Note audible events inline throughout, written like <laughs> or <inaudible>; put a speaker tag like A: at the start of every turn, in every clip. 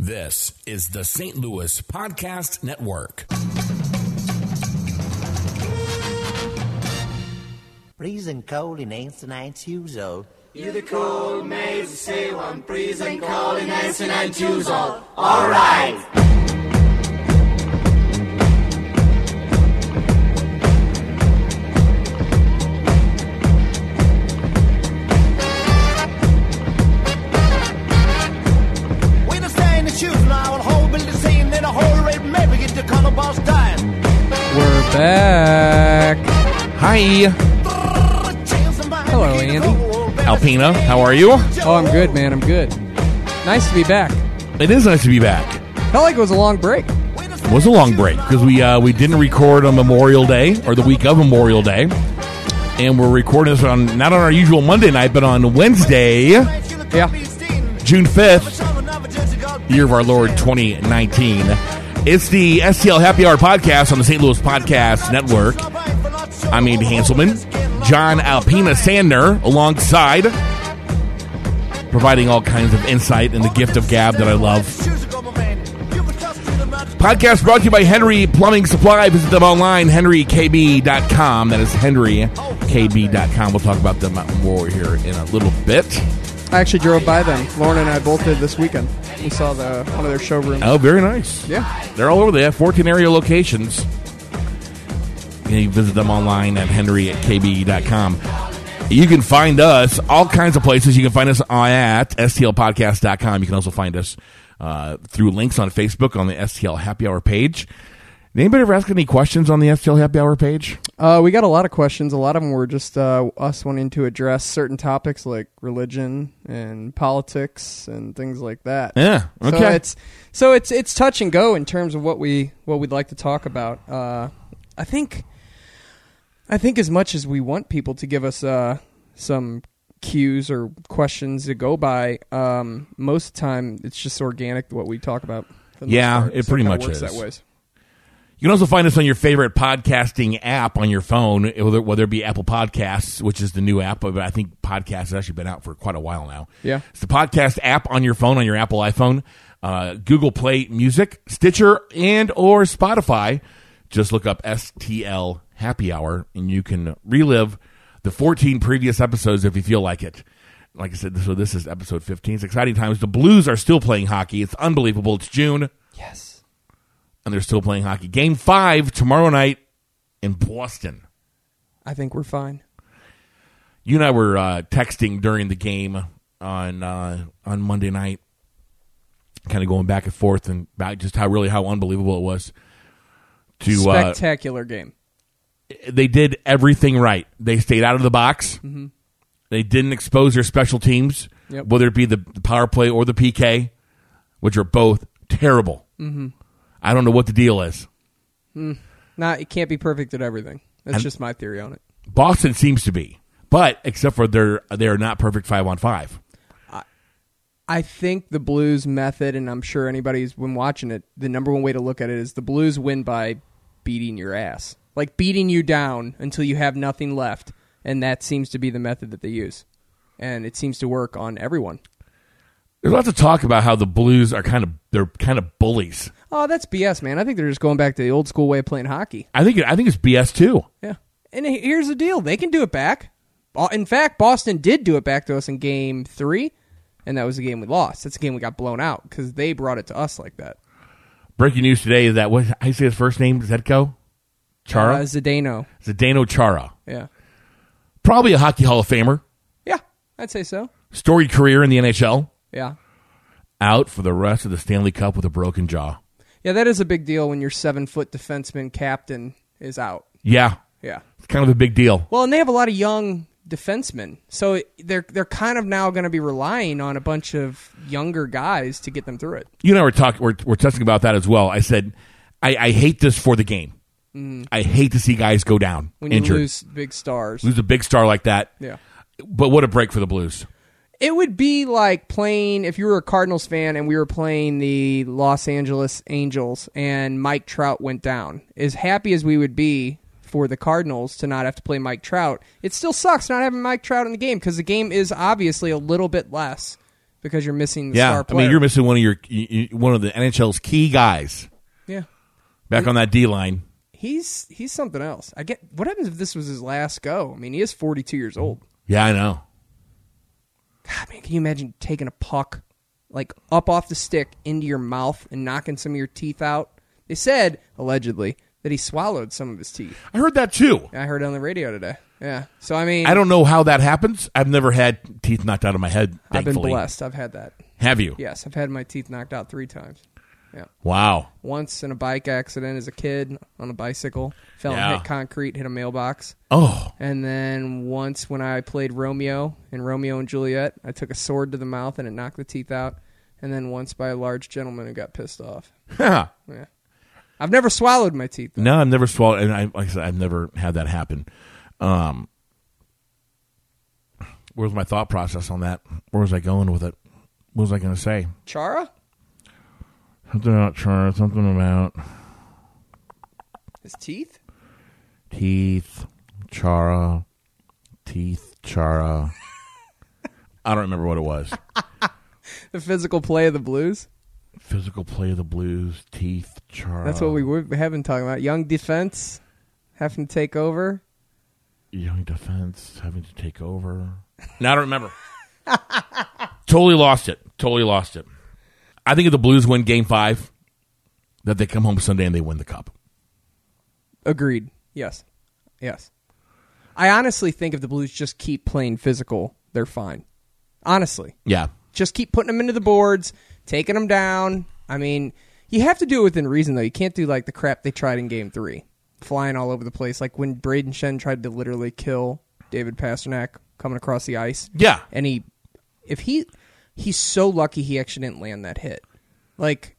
A: This is the St. Louis Podcast Network.
B: Freezing cold in ancient shoes old.
C: You're the cold maze, say one breeze and cold and dancing and choose all. All right.
D: We the same the shoes now and whole build the same then a whole red maybe get the color boss dying.
E: We're back.
F: Hi,
D: Hello,
E: Andy.
F: Alpina. How are you?
E: Oh, I'm good, man. I'm good. Nice to be back.
F: It is nice to be back.
E: Felt like it was a long break.
F: It was a long break because we uh, we didn't record on Memorial Day or the week of Memorial Day, and we're recording this on not on our usual Monday night, but on Wednesday,
E: Yeah.
F: June fifth, year of our Lord twenty nineteen. It's the STL Happy Hour podcast on the St. Louis Podcast Network. I'm Andy Hanselman, John Alpina Sandner, alongside providing all kinds of insight and the gift of gab that I love. Podcast brought to you by Henry Plumbing Supply. Visit them online, henrykb.com. That is henrykb.com. We'll talk about them more here in a little bit.
E: I actually drove by them. Lauren and I both did this weekend. We saw the one of their showrooms.
F: Oh, very nice.
E: Yeah.
F: They're all over. They have 14 area locations. You can visit them online at henry at kb.com. You can find us all kinds of places. You can find us on- at stlpodcast.com. You can also find us uh, through links on Facebook on the STL Happy Hour page. Did anybody ever ask any questions on the STL Happy Hour page?
E: Uh, we got a lot of questions. A lot of them were just uh, us wanting to address certain topics like religion and politics and things like that.
F: Yeah,
E: So
F: okay.
E: it's so it's it's touch and go in terms of what we what we'd like to talk about. Uh, I think I think as much as we want people to give us uh, some cues or questions to go by, um, most of the time it's just organic what we talk about. for the most
F: Yeah,
E: part.
F: it
E: So
F: pretty
E: kinda
F: much is.
E: works that way.
F: You can also find us on your favorite podcasting app on your phone, whether, whether it be Apple Podcasts, which is the new app, but I think Podcasts has actually been out for quite a while now.
E: Yeah.
F: It's the podcast app on your phone, on your Apple iPhone, uh, Google Play Music, Stitcher, and or Spotify. Just look up STL Happy Hour, and you can relive the 14 previous episodes if you feel like it. Like I said, so this is episode 15. It's exciting times. The Blues are still playing hockey. It's unbelievable. It's June
E: Yes.
F: and they're still playing hockey. Game five tomorrow night in Boston.
E: I think we're fine.
F: You and I were uh, texting during the game on uh, on Monday night, kind of going back and forth and about just how really how unbelievable it was. To uh,
E: Spectacular game.
F: they did everything right. They stayed out of the box. They didn't expose their special teams,
E: Yep.
F: whether it be the, the power play or the PK, which are both terrible. Mm-hmm. I don't know what the deal is.
E: Not it can't be perfect at everything. That's just my theory on it.
F: Boston seems to be, but except for they're they are not perfect five on five.
E: I think the Blues method, and I'm sure anybody's been watching it, the number one way to look at it is the Blues win by beating your ass, like beating you down until you have nothing left, and that seems to be the method that they use, and it seems to work on everyone.
F: There's lots of talk about how the Blues are kind of they're kind of bullies.
E: Oh, that's BS, man. I think they're just going back to the old school way of playing hockey.
F: I think I think it's BS too.
E: Yeah, and he- here's the deal: they can do it back. Bo- In fact, Boston did do it back to us in Game Three, and that was the game we lost. That's the game we got blown out because they brought it to us like that.
F: Breaking news today is that what I say his first name Zetko
E: Uh,
F: Chara
E: Zdeno.
F: Zdeno Chara,
E: Yeah.
F: probably a hockey Hall of Famer,
E: Yeah, I'd say so.
F: storied career in the NHL,
E: Yeah.
F: out for the rest of the Stanley Cup with a broken jaw.
E: Yeah, that is a big deal when your seven foot defenseman captain is out.
F: Yeah,
E: Yeah.
F: it's kind of a big deal.
E: Well, and they have a lot of young defensemen. So it- they're they're kind of now going to be relying on a bunch of younger guys to get them through it.
F: You and I were talking we're, we're testing about that as well. I said I, I hate this for the game. I hate to see guys go down
E: Mm. When
F: injured.
E: you lose big stars.
F: lose a big star like that.
E: Yeah.
F: But what a break for the Blues.
E: It would be like playing if you were a Cardinals fan and we were playing the Los Angeles Angels and Mike Trout went down. As happy as we would be for the Cardinals to not have to play Mike Trout, it still sucks not having Mike Trout in the game because the game is obviously a little bit less because you're missing the
F: Yeah,
E: star
F: I
E: player.
F: mean, you're missing one of your you- you- one of the NHL's key guys
E: yeah.
F: back on that D line.
E: He's he's something else. I get what happens if this was his last go. I mean, he is 42 years old.
F: Yeah, I know.
E: God, man, can you imagine taking a puck like up off the stick into your mouth and knocking some of your teeth out? They said allegedly that he swallowed some of his teeth.
F: I heard that too.
E: I heard it on the radio today. Yeah. So I mean,
F: I don't know how that happens. I've never had teeth knocked out of my head.
E: I've been
F: Thankfully,
E: blessed. I've had that.
F: Have you?
E: Yes, I've had my teeth knocked out three times.
F: Wow.
E: Once in a bike accident as a kid on a bicycle, fell
F: Yeah.
E: and hit concrete, hit a mailbox.
F: Oh, <laughs>
E: And then once when I played Romeo in Romeo and Juliet, I took a sword to the mouth and it knocked the teeth out. And then once by a large gentleman who got pissed off.
F: no,
E: Yeah. I've never swallowed my teeth. though.
F: I've never swallowed, and I, like I said, I've never had that happen. Um, where's my thought process on that? Where was I going with it? What was I going to say?
E: Chara?
F: Something about char, something about
E: His teeth?
F: teeth, chara, teeth, chara. I don't remember what it was.
E: The physical play of the blues?
F: Physical play of the blues, teeth, chara.
E: That's what we would- have been talking about. Young defense having to take over.
F: young defense having to take over. Now I don't remember. <laughs> totally lost it. Totally lost it. I think if the Blues win Game Five, that they come home Sunday and they win the cup.
E: Agreed. Yes. Yes. I honestly think if the Blues just keep playing physical, they're fine. Honestly.
F: Yeah,
E: just keep putting them into the boards, taking them down. I mean, you have to do it within reason, though. You can't do like the crap they tried in Game Three, flying all over the place, like when Braden Shen tried to literally kill David Pasternak coming across the ice.
F: Yeah.
E: and he, if he, he's so lucky he actually didn't land that hit. Like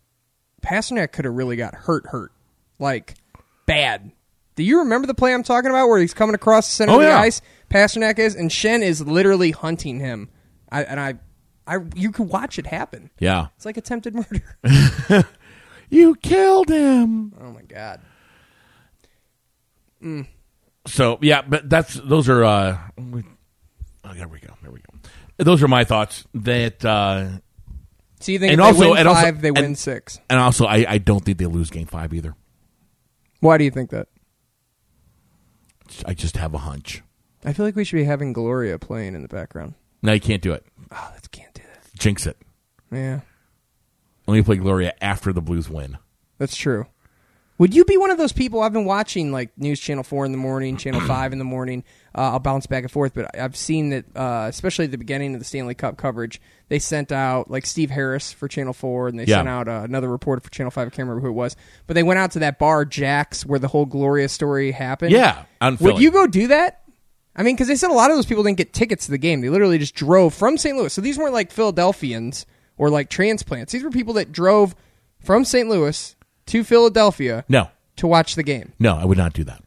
E: Pasternak could have really got hurt, hurt, like bad. Do you remember the play I'm talking about where he's coming across the center
F: Oh,
E: of the
F: yeah.
E: ice? Pasternak is, and Shen is literally hunting him. I, and I, I, you could watch it happen.
F: yeah.
E: It's like attempted <laughs> murder.
F: You killed him.
E: oh my god.
F: So yeah, but that's those are. uh we, Oh, there we go. There we go. Those are my thoughts. That uh
E: So you think
F: And
E: if
F: also-
E: they win
F: and also-
E: five, they win
F: and-
E: six?
F: and also, I, I don't think they lose Game Five either.
E: Why do you think that?
F: I just have a hunch.
E: I feel like we should be having Gloria playing in the background.
F: No, you can't do it.
E: Oh, that can't do that.
F: Jinx it.
E: Yeah,
F: Let me play Gloria after the Blues win.
E: that's true. Would you be one of those people? I've been watching like News Channel Four in the morning,
F: <clears throat>
E: Channel Five in the morning. Uh, I'll bounce back and forth, but I- I've seen that, uh, especially at the beginning of the Stanley Cup coverage, they sent out like Steve Harris for Channel Four, and they
F: Yeah.
E: sent out uh, another reporter for Channel Five. I can't remember who it was, but they went out to that bar, Jack's, where the whole Gloria story happened.
F: Yeah, on
E: Would
F: Philly.
E: you go do that? I mean, because they said a lot of those people didn't get tickets to the game. They literally just drove from St. Louis. So these weren't like Philadelphians or like transplants. These were people that drove from St. Louis to Philadelphia
F: No,
E: to watch the game.
F: no, I would not do that.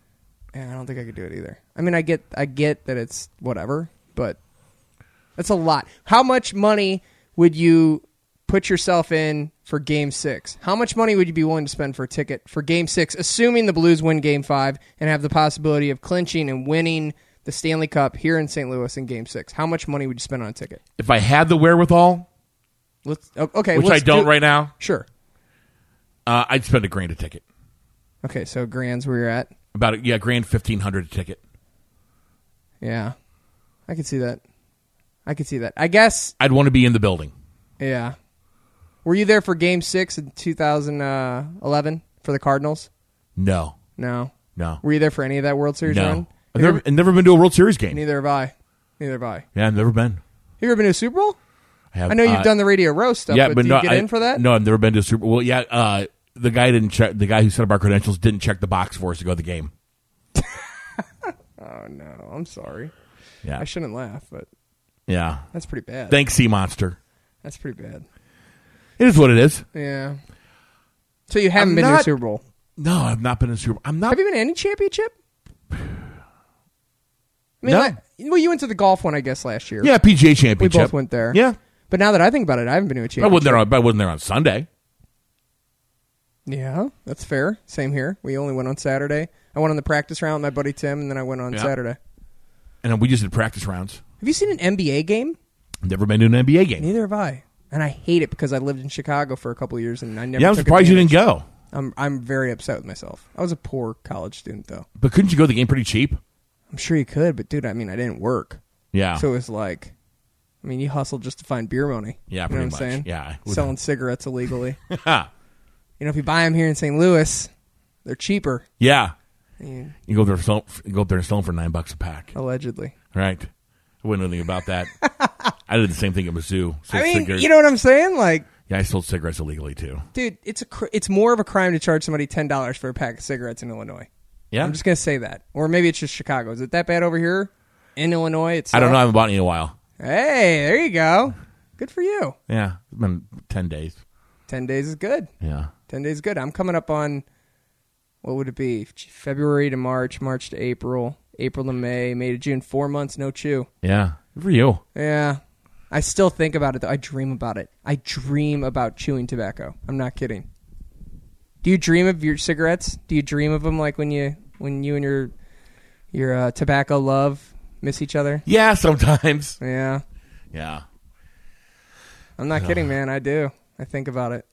E: And I don't think I could do it either. I mean, I get, I get that it's whatever, but that's a lot. How much money would you put yourself in for Game Six? How much money would you be willing to spend for a ticket for Game Six, assuming the Blues win Game Five and have the possibility of clinching and winning the Stanley Cup here in St. Louis in Game Six? How much money would you spend on a ticket?
F: If I had the wherewithal,
E: Let's o- okay,
F: which I
E: let's
F: don't
E: do-
F: right now,
E: Sure.
F: uh, I'd spend a grand a ticket.
E: Okay, so grand's where you're at.
F: About a, yeah, grand fifteen hundred a ticket.
E: Yeah, I could see that. I could see that. I guess
F: I'd want to be in the building.
E: Yeah. Were you there for Game Six in 2011 for the Cardinals?
F: No,
E: No.
F: no,
E: Were you there for any of that World Series
F: no.
E: run?
F: I've never, I've never been to a World Series game.
E: Neither have I. Neither have I. Have
F: Yeah, I've never been.
E: you ever been to a Super Bowl?
F: have,
E: I know you've
F: uh,
E: done the radio row stuff,
F: Yeah,
E: but,
F: but,
E: do
F: no,
E: you get
F: I-
E: in for that?
F: No, I've never been to a Super. Well, yeah, uh, the guy didn't check. The guy who set up our credentials didn't check the box for us to go to the game.
E: No, I'm sorry.
F: Yeah,
E: I shouldn't laugh, but
F: yeah.
E: that's pretty bad.
F: Thanks, Sea Monster.
E: that's pretty bad.
F: It is what it is.
E: Yeah. So you haven't
F: I'm
E: been to a
F: not-
E: Super Bowl.
F: No, I've not been to a Super. I'm not.
E: Have you been to any championship? <sighs> I mean,
F: No.
E: like- well, you went to the golf one, I guess, last year.
F: yeah, PGA
E: we
F: Championship.
E: both went there.
F: Yeah,
E: but now that I think about it, I haven't been to a championship.
F: I wasn't there. On, I wasn't there on Sunday.
E: Yeah, that's fair. Same here. We only went on Saturday. I went on the practice round with my buddy Tim, and then I went on
F: Yeah.
E: Saturday.
F: and we just did practice rounds.
E: Have you seen an NBA game?
F: Never been to an NBA game.
E: Neither have I, and I hate it because I lived in Chicago for a couple of years and I never.
F: Yeah, I'm
E: took
F: surprised you didn't
E: advantage.
F: go.
E: I'm I'm very upset with myself. I was a poor college student though.
F: But couldn't you go to the game pretty cheap?
E: I'm sure you could, but dude, I mean, I didn't work,
F: Yeah.
E: so it was like, I mean, you hustled just to find beer money.
F: Yeah,
E: you
F: pretty
E: know what
F: much.
E: I'm saying?
F: Yeah.
E: selling cigarettes illegally. <laughs> you
F: <laughs> Ha.
E: know, if you buy them here in St. Louis, they're cheaper.
F: yeah.
E: Yeah.
F: You go up there, and sell, go up there and sell them for nine bucks a pack.
E: Allegedly.
F: Right. I wouldn't know anything about
E: <laughs>
F: that. I did the same thing at Mizzou. Sold
E: I mean,
F: cigarettes.
E: you know what I'm saying? Like,
F: yeah, I sold cigarettes illegally too.
E: dude, it's a cr- it's more of a crime to charge somebody ten dollars for a pack of cigarettes in Illinois.
F: Yeah.
E: I'm just gonna say that, or maybe it's just Chicago. Is it that bad over here in Illinois? It's
F: I don't know. I haven't bought any in a while.
E: Hey, there you go. Good for you.
F: Yeah, it's been ten days.
E: Ten days is good.
F: Yeah.
E: Ten days is good. I'm coming up on what would it be? February to March, March to April, April to May, May to June. Four months, no chew.
F: Yeah. Good for you.
E: Yeah. I still think about it though. I dream about it. I dream about chewing tobacco. I'm not kidding. Do you dream of your cigarettes? Do you dream of them like when you when you and your your uh, tobacco love miss each other?
F: Yeah, sometimes.
E: Yeah.
F: Yeah.
E: I'm not kidding, man. I do. I think about it.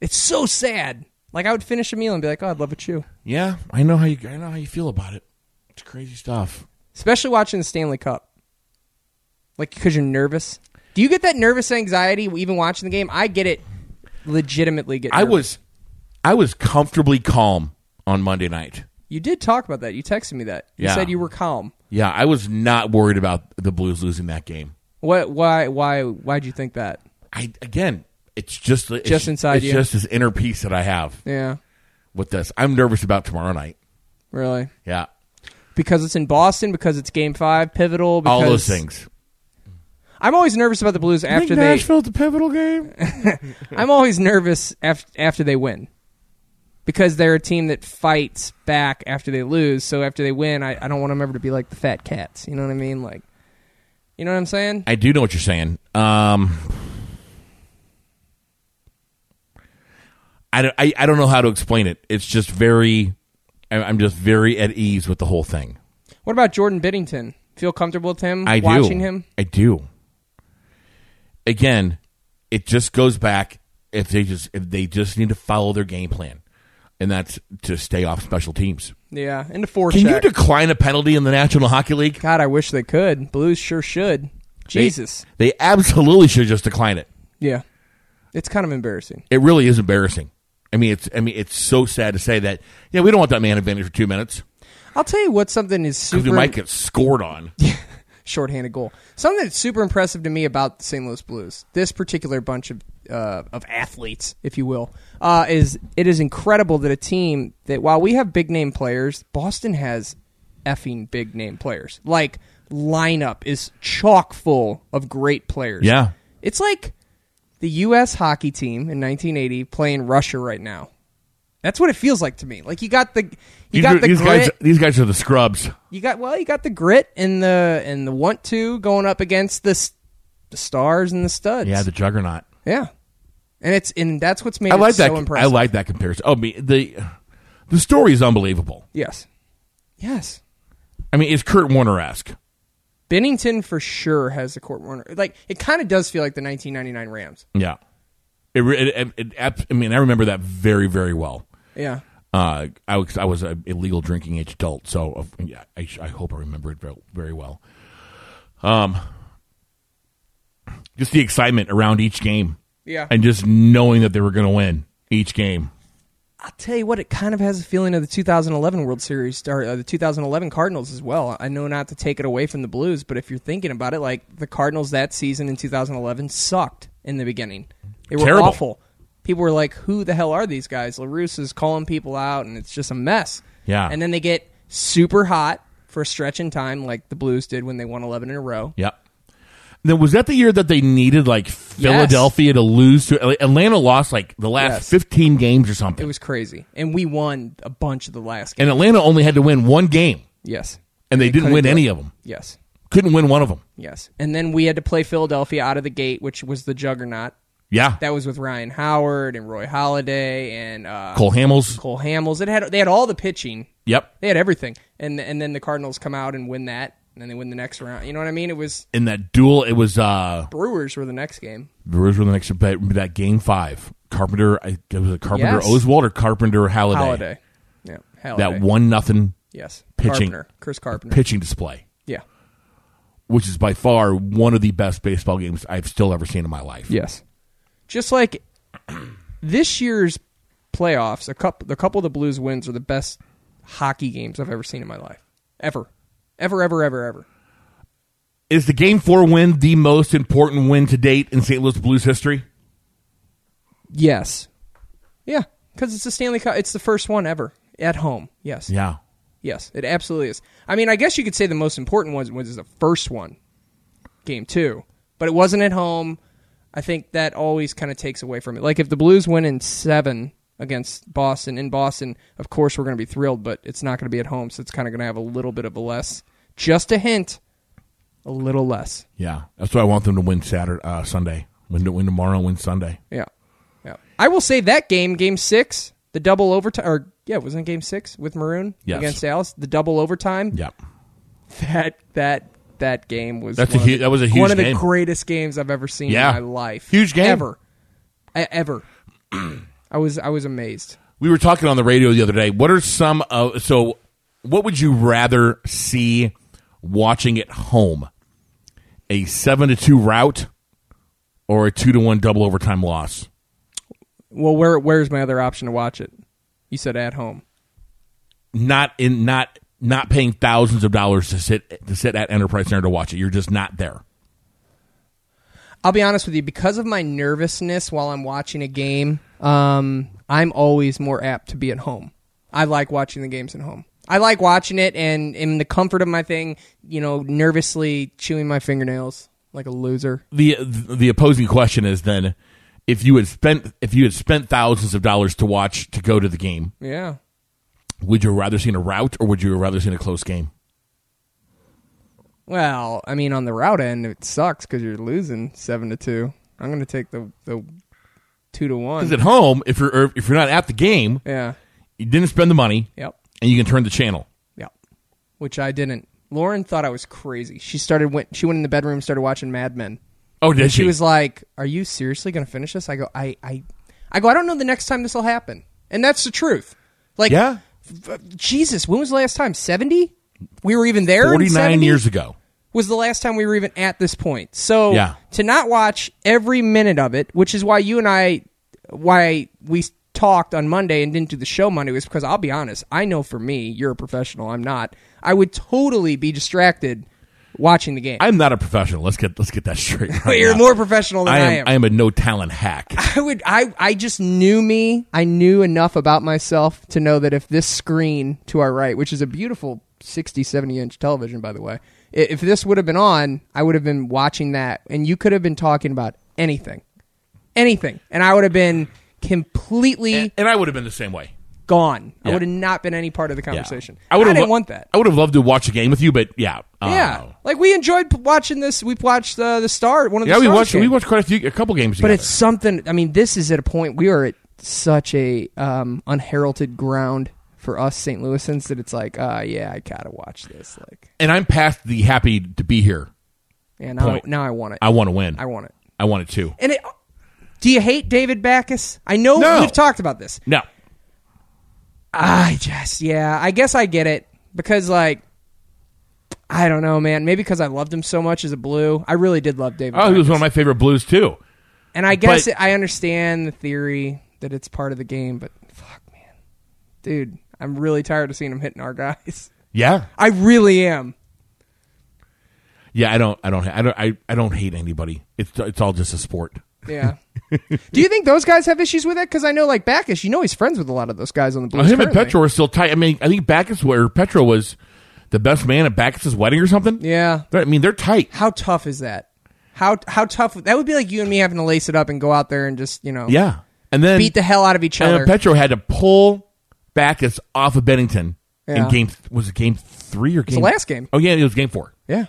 E: It's so sad. Like I would finish a meal and be like, "Oh, I'd love a chew."
F: Yeah, I know how you I know how you feel about it. It's crazy stuff.
E: Especially watching the Stanley Cup. Like cuz you're nervous. Do you get that nervous anxiety even watching the game? I get it. Legitimately get
F: I
E: nervous.
F: was I was comfortably calm on Monday night.
E: You did talk about that. You texted me that. You
F: Yeah.
E: said you were calm.
F: Yeah, I was not worried about the Blues losing that game.
E: What? Why? Why? Why'd you think that?
F: I again, it's just it's,
E: Just inside
F: it's
E: you.
F: just this inner peace that I have
E: Yeah,
F: with this. I'm nervous about tomorrow night.
E: really.
F: Yeah.
E: Because it's in Boston. Because it's Game Five, pivotal. Because
F: All those things.
E: I'm always nervous about the Blues after they.
F: the pivotal game?
E: I'm always nervous after after they win, because they're a team that fights back after they lose. So after they win, I, I don't want them ever to be like the fat cats. You know what I mean? Like, you know what I'm saying?
F: I do know what you're saying. Um, I don't. I, I don't know how to explain it. It's just very. I- I'm just very at ease with the whole thing.
E: What about Jordan Biddington? Feel comfortable with him?
F: I do.
E: watching him.
F: I do. Again, it just goes back if they just if they just need to follow their game plan, and that's to stay off special teams.
E: Yeah, and the four.
F: Can you decline a penalty in the National Hockey League?
E: God, I wish they could. Blues sure should.
F: They-
E: Jesus.
F: they absolutely should just decline it.
E: yeah. It's kind of embarrassing.
F: it really is embarrassing. I mean, it's I mean, it's so sad to say that. Yeah, we don't want that man advantage for two minutes
E: I'll tell you what something is
F: because we
E: super
F: might get scored on.
E: <laughs> shorthanded goal. Something that's super impressive to me about the St. Louis Blues, this particular bunch of uh, of athletes, if you will, uh, is it is incredible that a team that while we have big name players, Boston has effing big name players. Like lineup is chock full of great players.
F: Yeah.
E: It's like the U.S. hockey team in 1980 playing Russia right now. That's what it feels like to me. Like you got the
F: These,
E: you got
F: are-
E: the
F: these
E: grit,
F: guys, these guys are the scrubs.
E: you got well, you got the grit and the and the want to going up against the, s- the stars and the studs.
F: Yeah, the juggernaut.
E: yeah, and it's and that's what's made
F: I like
E: it
F: that.
E: so
F: I
E: impressive.
F: like that comparison. Oh, I mean, the the story is unbelievable.
E: yes, yes.
F: I mean, it's Kurt Warner esque.
E: Bennington for sure has the court Warner. Like it kind of does feel like the 1999 Rams.
F: Yeah, it, re- it, it, it ab- I mean, I remember that very very well.
E: Yeah,
F: Uh, I was I was an illegal drinking age adult, so uh, yeah, I, sh- I hope I remember it very, very well. Um, just the excitement around each game,
E: yeah.
F: and just knowing that they were going to win each game.
E: I'll tell you what, it kind of has a feeling of the 2011 World Series or uh, the 2011 Cardinals as well. I know not to take it away from the Blues, but if you're thinking about it, like the Cardinals that season in 2011 sucked in the beginning. They were
F: Terrible.
E: awful. People were like, "Who the hell are these guys?" Larus is calling people out, and it's just a mess.
F: Yeah.
E: and then they get super hot for a stretch in time, like the Blues did when they won 11 in a row.
F: Yep. Then was that the year that they needed like Philadelphia to lose to Atlanta? Lost like the last
E: Yes.
F: fifteen games or
E: It
F: something,
E: was crazy, and we won a bunch of the last game.
F: and Atlanta only had to win one game,
E: Yes,
F: and they, didn't
E: couldn't
F: win
E: do
F: any
E: it.
F: of them.
E: yes.
F: Couldn't win one of them.
E: Yes. And then we had to play Philadelphia out of the gate, which was the juggernaut.
F: Yeah,
E: That was with Ryan Howard and Roy Halladay and uh, Cole.
F: Cole Hamels.
E: Hamels. It had they had all the pitching.
F: Yep.
E: They had everything. And and then the Cardinals come out and win that. and then they win the next round. You know what I mean? It was
F: in that duel, it was uh
E: Brewers were the next game.
F: Brewers were the next bet that game five. Carpenter, I, it was a Carpenter
E: Yes.
F: Oswald or Carpenter Halliday.
E: Holiday. Yeah. Holiday.
F: That one nothing
E: Yes.
F: pitching-
E: Carpenter. Chris Carpenter.
F: pitching display,
E: Yeah.
F: which is by far one of the best baseball games I've still ever seen in my life.
E: Yes. Just like this year's playoffs, a couple the couple of the Blues wins are the best hockey games I've ever seen in my life. Ever. Ever, ever, ever, ever.
F: Is the game four win the most important win to date in St. Louis Blues history?
E: Yes. Yeah, cuz it's the Stanley Cup. It's the first one ever at home. Yes.
F: Yeah.
E: Yes, it absolutely is. I mean, I guess you could say the most important one was the first one, game two, but it wasn't at home. I think that always kind of takes away from it. Like if the Blues win in seven against Boston in Boston, of course we're going to be thrilled, but it's not going to be at home, so it's kind of going to have a little bit of a less, just a hint, a little less.
F: Yeah. That's why I want them to win Saturday, uh, Sunday. Win, win tomorrow, win Sunday.
E: Yeah, yeah. I will say that game, game six, the double overtime, or yeah, wasn't it game six with Maroon
F: Yes.
E: against Dallas, the double overtime.
F: Yeah.
E: that that that game was
F: That's a
E: one of
F: hu-
E: the-
F: that was a huge
E: one of
F: game.
E: the greatest games I've ever seen
F: Yeah.
E: in my life.
F: Huge game.
E: ever, E- ever. <clears throat> I was I was amazed.
F: We were talking on the radio the other day. What are some of so? What would you rather see watching at home? A seven to two route or a two to one double overtime loss?
E: Well, where where's my other option to watch it? You said at home.
F: Not in not not paying thousands of dollars to sit to sit at Enterprise Center to watch it. You're just not there.
E: I'll be honest with you, because of my nervousness while I'm watching a game, um, I'm always more apt to be at home. I like watching the games at home. I like watching it and in the comfort of my thing, you know, nervously chewing my fingernails like a loser.
F: the The opposing question is then if you had spent if you had spent thousands of dollars to watch to go to the game,
E: Yeah.
F: would you rather seen a route or would you rather seen a close game?
E: Well, I mean, on the route end, it sucks because you're losing seven to two. I'm going to take the the two to
F: Because
E: one.
F: at home, if you're or if you're not at the game,
E: yeah.
F: you didn't spend the money,
E: Yep.
F: and you can turn the channel.
E: Yep. Which I didn't. Lauren thought I was crazy. She started went. She went in the bedroom, started watching Mad Men.
F: Oh, did
E: She was like, "Are you seriously going to finish this?" I go, "I, I, I go. I don't know the next time this will happen." And that's the truth. Like,
F: yeah,
E: Jesus, when was the last time? Seventy? We were even there. in
F: forty nine
E: 70?
F: years ago.
E: was the last time we were even at this point. So
F: Yeah.
E: to not watch every minute of it, which is why you and I, why we talked on Monday and didn't do the show Monday, was because I'll be honest, I know for me, you're a professional, I'm not. I would totally be distracted watching the game.
F: I'm not a professional. Let's get let's get that straight.
E: <laughs>
F: right
E: but you're
F: now.
E: more professional than
F: I
E: I
F: am. I am a no talent hack.
E: <laughs> I would I I just knew me. I knew enough about myself to know that if this screen to our right, which is a beautiful 60 70 inch television by the way, i- if this would have been on, I would have been watching that and you could have been talking about anything. Anything. And I would have been completely
F: and, and I would have been the same way.
E: gone. I
F: Eh. Yeah.
E: would have not been any part of the
F: Yeah.
E: conversation.
F: I
E: I,
F: would have
E: didn't
F: lo-
E: want that.
F: I would have loved to watch a game with you, but yeah, uh,
E: yeah. Like we enjoyed p- watching this. We've watched uh, the star one of the
F: yeah. We
E: Stars
F: watched we
E: games.
F: watched quite a few a couple games,
E: But
F: together.
E: it's something. I mean, this is at a point we are at such a um, unheralded ground for us St. Louisans that it's like, uh, yeah, I gotta watch this. Like,
F: and I'm past the happy to be here.
E: and now,
F: Point.
E: now I want it.
F: I want to win.
E: I want it.
F: I want it too.
E: And it, do you hate David Backus? I know
F: No.
E: we've talked about this.
F: No,
E: I just, yeah, I guess I get it because like. I don't know, man. Maybe because I loved him so much as a blue. I really did love David.
F: oh, he was
E: Backus.
F: one of my favorite blues too.
E: And I guess
F: But-
E: it, I understand the theory that it's part of the game, but fuck, man, dude, I'm really tired of seeing him hitting our guys. <laughs>
F: Yeah,
E: I really am.
F: yeah. I don't. I don't. ha- I don't. I, I don't hate anybody. It's it's all just a sport. <laughs>
E: Yeah. Do you think those guys have issues with it? Because I know, like Backus, you know, he's friends with a lot of those guys on the
F: Well,
E: Blues.
F: Oh, him and
E: currently.
F: Petro are still tight. I mean, I think Backus where Petro was the best man at Backus's wedding or something.
E: Yeah.
F: They're- I mean they're tight.
E: How tough is that? How how tough? That would be like you and me having to lace it up and go out there and just you know
F: Yeah, and then
E: beat the hell out of each
F: and
E: other.
F: then Petro had to pull Backus off of Bennington in
E: Yeah.
F: game. Was it game three or game?
E: the last game.
F: Oh yeah, it was game four.
E: Yeah.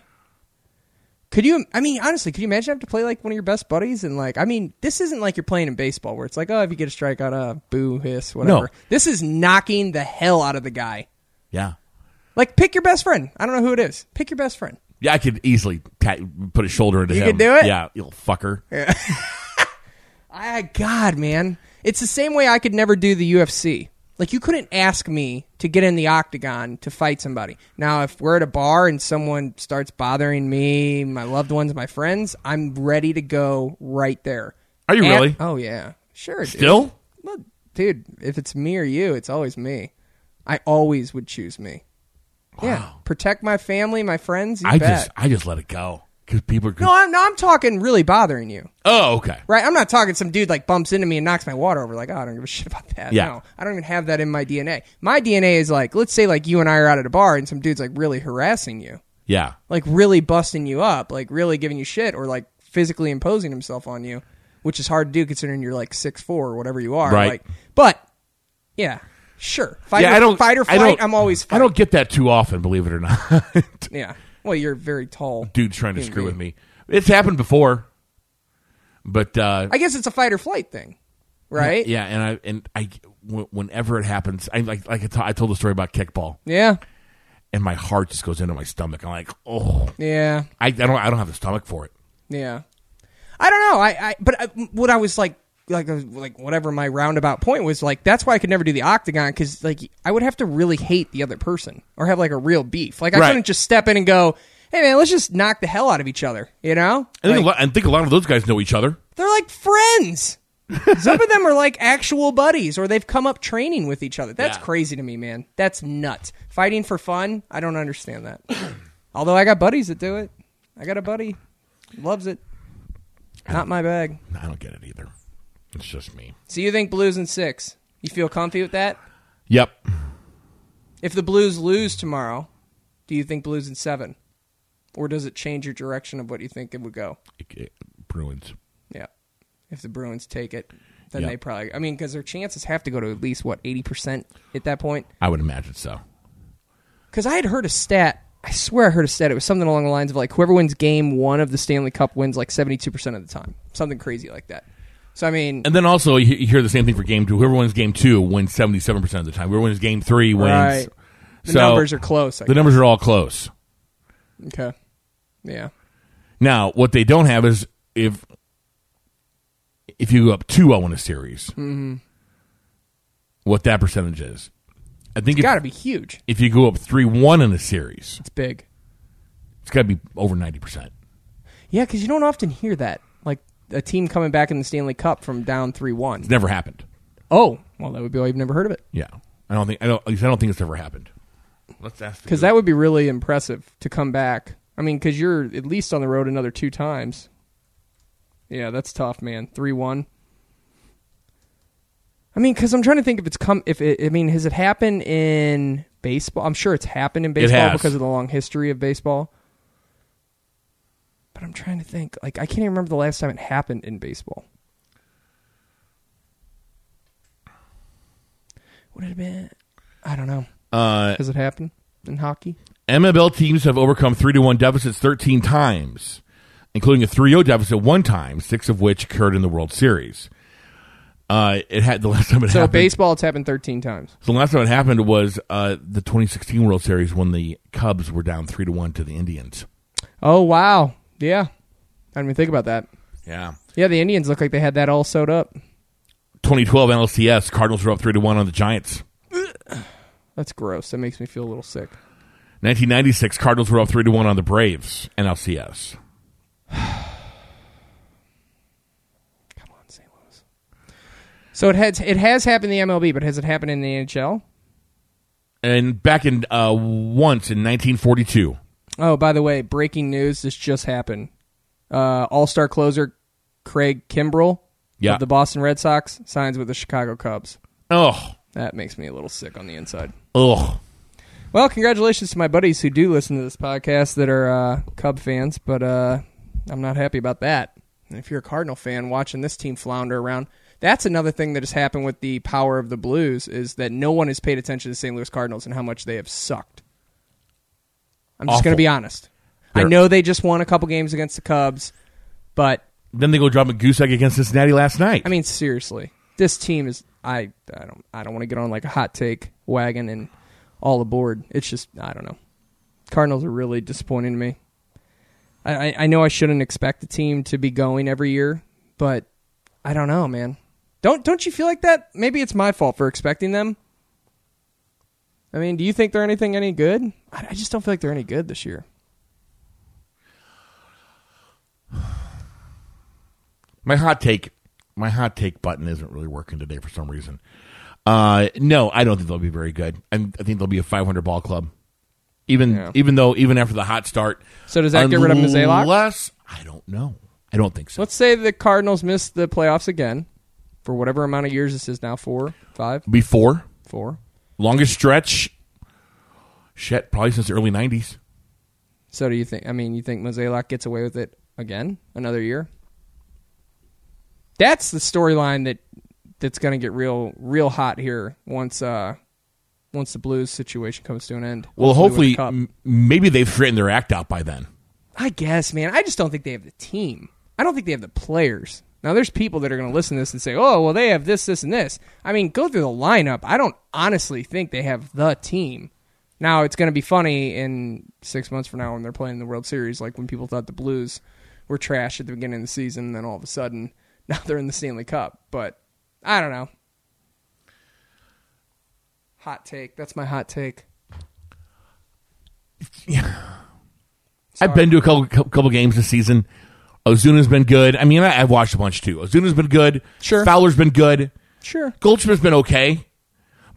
E: Could you? I mean, honestly, could you imagine having to play like one of your best buddies and like? I mean, this isn't like you're playing in baseball where it's like, oh, if you get a strikeout, uh, boo, hiss, whatever.
F: No.
E: This is knocking the hell out of the guy.
F: Yeah,
E: Like, pick your best friend. I don't know who it is. Pick your best friend.
F: Yeah, I could easily ta put a shoulder into
E: You
F: him.
E: could do it?
F: Yeah, you little fucker.
E: I God, man, it's the same way I could never do the UFC. Like you couldn't ask me to get in the octagon to fight somebody. Now, if we're at a bar and someone starts bothering me, my loved ones, my friends, I'm ready to go right there.
F: Are you
E: At-
F: really?
E: Oh yeah, sure. Dude.
F: Still?
E: Well, dude, if it's me or you, it's always me. I always would choose me. Yeah, protect my family, my friends. You
F: I
E: bet.
F: just I just let it go because people are.
E: no, I'm, no, I'm talking really bothering you.
F: oh, okay.
E: Right? I'm not talking some dude like bumps into me and knocks my water over. Like, oh, I don't give a <laughs> shit about that.
F: Yeah.
E: No, I don't even have that in my DNA. My DNA is like, let's say like you and I are out at a bar and some dude's like really harassing you,
F: Yeah.
E: like really busting you up, like really giving you shit, or like physically imposing himself on you, which is hard to do considering you're like six four or whatever you are.
F: Right.
E: Like, but yeah, sure. Fight
F: yeah,
E: or,
F: I don't
E: fight or
F: I
E: flight.
F: don't,
E: I'm always. Fight.
F: I don't get that too often, believe it or not. <laughs>
E: Yeah. Well, you're very tall.
F: Dude's trying to screw
E: being.
F: with me. It's happened before, but uh,
E: I guess it's a fight or flight thing, right?
F: yeah, and I and I w- whenever it happens, I like like I to- I told the story about kickball,
E: Yeah.
F: and my heart just goes into my stomach. I'm like, oh,
E: Yeah.
F: I, I don't I don't have the stomach for it.
E: Yeah, I don't know. I, I but I, what I was like, like, I was- like whatever my roundabout point was, like that's why I could never do the octagon because like I would have to really hate the other person or have like a real beef. Like I
F: Right.
E: couldn't just step in and go, "Hey man, let's just knock the hell out of each other." You know,
F: I think,
E: Like,
F: a lot, I think a lot of those guys know each other.
E: they're like friends. Some of them are like actual buddies, or they've come up training with each other. That's
F: Yeah.
E: crazy to me, man. That's nuts. Fighting for fun, I don't understand that. <clears throat> Although I got buddies that do it. I got a buddy, loves it. Not my bag.
F: I don't get it either. It's just me.
E: So you think Blues in six? You feel comfy with that?
F: Yep.
E: If the Blues lose tomorrow, do you think Blues in seven, or does it change your direction of what you think it would go?
F: Bruins.
E: Yeah. If the Bruins take it, then
F: Yeah.
E: they probably. I mean, because their chances have to go to at least what eighty percent at that point.
F: I would imagine so.
E: Because I had heard a stat. I swear I heard a stat. It was something along the lines of like whoever wins game one of the Stanley Cup wins like seventy two percent of the time, something crazy like that. So I mean,
F: And then also you you hear the same thing for game two. Whoever wins game two wins seventy seven percent of the time. Whoever wins game three wins.
E: Right. The
F: So,
E: numbers are close, I
F: the
E: guess.
F: numbers are all close.
E: okay, yeah,
F: Now what they don't have is if if you go up 2-0 in a series,
E: Mm-hmm.
F: what that percentage is. I think
E: got to
F: if,
E: be huge.
F: if you go up three one in a series,
E: It's big.
F: it's got to be over ninety percent.
E: Yeah, because you don't often hear that. Like a team coming back in the Stanley Cup from down three one.
F: It's never happened.
E: Oh, well, that would be why you've never heard of it.
F: Yeah, I don't think I don't. At least I don't think it's ever happened. Let's ask
E: Because that would be really impressive to come back. I mean, because you're at least on the road another two times. Yeah, that's tough, man. Three one. I mean, because I'm trying to think if it's come. If it, I mean, has it happened in baseball? I'm sure it's happened in baseball
F: has.
E: because of the long history of baseball. But I'm trying to think. Like, I can't even remember the last time it happened in baseball. Would it have been? I don't know.
F: Uh,
E: Has it happened in hockey?
F: MLB teams have overcome three to one deficits thirteen times, including a 3-0 deficit one time, six of which occurred in the World Series. Uh, it had the last time it
E: So
F: happened.
E: baseball, it's happened 13 times.
F: so the last time it happened was uh, the 2016 World Series when the Cubs were down three to one to the Indians.
E: Oh wow, yeah. I didn't even think about that.
F: Yeah.
E: Yeah, the Indians look like they had that all sewed up.
F: 2012 NLCS Cardinals were up three to one on the Giants.
E: That's gross. That makes me feel a little sick.
F: 1996 Cardinals were up three to one on the Braves NLCS.
E: Come on, St. Louis. So it has it has happened in the MLB, but has it happened in the NHL?
F: and back in uh, once in 1942.
E: Oh, by the way, breaking news. This just happened. Uh, all star closer Craig Kimbrell
F: Yeah.
E: of the Boston Red Sox signs with the Chicago Cubs.
F: Oh,
E: That makes me a little sick on the inside.
F: ugh.
E: Well, congratulations to my buddies who do listen to this podcast that are uh, Cub fans, but uh, I'm not happy about that. And if you're a Cardinal fan watching this team flounder around, that's another thing that has happened with the power of the Blues is that no one has paid attention to the St. Louis Cardinals and how much they have sucked. I'm just going
F: Awful.
E: to be honest. I
F: They're-
E: know they just won a couple games against the Cubs, but
F: Then they go drop a goose egg against Cincinnati last night.
E: I mean, seriously, this team is. I I don't I don't want to get on like a hot take wagon and all aboard. It's just I don't know. Cardinals are really disappointing to me. I, I- I know I shouldn't expect the team to be going every year, but I don't know, man. Don't don't you feel like that? Maybe it's my fault for expecting them. I mean, do you think they're anything any good? I, I just don't feel like they're any good this year.
F: My hot take, my hot take button isn't really working today for some reason. Uh, no, I don't think they'll be very good. i I think they'll be a 500 ball club. Even
E: Yeah.
F: even though even after the hot start.
E: So does that get rid of Mazalok?
F: Unless I don't know. I don't think so.
E: Let's say the Cardinals miss the playoffs again for whatever amount of years this is now four, five,
F: Before
E: four.
F: longest stretch, shit, probably since the early 90s.
E: So do you think? I mean, you think Mozeliak gets away with it again another year? That's the storyline that that's going to get real real hot here once uh once the Blues situation comes to an end.
F: Well,
E: with
F: hopefully,
E: the Cup.
F: m- maybe they've straightened their act out by then.
E: I guess, man. I just don't think they have the team. I don't think they have the players. Now, there's people that are going to listen to this and say, "Oh, well, they have this, this, and this." I mean, go through the lineup. I don't honestly think they have the team. Now, it's going to be funny in six months from now when they're playing the World Series, like when people thought the Blues were trash at the beginning of the season, and then all of a sudden <laughs> now they're in the Stanley Cup. But I don't know. Hot take. That's my hot take.
F: I've been to a couple couple games this season. Ozuna's been good. I mean, I, I've watched a bunch too. Ozuna's been good.
E: Sure.
F: Fowler's been good.
E: Sure.
F: Goldschmidt's been okay,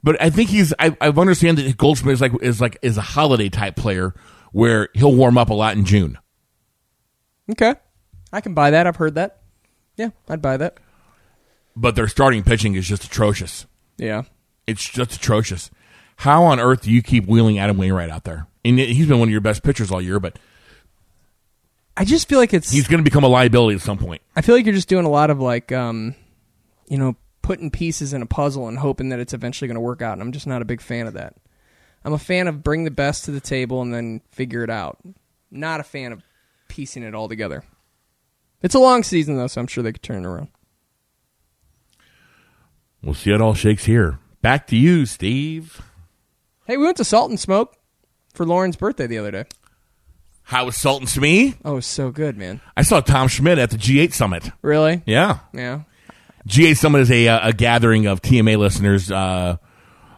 F: but I think he's. I, I understand that Goldschmidt is like is like is a holiday type player where he'll warm up a lot in June.
E: Okay. I can buy that. I've heard that. Yeah, I'd buy that.
F: But their starting pitching is just atrocious.
E: Yeah.
F: It's just atrocious. How on earth do you keep wheeling Adam Wainwright out there? And he's been one of your best pitchers all year, but
E: I just feel like it's
F: he's going to become a liability at some point.
E: I feel like you're just doing a lot of like um you know, putting pieces in a puzzle and hoping that it's eventually going to work out, and I'm just not a big fan of that. I'm a fan of bring the best to the table and then figure it out. Not a fan of piecing it all together. It's a long season though, so I'm sure they could turn it around.
F: We'll see how it all shakes here. Back to you, Steve.
E: Hey, we went to Salt and Smoke for Lauren's birthday the other day.
F: How was Sultan to me?
E: Oh, it was so good, man.
F: I saw Tom Schmidt at the G8 Summit.
E: Really?
F: Yeah.
E: Yeah.
F: G8 Summit is a, uh, a gathering of TMA listeners uh,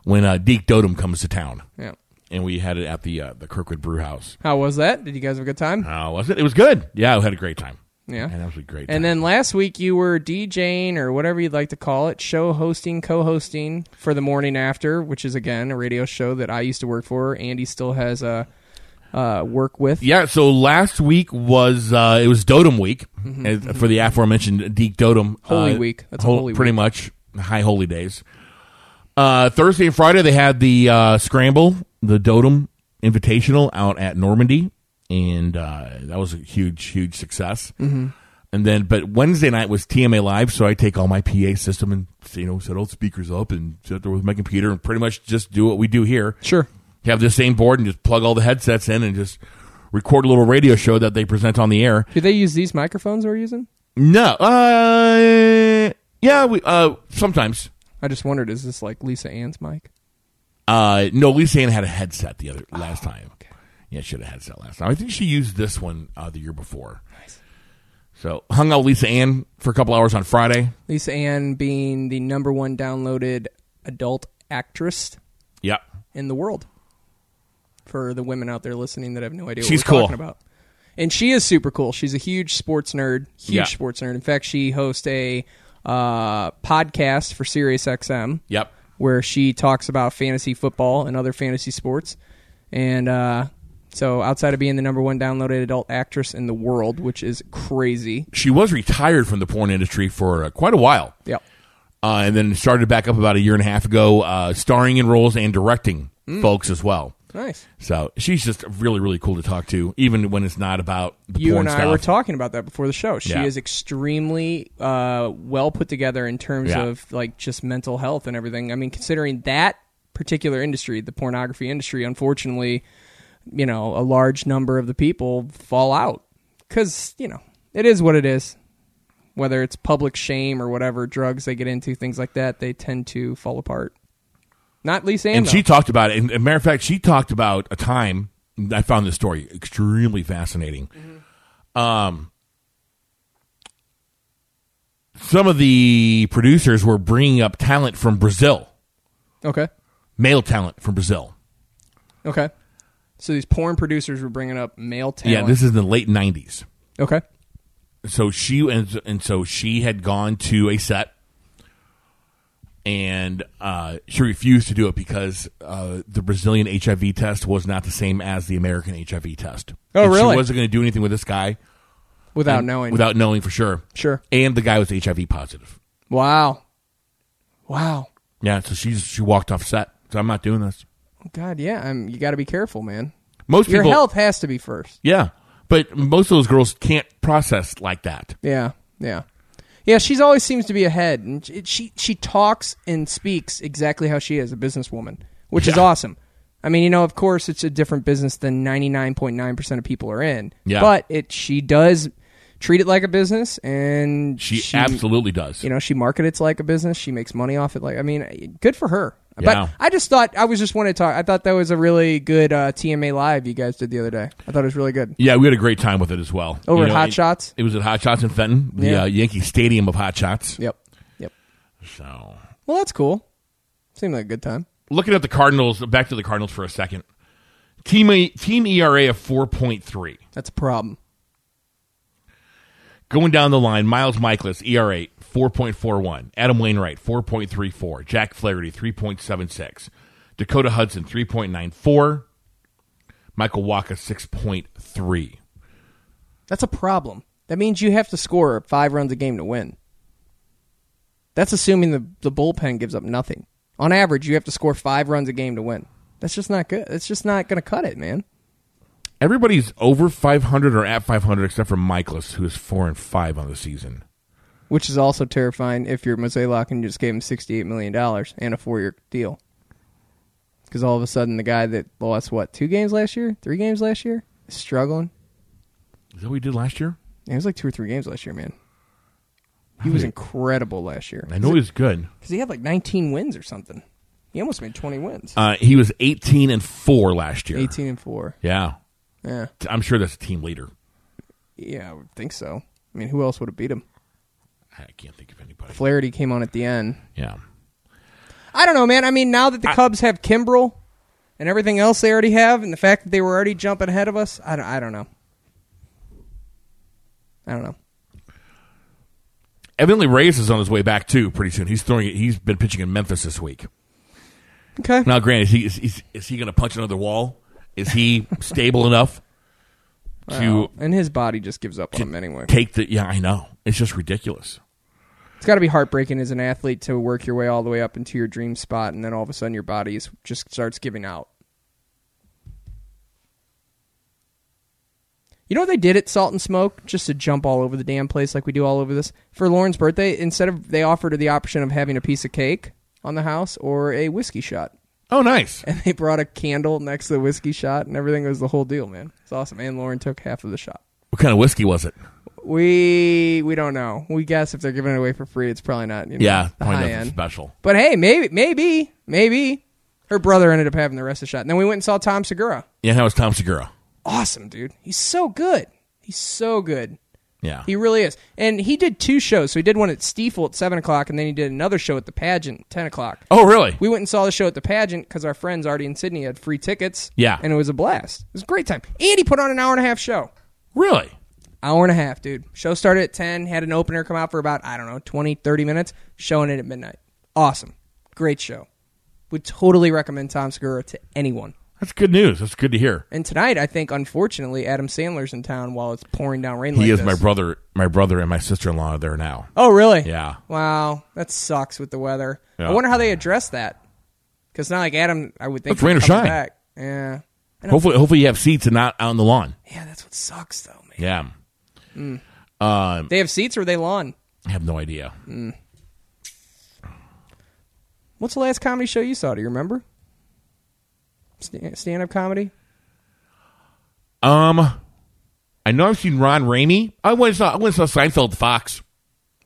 F: when uh, Deke Dotum comes to town.
E: Yeah.
F: And we had it at the uh, the Kirkwood Brew House.
E: How was that? Did you guys have a good time?
F: How was it? It was good. Yeah, we had a great time.
E: Yeah.
F: An absolutely great time.
E: And then last week you were DJing or whatever you'd like to call it, show hosting, co-hosting for the morning after, which is again a radio show that I used to work for. Andy still has a uh, work with.
F: Yeah, so last week was uh, it was Dotem week as- for the aforementioned Deke Dotem
E: Mm-hmm. Holy
F: uh,
E: week. That's a holy
F: pretty much high holy days. Uh, Thursday and Friday they had the uh, scramble, the Dotem Invitational out at Normandy, and uh, that was a huge, huge success. Mm-hmm. And then, but Wednesday night was TMA Live, so I take all my PA system and you know set all the speakers up and sit there with my computer and pretty much just do what we do here
E: Sure.
F: have the same board and just plug all the headsets in and just record a little radio show that they present on the air.
E: Do they use these microphones we're using?
F: No, uh, yeah, we uh sometimes.
E: I just wondered, is this like Lisa Ann's mic?
F: Uh, no, Lisa Ann had a headset the other last time. Yeah, she had a headset last time. I think she used this one uh, the year before. Nice. So hung out with Lisa Ann for a couple hours on Friday.
E: Lisa Ann being the number one downloaded adult actress
F: Yep.
E: in the world. For the women out there listening that have no idea what
F: She's
E: we're
F: cool.
E: talking about. And she is super cool. She's a huge sports nerd, huge
F: Yeah.
E: sports nerd. In fact, she hosts a uh, podcast for SiriusXM
F: Yep.
E: where she talks about fantasy football and other fantasy sports. And uh, so, outside of being the number one downloaded adult actress in the world, which is crazy.
F: She was retired from the porn industry for uh, quite a while.
E: Yep.
F: uh, and then started back up about a year and a half ago, uh, starring in roles and directing folks as well.
E: Nice.
F: So she's just really, really cool to talk to, even when it's not about the
E: you
F: porn
E: and I
F: stuff.
E: were talking about that before the show. She
F: Yeah.
E: is extremely uh, well put together in terms
F: Yeah.
E: of like just mental health and everything. I mean, considering that particular industry, the pornography industry, unfortunately, you know, a large number of the people fall out because you know it is what it is. Whether it's public shame or whatever drugs they get into, things like that, they tend to fall apart. Not Lisa Ann,
F: and she
E: though.
F: talked about it. And, and matter of fact, she talked about a time I found this story extremely fascinating.
E: Mm-hmm.
F: Um, some of the producers were bringing up talent from Brazil,
E: Okay.
F: male talent from Brazil.
E: Okay. So these porn producers were bringing up male
F: Yeah,
E: talent.
F: this is in the late '90s.
E: okay.
F: so she and and so she had gone to a set and uh, she refused to do it because uh, the Brazilian HIV test was not the same as the American HIV test.
E: Oh,
F: And
E: really?
F: She wasn't going to do anything with this guy
E: Without
F: and-
E: knowing.
F: without knowing for sure.
E: Sure.
F: And the guy was HIV positive.
E: Wow. Wow.
F: Yeah, so she's she walked off set. So I'm not doing this.
E: God, yeah. I'm, you got to be careful, man.
F: Most
E: Your
F: people,
E: health has to be first.
F: yeah, but most of those girls can't process like that.
E: Yeah. Yeah. Yeah, she's always seems to be ahead, and she she, she talks and speaks exactly how she is, a businesswoman, which is
F: Yeah.
E: awesome. I mean, you know, of course, it's a different business than ninety nine point nine percent of people are in.
F: Yeah.
E: but it she does treat it like a business, and
F: She, absolutely does.
E: you know she markets like a business she makes money off it like i mean good for her
F: Yeah.
E: but i just thought i was just want to talk i thought that was a really good uh, tma live you guys did the other day i thought it was really good
F: Yeah, we had a great time with it as well.
E: Over at Hot
F: it-
E: Shots?
F: It was at Hot Shots in Fenton, the
E: Yeah.
F: uh, Yankee Stadium of Hot Shots.
E: yep yep
F: So,
E: well that's cool seemed like a good time
F: looking at the Cardinals, back to the Cardinals for a second. Team E- team ERA of four point three.
E: that's a problem
F: Going down the line, Miles Michaelis ERA four point four one. Adam Wainwright four point three four. Jack Flaherty three point seven six. Dakota Hudson three point nine four. Michael Waka six point three.
E: that's a problem that means you have to score five runs a game to win that's assuming the, the bullpen gives up nothing on average you have to score five runs a game to win that's just not good that's just not gonna cut it man
F: Everybody's over five hundred or at five hundred except for Michaelis, who is four and five on the season.
E: which is also terrifying if you're Mozeliak and you just gave him $68 million and a four year deal. Because all of a sudden, the guy that lost, what, two games last year? Three games last year? Is struggling.
F: Is that what we did last year?
E: Yeah, It was like two or three games last year, man. He was incredible last year.
F: I know he's good.
E: Because he had like 19 wins or something. He almost made 20 wins.
F: Uh, he was 18 and 4 last year.
E: 18 and 4.
F: Yeah.
E: Yeah.
F: T- I'm sure that's a team leader.
E: Yeah, I would think so. I mean, who else would have beat him?
F: I can't think of anybody.
E: Flaherty came on at the end.
F: Yeah.
E: I don't know, man. I mean, now that the Cubs have Kimbrel and everything else they already have, and the fact that they were already jumping ahead of us, I don't, I don't know. I don't know.
F: Evidently, Reyes is on his way back, too, pretty soon. He's throwing. He's been pitching in Memphis this week.
E: Okay.
F: Now, granted, he, is, he's, is he going to punch another wall? Is
E: <laughs>
F: he stable enough to
E: And his body just gives up on him anyway.
F: take the. Yeah, I know. It's just ridiculous.
E: It's got to be heartbreaking as an athlete to work your way all the way up into your dream spot, and then all of a sudden your body is, just starts giving out. You know what they did at Salt and Smoke? Just to jump all over the damn place like we do all over this. For Lauren's birthday, instead of they offered her the option of having a piece of cake on the house or a whiskey shot. <laughs>
F: Oh, nice.
E: And they brought a candle next to the whiskey shot and everything It was the whole deal, man. It's awesome. And Lauren took half of the shot.
F: What kind of whiskey was it?
E: We we don't know. We guess if they're giving it away for free, it's probably not you know,
F: Yeah,
E: the
F: probably
E: high
F: nothing
E: end.
F: special.
E: But hey, maybe maybe maybe her brother ended up having the rest of the shot. And then we went and saw Tom Segura.
F: Yeah, that was Tom Segura.
E: Awesome, dude. He's so good. He's so good.
F: Yeah.
E: He really is. And he did two shows. So he did one at Stiefel at seven o'clock, and then he did another show at the pageant at ten o'clock.
F: oh, really?
E: We went and saw the show at the pageant because our friends already in Sydney had free tickets.
F: Yeah.
E: and it was a blast. It was a great time. And he put on an hour and a half show.
F: Really?
E: Hour and a half, dude. Show started at 10, had an opener come out for about, I don't know, 20, 30 minutes, showing it at midnight. Awesome. Great show. Would totally recommend Tom Segura to anyone.
F: That's good news. That's good to hear.
E: And tonight, I think, unfortunately, Adam Sandler's in town while it's pouring down rain like
F: He is
E: this.
F: my brother. My brother and my sister in law are there now.
E: Oh, really?
F: Yeah.
E: Wow. That sucks with the weather.
F: Yeah.
E: I wonder how they address that. Because not like Adam, I would think.
F: It's rain or
E: would come
F: shine.
E: Back. Yeah. I know.
F: Hopefully, hopefully you have seats and not out on the lawn.
E: Yeah, that's what sucks, though, man.
F: Yeah,
E: They have seats or they lawn?
F: I have no idea.
E: What's the last comedy show you saw? Do you remember? Stand up comedy?
F: Um, I know I've seen Ron Ramey. I went and saw I went and saw Seinfeld Fox.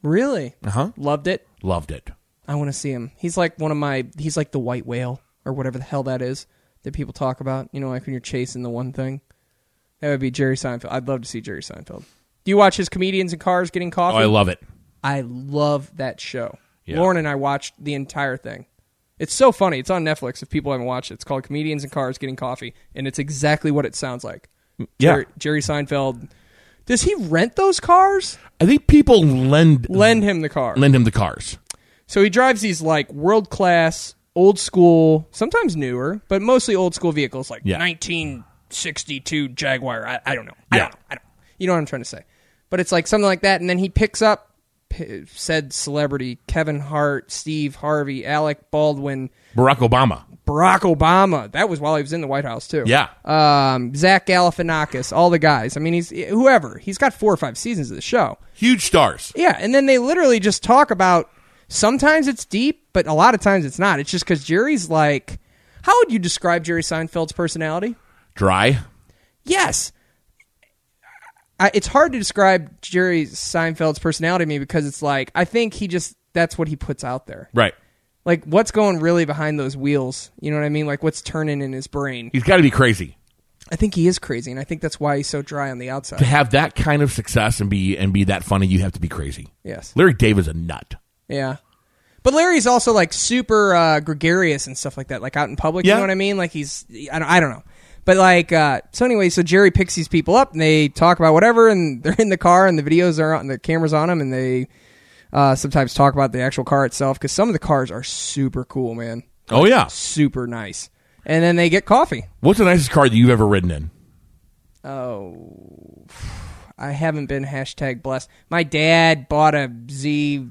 E: Really?
F: Uh huh.
E: Loved it.
F: Loved it.
E: I want to see him. He's like one of my. He's like the white whale or whatever the hell that is that people talk about. You know, like when you're chasing the one thing. That would be Jerry Seinfeld. I'd love to see Jerry Seinfeld. Do you watch his comedians in cars getting coffee?
F: Oh, I love it.
E: I love that show.
F: Yeah.
E: Lauren and I watched the entire thing. It's so funny. It's on Netflix. If people haven't watched it, it's called "Comedians in Cars Getting Coffee," and it's exactly what it sounds like.
F: Mm, yeah.
E: Jerry, Jerry Seinfeld. Does he rent those cars?
F: I think people lend
E: Lend him the car.
F: lend him the cars.
E: So he drives these like world class, old school, sometimes newer, but mostly old school vehicles like
F: Yeah.
E: 1962 Jaguar. I, I don't know. I
F: Yeah.
E: don't know. I don't. You know what I'm trying to say. But it's like something like that, and then he picks up p- said celebrity Kevin Hart, Steve Harvey, Alec Baldwin,
F: Barack Obama.
E: Barack Obama. That was while he was in the White House too.
F: Yeah.
E: Um, Zach Galifianakis, all the guys. I mean, he's whoever. He's got four or five seasons of the show.
F: Huge stars.
E: Yeah, and then they literally just talk about sometimes it's deep, but a lot of times it's not. It's just because Jerry's like, how would you describe Jerry Seinfeld's personality?
F: Dry.
E: Yes. I, it's hard to describe Jerry Seinfeld's personality to me because it's like, I think he just, that's what he puts out there.
F: Right.
E: Like, what's going really behind those wheels? You know what I mean? Like, what's turning in his brain?
F: He's got to be crazy
E: I think he is crazy, and I think that's why he's so dry on the
F: to <laughs>
E: outside.
F: have that kind of success and be and be that funny. You have to be crazy.
E: Yes.
F: Larry David's a nut.
E: Yeah. But Larry's also like super uh, gregarious and stuff like that, like out in public. You
F: Yeah.
E: know what I mean? Like he's, I don't, I don't know. But like, uh, so anyway, so Jerry picks these people up and they talk about whatever, and <laughs> they're in the car and the videos are on, the cameras on them, and they uh, sometimes talk about the actual car itself because some of the cars are super cool, man,
F: Oh yeah.
E: super nice. And then they get coffee.
F: What's the nicest car that you've ever ridden in?
E: Oh, I haven't been hashtag blessed. My dad bought a Z71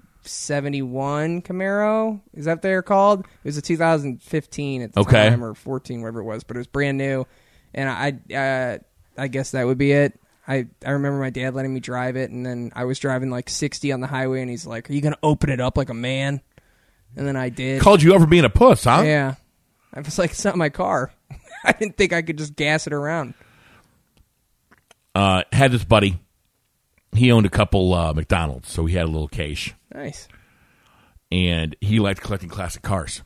E: Camaro. Is that what they're called? It was a 2015 at the
F: Okay.
E: time or 14, whatever it was, but it was brand new. And I, uh, I guess that would be it. I, I remember my dad letting me drive it, and then I was driving like 60 on the highway, and he's like, "Are you gonna open it up like a man?" And then I did.
F: Called you out for being a puss, huh?
E: yeah, I was like, "It's not my car." <laughs> I didn't think I could just gas it around.
F: uh, had this buddy. He owned a couple uh, McDonald's, so he had a little cash,
E: Nice.
F: and he liked collecting classic cars.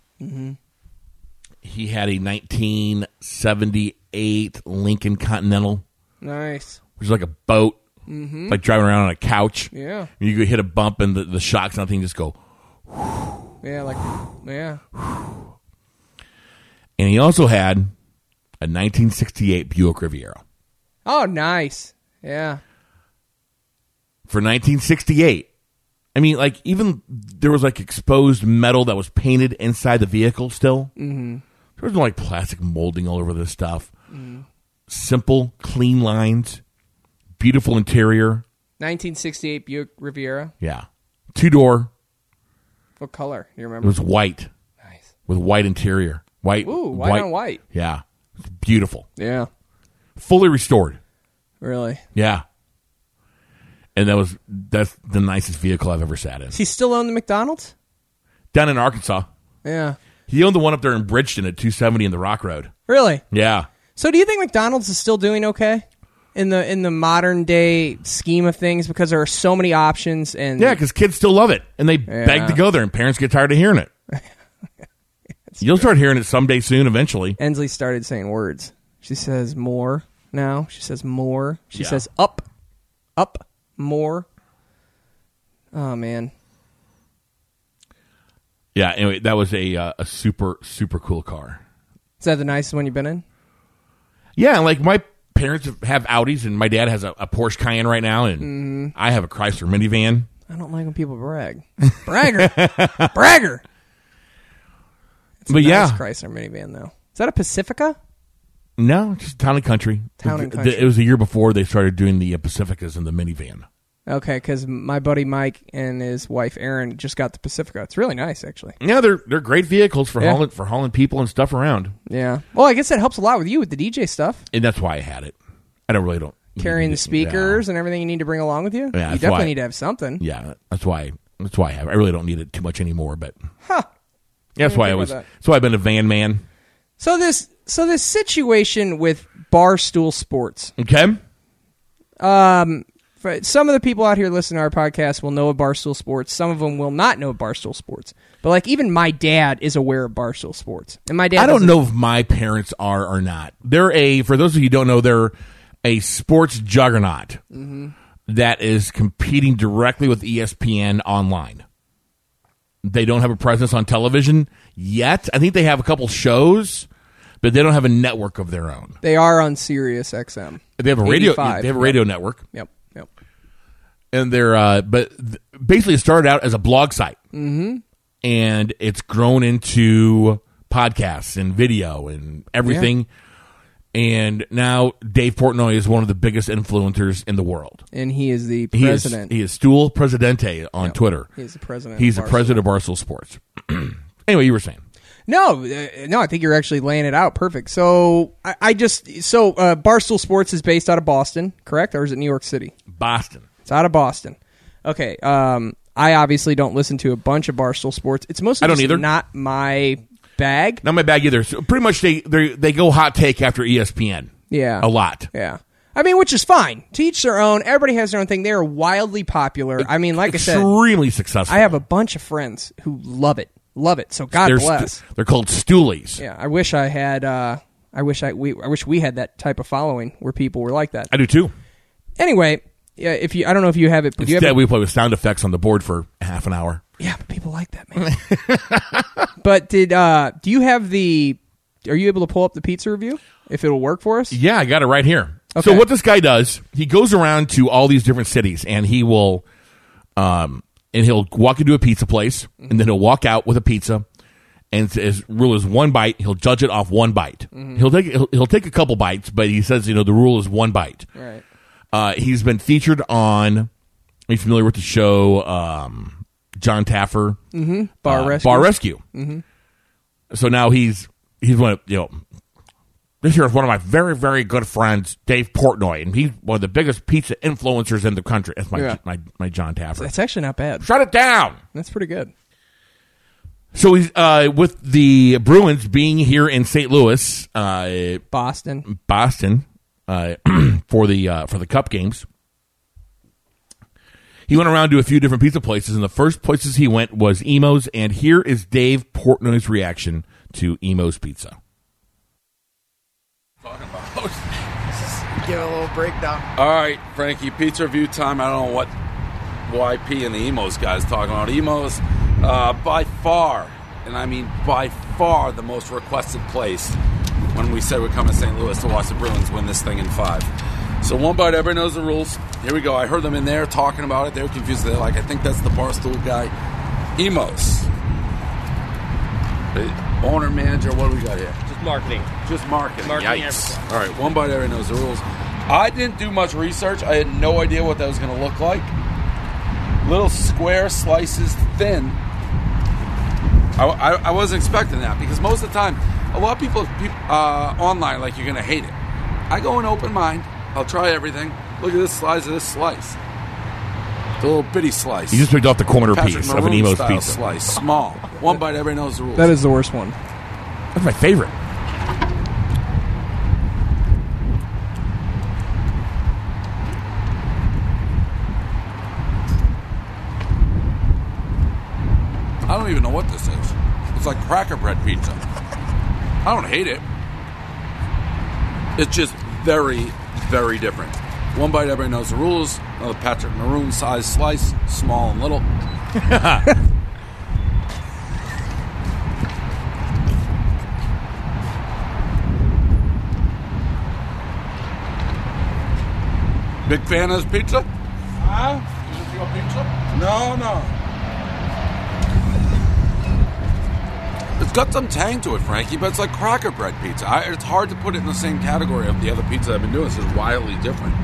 F: He had a 1978 Lincoln Continental,
E: Nice.
F: which is like a boat, like driving around on a couch.
E: Yeah.
F: And you could hit a bump, and the, the shocks and everything just go.
E: Yeah, like yeah.
F: And he also had a 1968 Buick Riviera.
E: Oh, nice. Yeah.
F: for 1968. I mean, like even there was like exposed metal that was painted inside the vehicle. Still, mm-hmm. there was no like plastic molding all over this stuff. Simple, clean lines, beautiful interior.
E: 1968 Buick Riviera.
F: Yeah, two door.
E: What color? You
F: It
E: remember?
F: was white
E: nice.
F: with white interior. White.
E: Ooh, white on white.
F: Yeah, it's beautiful.
E: Yeah.
F: Fully restored.
E: Really.
F: Yeah. And that was that's the nicest vehicle I've ever sat in.
E: Does he still own the McDonald's?
F: Down in Arkansas,
E: Yeah.
F: he owned the one up there in Bridgeton at 270 in the Rock Road.
E: Really.
F: Yeah.
E: So, do you think McDonald's is still doing okay in the in the modern day scheme of things because there are so many options and
F: Yeah, because kids still love it and they beg to go there, and parents get tired of hearing <laughs> it. You'll start hearing it someday soon, eventually.
E: Ensley started saying words. She says more now. She says more. She
F: Yeah.
E: says up, up, more. Oh man.
F: Yeah, anyway, that was a, uh, a super, super cool car.
E: Is that the nicest one you've been in?
F: Yeah, like my parents have Audis, and my dad has a, a Porsche Cayenne right now, and I have a Chrysler minivan.
E: I don't like when
F: <laughs>
E: people brag. Bragger, bragger. It's
F: But
E: a
F: yeah.
E: nice Chrysler minivan though. Is that a Pacifica?
F: No, just town and country.
E: Town and
F: Th-
E: country.
F: It was a year before they started doing the uh, Pacificas and the minivan.
E: Okay, because my buddy Mike and his wife Erin just got the Pacifica. It's really nice, actually.
F: Yeah, they're they're great vehicles for
E: Yeah.
F: hauling for hauling people and stuff around,
E: Yeah. Well, I guess that helps a lot with you with the DJ stuff,
F: and that's why I had it. I don't really don't
E: carrying
F: Mm-hmm. Yeah.
E: the speakers and everything you need to bring along with you.
F: Yeah,
E: you
F: that's
E: definitely
F: why-
E: need to have something.
F: yeah, that's why that's why I have. I really don't need it too much anymore, but Yeah, that's why I
E: think
F: was.
E: about that.
F: That's why I've been a van man.
E: So this, so this situation with Barstool Sports.
F: Okay,
E: for- some of the people out here listening to our podcast will know of Barstool Sports. Some of them will not know of Barstool Sports. But like even my dad is aware of Barstool Sports, and my dad.
F: I don't
E: doesn't-
F: know if my parents are
E: Mm-hmm.
F: or not. They're a for those of you who don't know, they're a sports juggernaut. that is competing directly with E ESPN online. They don't have a presence on television yet. I think they have a couple shows, but they don't have a network of their own.
E: They are on Sirius XM.
F: They have a radio.
E: 85.
F: They have a radio network,
E: Yep. Yep.
F: and they're uh, but th- basically it started out as a blog site, mm-hmm. and it's grown into podcasts and video and everything. And now Dave Portnoy is one of the biggest influencers in the world.
E: And he is the
F: He
E: president.
F: is he is Stool Presidente on Twitter.
E: He is the president
F: He's the
E: of Barstool.
F: president of Barstool Sports. <clears throat> anyway, you were saying
E: No, uh, no, I think you're actually laying it out perfect. So I, I just so uh, Barstool Sports is based out of Boston, correct, or is it New York City?
F: Boston.
E: It's out of Boston. Okay. Um, I obviously don't listen to a bunch of Barstool Sports. It's mostly
F: I don't
E: just
F: either.
E: not my bag.
F: Not my bag either. So pretty much they they they go hot take after E ESPN.
E: Yeah.
F: a lot.
E: Yeah. I mean, which is fine. To each their own. Everybody has their own thing. They are wildly popular. I mean, like I said,
F: extremely successful.
E: I have a bunch of friends who love it. Love it. So God
F: they're stu-
E: bless.
F: they're called stoolies.
E: yeah. I wish I had uh I wish I we I wish we had that type of following where people were like that.
F: I do too.
E: Anyway, yeah, if you I don't know if you have it but do you have
F: Instead,
E: it-
F: we play with sound effects on the board for half an hour.
E: Yeah, but people like that, man. <laughs> but did uh do you have the are you able to pull up the pizza review if it'll work for us?
F: Yeah, I got it right here. So
E: Okay.
F: what this guy does, he goes around to all these different cities, and he will, um, and he'll walk into a pizza place, and then he'll walk out with a pizza, and it's- his rule is one bite. He'll judge it off one bite.
E: Mm-hmm.
F: He'll take he'll, he'll take a couple bites, but he says you know the rule is one bite.
E: Right.
F: Uh, he's been featured on. Are you familiar with the show? Um, John Taffer, mm-hmm.
E: Bar Rescue. Mm-hmm.
F: Bar Rescue. So now he's he's one of you know. This here is one of my very very good friends, Dave Portnoy, and he's one of the biggest pizza influencers in the country. That's my
E: Yeah.
F: my, my John Taffer.
E: That's actually not bad.
F: Shut it down.
E: That's pretty good.
F: So he's uh, with the Bruins being here in St. Louis, uh,
E: Boston.
F: Boston uh, <clears throat> for the uh, for the Cup games. He went around to a few different pizza places, and the first places he went was Emo's. And here is Dave Portnoy's reaction to Emo's Pizza.
G: <laughs>
H: Give a little breakdown.
G: All right, Frankie, pizza review time. I don't know what YP and the Emos guys talking about. Emos, uh, by far, and I mean by far, the most requested place when we said we're coming to St. Louis to watch the Bruins win this thing in five. So one bite, everybody knows the rules. Here we go. I heard them in there talking about it. They were confused. They're like, I think that's the barstool guy. Emos. The owner, manager, what do we got here?
I: Just marketing.
G: Just marketing.
I: Marketing
G: Yikes.
I: everything.
G: All right, one bite everybody knows the rules. I didn't do much research. I had no idea what that was going to look like. Little square slices, thin. I, I, I wasn't expecting that because most of the time, a lot of people, peop uh, online like you're going to hate it. I go in open mind. I'll try everything. Look at this slice of this slice. The little bitty slice.
F: He just picked off the corner
G: Patrick
F: piece of an
G: Maroon
F: Emo's
G: style
F: Pizza.
G: slice, small. One bite. Everybody knows the rules.
E: That is the worst one.
F: That's my favorite.
G: I don't even know what this is. It's like cracker bread pizza. I don't hate it. It's just very, very different. One bite, everybody knows the rules. Another Patrick Maroon size slice, small and little. <laughs> Big fan of this pizza? Huh? Is it your pizza? No, no. It's got some tang to it, Frankie, but it's like cracker bread pizza. I, it's hard to put it in the same category of the other pizza I've been doing. It's just wildly different.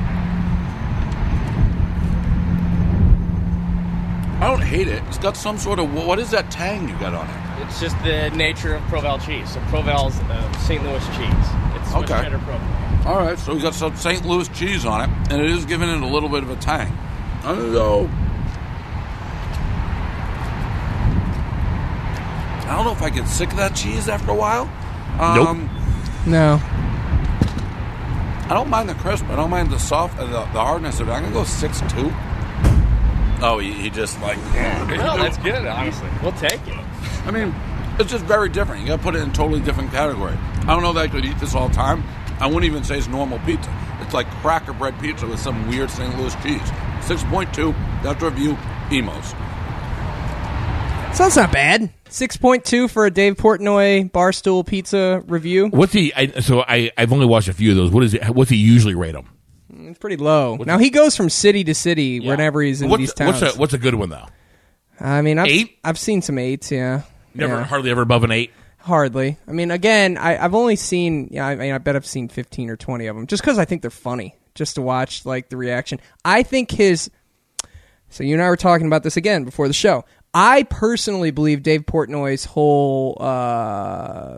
G: I don't hate it. It's got some sort of what is that tang you got on it?
I: It's just the nature of Provel cheese. So Provel's uh, St. Louis cheese. It's Swiss
G: Okay.
I: cheddar Provel.
G: All right, so we got some St. Louis cheese on it, and it is giving it a little bit of a tang. I don't know. I don't know if I get sick of that cheese after a while. Um,
F: Nope.
E: No.
G: I don't mind the crisp. I don't mind the soft, uh, the, the hardness of it. I'm gonna go six two. Oh, he, he just like. eh.
I: Well, that's good, honestly. We'll take it.
G: I mean, it's just very different. You gotta put it in a totally different category. I don't know that I could eat this all the time. I wouldn't even say it's normal pizza. It's like cracker bread pizza with some weird St. Louis cheese. 6.2. That's review emos.
E: Sounds not bad. Six point two for a Dave Portnoy barstool pizza review.
F: What's he? I, so I I've only watched a few of those. What is it? What's he usually rate them?
E: It's pretty low. now he goes from city to city whenever he's in
F: what's,
E: these towns.
F: What's a, what's a good one though?
E: I mean, I've,
F: Eight?
E: I've seen some eights. Yeah,
F: Never,
E: Yeah.
F: hardly ever above an eight.
E: Hardly. I mean, again, I, I've only seen. Yeah, I mean, I bet I've seen fifteen or twenty of them, just because I think they're funny, just to watch like the reaction. I think his. So you and I were talking about this again before the show. I personally believe Dave Portnoy's whole uh,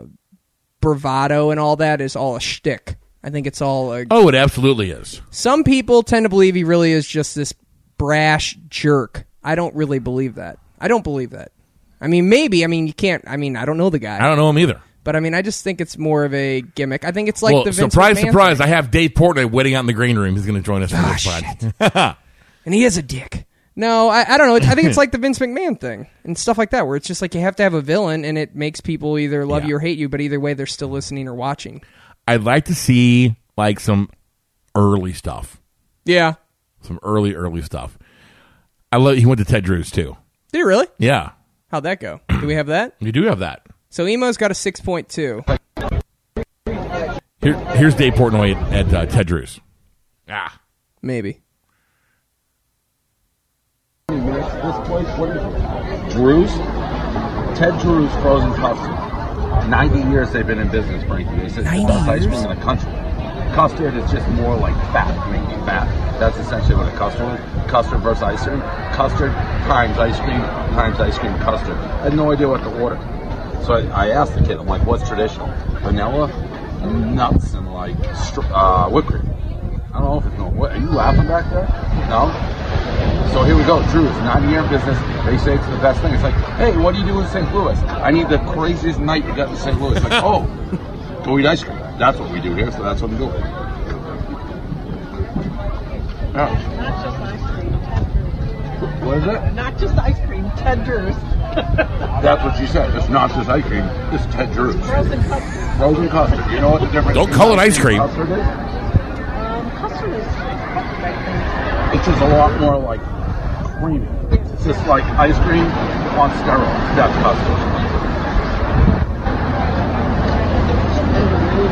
E: bravado and all that is all a shtick. I think it's all a
F: Oh, it absolutely is.
E: some people tend to believe he really is just this brash jerk. I don't really believe that. I don't believe that. I mean, maybe. I mean, you can't. I mean, I don't know the guy,
F: I don't know him either.
E: but I mean, I just think it's more of a gimmick. I think it's like
F: well,
E: the Vince
F: surprise,
E: McMahon
F: surprise!
E: thing. Ah,
F: I have Dave Portnoy waiting out in the green room. He's going to join us for this pod.
E: and he is a dick. No, I, I don't know. I
F: <laughs>
E: think it's like the Vince McMahon thing and stuff like that, where it's just like you have to have a villain, and it makes people either love
F: Yeah.
E: you or hate you, but either way, they're still listening or watching.
F: I'd like to see like some early stuff,
E: Yeah.
F: some early early stuff. I love. He went to Ted Drew's too.
E: Did you really?
F: Yeah,
E: How'd that go? Do we have that?
F: we do have that.
E: So emo's got a six point two.
F: Here, here's Dave Portnoy at, at uh, Ted Drew's. Ah,
E: Maybe.
J: This place, what is it? Drew's? Ted Drew's Frozen Custard. 90 years they've been in business, Frankie. They said it's
E: 90
J: the best ice
E: years?
J: cream in the country. Custard is just more like fat, making fat. That's essentially what a custard is. Custard versus ice cream. Custard times ice cream times ice cream custard. I had no idea what to order. So I, I asked the kid, I'm like, what's traditional? Vanilla, nuts, and like str- uh, whipped cream. I don't know if it's no. What, are you laughing back there? No? So here we go, Drew's 90 year business. They say it's the best thing. It's like, hey, what do you do in St. Louis? I need the craziest night you got in St. Louis. Like, <laughs> oh, go eat ice cream. That's what we do here, so that's what we do. Yeah.
K: Not just ice cream, Ted Drews. Not just ice cream, Ted Drews.
J: What is it? That's what she said. It's not just ice cream, it's Ted Drew's.
K: Frozen custard.
J: Frozen custard. You know what the difference
F: Don't
J: between
F: call it ice cream.
J: and Custard is?
K: Um, custard is custard, I
J: It's just a lot more like creamy. It's just like ice cream on steroids. That's custard.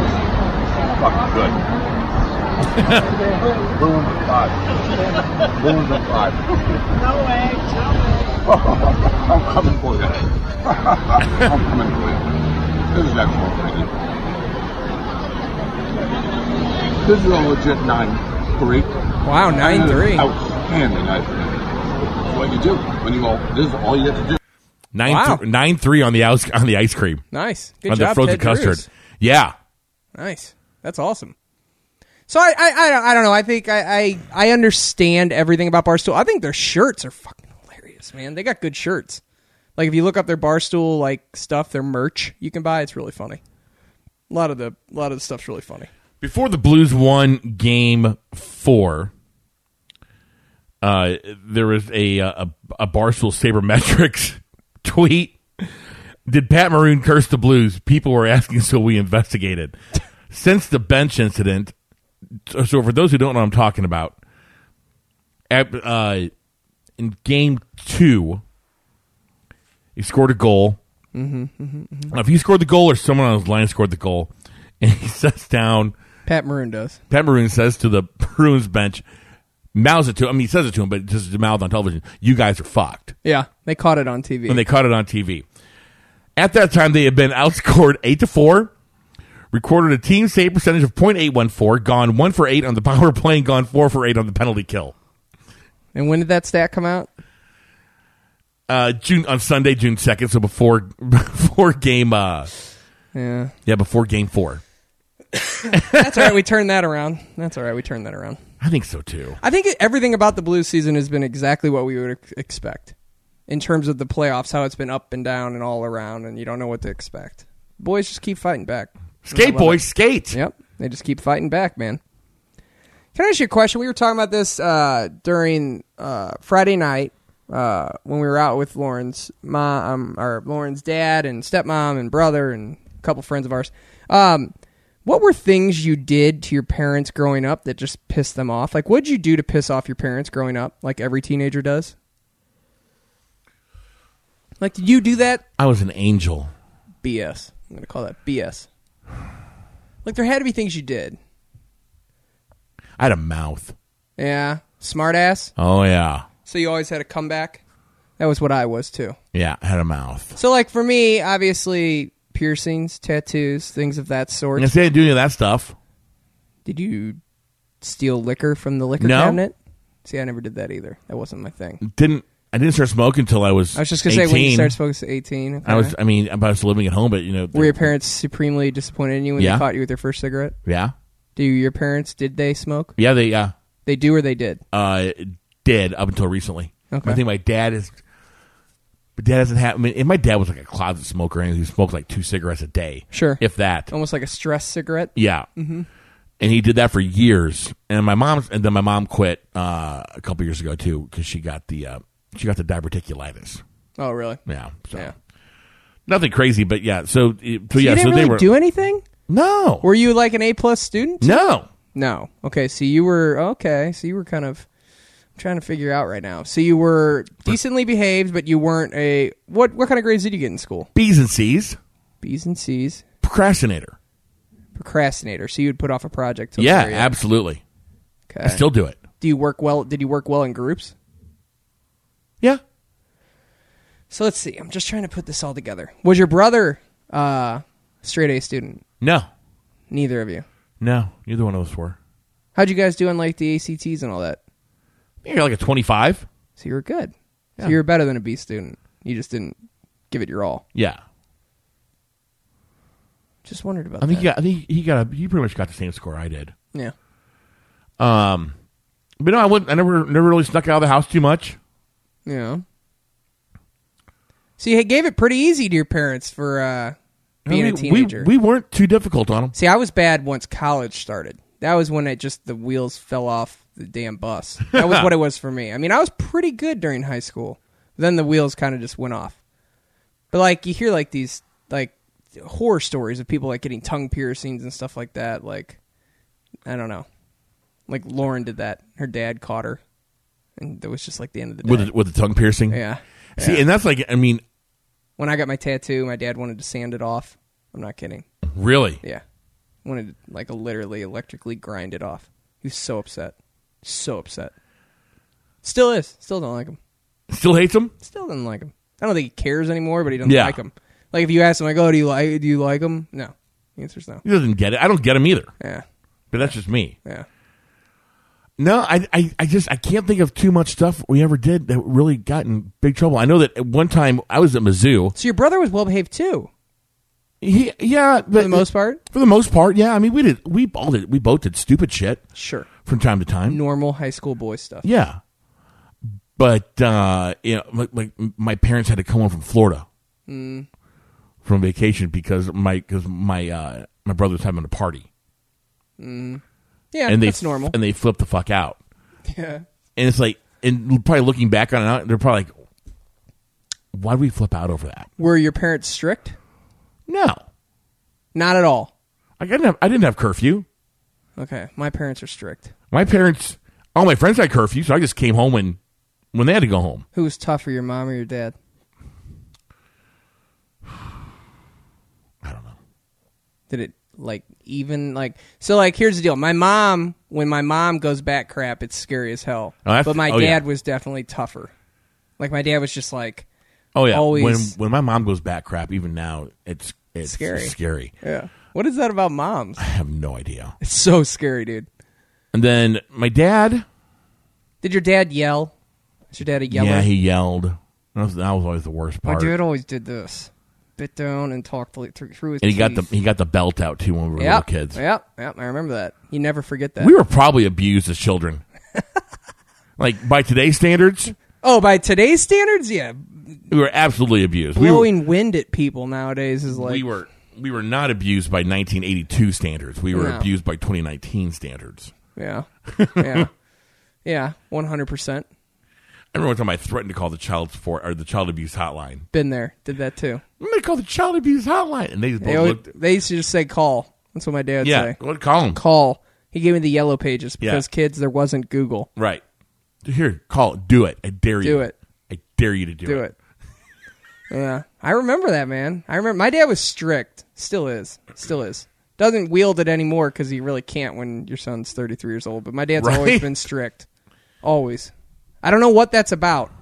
J: Fucking good. Boom five. Boom the five.
K: think. No way.
J: I'm coming for you. I'm coming for you. This is excellent, Frankie. This is a legit nine three.
E: Wow, nine three.
J: Outstanding ice cream. That's what you do when you go. This is all you have to do.
F: nine,
E: Wow.
F: th- nine three on the ice on the ice cream
E: Nice. Good
F: on
E: job,
F: the frozen
E: Ted
F: custard.
E: Drews.
F: Yeah,
E: Nice. That's awesome. So I I, I, I don't know. I think I, I I understand everything about Barstool. I think their shirts are fucking hilarious, man. They got good shirts. Like if you look up their Barstool like stuff, their merch you can buy. It's really funny. A lot of the a lot of the stuff's really funny.
F: Before the Blues won Game Four, uh, there was a uh, a, a Barstool Sabermetrics <laughs> tweet. Did Pat Maroon curse the Blues? People were asking, so we investigated. Since the bench incident, so so for those who don't know, what I'm talking about at, uh, in Game Two, he scored a goal. Now, if he scored the goal or someone on his line scored the goal, <laughs> and he sets down.
E: Pat Maroon does.
F: Pat Maroon says to the Bruins bench, mouths it to him. I mean, he says it to him, but just to mouth on television, you guys are fucked.
E: Yeah, they caught it on TV.
F: And they caught it on TV. At that time, they had been outscored 8 to 4, recorded a team save percentage of .814, gone 1 for 8 on the <laughs> power play, and gone 4 for 8 on the penalty kill.
E: and when did that stat come out?
F: Uh, June on Sunday, June second, so before <laughs> before game, uh,
E: Yeah,
F: yeah, before game four.
E: that's all right. We turned that around. That's all right. We turned that around.
F: I think so too.
E: I think everything about the Blues season has been exactly what we would ex- expect in terms of the playoffs, how it's been up and down and all around, and you don't know what to expect. Boys just keep fighting back.
F: Skate boys, skate.
E: Yep, they just keep fighting back, man. Can I ask you a question? We were talking about this uh, during uh, Friday night uh, when we were out with Lauren's mom, or Lauren's dad, and stepmom, and brother, and a couple friends of ours. Um, What were things you did to your parents growing up that just pissed them off? Like, what'd you do to piss off your parents growing up, like every teenager does? Like, did you do that?
F: I was an angel.
E: BS. I'm going to call that BS. Like, there had to be things you did.
F: I had a mouth.
E: Yeah. Smart ass.
F: Oh yeah,
E: So you always had a comeback? That was what I was, too.
F: yeah. I had a mouth.
E: So, like, for me, obviously, piercings, tattoos, things of that sort.
F: And if they didn't do any of that stuff,
E: Did you steal liquor from the liquor
F: No.
E: cabinet? See, I never did that either. That wasn't my thing.
F: didn't I didn't start smoking until I was.
E: I was just gonna say when you
F: 18.
E: started smoking at 18, okay.
F: I was. I mean, I was living at home, but you know,
E: Were your parents supremely disappointed in you when
F: Yeah.
E: they caught you with your first cigarette?
F: yeah,
E: Do your parents did they smoke?
F: yeah, they yeah,
E: They do or they did.
F: uh, did up until recently.
E: Okay.
F: I think my dad is. My dad doesn't have. I mean, and my dad was like a closet smoker, and he smoked like two cigarettes a day.
E: Sure. Oh.
F: if that.
E: Almost like a stress cigarette.
F: Yeah.
E: Mhm.
F: And he did that for years. And my mom, and then my mom quit uh, a couple years ago too because she got the uh, she got the diverticulitis.
E: Oh, really?
F: Yeah. So.
E: Yeah.
F: Nothing crazy, but yeah. So, it- so,
E: So
F: yeah.
E: you didn't
F: so
E: really
F: they were
E: do anything?
F: No.
E: Were you like an A plus student?
F: No.
E: No. Okay, so you were okay, so you were kind of I'm trying to figure out right now. So you were decently behaved, but you weren't a what what kind of grades did you get in school?
F: B's and C's.
E: B's and C's.
F: Procrastinator.
E: Procrastinator. So you would put off a project till the
F: Yeah,
E: very end.
F: absolutely.
E: Okay.
F: I still do it.
E: Do you work well? Did you work well in groups?
F: Yeah.
E: So let's see. I'm just trying to put this all together. Was your brother uh, straight A student?
F: No.
E: Neither of you.
F: No, neither one of us were.
E: How'd you guys do on like the ACTs and all that?
F: You're like a twenty-five.
E: So you were good.
F: Yeah.
E: So you were better than a B student. You just didn't give it your all.
F: Yeah.
E: Just wondered about
F: I think
E: that.
F: he got, I think he got a, he pretty much got the same score I did.
E: Yeah.
F: Um, but no, I wouldn't. I never never really snuck out of the house too much.
E: Yeah. So you gave it pretty easy to your parents for uh, being
F: we,
E: a
F: we-
E: teenager.
F: We, weren't too difficult on them.
E: See, I was bad once college started. That was when it just the wheels fell off the damn bus. That was what it was for me. I mean, I was pretty good during high school. Then the wheels kind of just went off. But like you hear like these like horror stories of people like getting tongue piercings and stuff like that. Like I don't know. Like Lauren did that. Her dad caught her, and that was just like the end of the day.
F: With the, with the tongue piercing.
E: Yeah.
F: See,
E: Yeah.
F: and that's like, I mean,
E: when I got my tattoo, my dad wanted to sand it off. I'm not kidding.
F: Really?
E: Yeah. Wanted to, like literally electrically grind it off. He was so upset. So upset. Still is. Still don't like him.
F: still hates them.
E: Still doesn't like him. I don't think he cares anymore, but he doesn't
F: Yeah.
E: like him. Like if you ask him like, "Oh, do you like do you like him?" No. The answer's no.
F: He doesn't get it. I don't get him either.
E: Yeah.
F: But that's just me.
E: Yeah.
F: No, I, I, I just I can't think of too much stuff we ever did that really got in big trouble. I know that at one time I was at Mizzou.
E: So your brother was well behaved too.
F: He, yeah, but,
E: the most part?
F: For the most part, yeah. I mean, we did. We all did. We both did stupid shit.
E: Sure.
F: From time to time.
E: Normal high school boy stuff.
F: Yeah. But uh, you know, like, like my parents had to come home from Florida
E: Mm.
F: from vacation because my because my uh, my brother was having a party.
E: Mm. Yeah,
F: and they,
E: that's normal.
F: And they flipped the fuck out.
E: Yeah.
F: And it's like, and probably looking back on it, now, they're probably like, "Why do we flip out over that?"
E: Were your parents strict?
F: No,
E: not at all.
F: I didn't have I didn't have curfew.
E: Okay, my parents are strict.
F: My parents, all my friends had curfew, so I just came home when when they had to go home.
E: Who was tougher, your mom or your dad? I don't know. Did it like even like so like here's the deal. My mom when my mom goes back crap, it's scary as hell.
F: Oh, that's-
E: but my
F: oh, yeah.
E: dad was definitely tougher. Like my dad was just like
F: Oh yeah,
E: always
F: when when my mom goes back crap, even now it's it's
E: scary.
F: Scary.
E: Yeah. What is that about moms? <laughs>
F: I have no idea.
E: It's so scary, dude.
F: And then my dad,
E: Did your dad yell? Is your dad a yeller?
F: yeah, he yelled. That was, that was always the worst
E: my
F: part.
E: dad always did this. Bit down and talked like, through, through his
F: and he got the
E: teeth.
F: he got the belt out too when we were <laughs>
E: yep,
F: little kids.
E: Yep, yep, I remember that. You never forget that.
F: We were probably abused as
E: <laughs>
F: children. like by today's standards,
E: Oh, by today's standards, yeah.
F: we were absolutely abused. We were,
E: Blowing wind at people nowadays is like
F: we were we were not abused by 1982 standards. We were
E: No.
F: abused by 2019 standards.
E: Yeah. Yeah. <laughs> yeah, 100%.
F: I remember one time I threatened to call the child for or the child abuse hotline.
E: Been there, did that too.
F: I'm going to call the child abuse hotline. And they both
E: They, always,
F: looked.
E: they used to just say call. That's what my dad
F: Yeah.
E: say.
F: What, call 'em.
E: Call. He gave me the yellow pages
F: Yeah.
E: because kids, there wasn't Google.
F: Right. Here, call it. Do it. I dare you.
E: Do it.
F: I dare you to do,
E: Do it. yeah, I remember that man. I remember my dad was strict. Still is. Still is. Doesn't wield it anymore because he really can't when your son's thirty three years old. But my dad's always
F: Right.
E: been strict. Always. I don't know what that's about.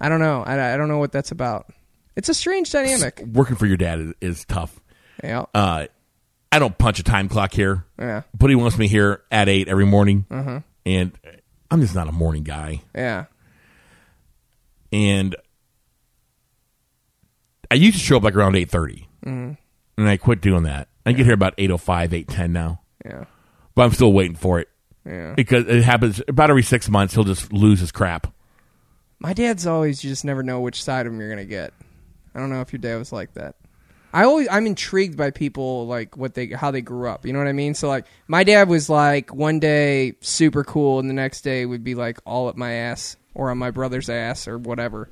E: I don't know. I, I don't know what that's about. It's a strange dynamic.
F: Working for your dad is, is tough.
E: Yeah.
F: Uh, I don't punch a time clock here.
E: Yeah.
F: But he wants me here at eight every morning,
E: Mhm.
F: and I'm just not a morning guy.
E: Yeah.
F: And I used to show up like around eight
E: Mhm.
F: and I quit doing that. I get here about eight oh five, eight ten now.
E: Yeah.
F: but I'm still waiting for it.
E: Yeah.
F: because it happens about every six months. He'll just lose his crap.
E: My dad's always you just never know which side of him you're gonna get. I don't know if your dad was like that. I always I'm intrigued by people like what they how they grew up. You know what I mean? So like my dad was like one day super cool and the next day would be like all up my ass or on my brother's ass or whatever.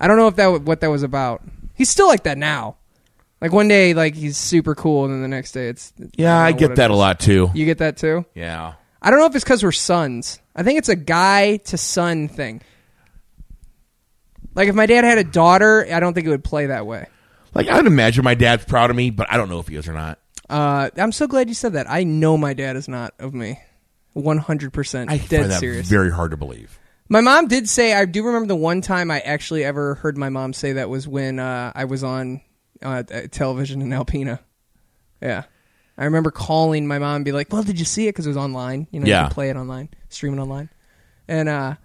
E: I don't know if that wa- what that was about. He's still like that now. Like one day like he's super cool and then the next day it's
F: Yeah,
E: don't
F: I
E: know
F: get
E: what it
F: that a
E: is.
F: lot, too.
E: You get that too?
F: Yeah,
E: I don't know if it's because we're sons. I think it's a guy to son thing. Like if my dad had a daughter, I don't think it would play that way.
F: like I would imagine my dad's proud of me, but I don't know if he is or not.
E: Uh, I'm so glad you said that. I know my dad is not of me, 100 percent
F: I
E: dead
F: find that
E: serious.
F: very hard to believe.
E: my mom did say. I do remember the one time I actually ever heard my mom say that was when uh, I was on uh, t- television in Alpena. Yeah, I remember calling my mom and be like, "Well, did you see it? Because it was online. You know, you
F: Yeah.
E: can play it online, stream it online." And uh,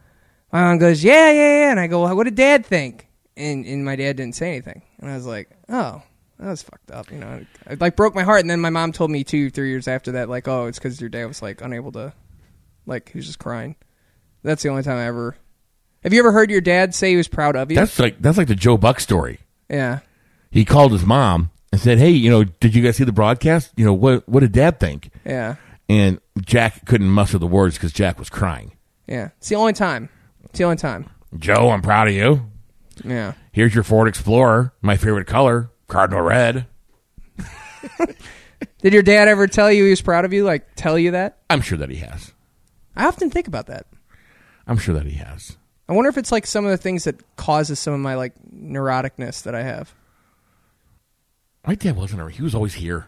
E: my mom goes, "Yeah, yeah, yeah," and I go, "What did Dad think?" And and my dad didn't say anything, and I was like, "Oh." That was fucked up, you know. It, like broke my heart, and then my mom told me two, three years after that, like, "Oh, it's because your dad was like unable to, like, he was just crying." That's the only time I ever. Have you ever heard your dad say he was proud of you?
F: That's like that's like the Joe Buck story.
E: yeah.
F: He called his mom and said, "Hey, you know, did you guys see the broadcast? You know, what what did Dad think?"
E: Yeah.
F: And Jack couldn't muster the words because Jack was crying.
E: Yeah. It's the only time. It's the only time.
F: Joe, I'm proud of you.
E: Yeah.
F: Here's your Ford Explorer, my favorite color, cardinal red.
E: Did your dad ever tell you he was proud of you? Like, tell you that?
F: I'm sure that he has.
E: I often think about that.
F: I'm sure that he has.
E: I wonder if it's like some of the things that causes some of my like neuroticness that I have.
F: My dad wasn't. around. He was always here.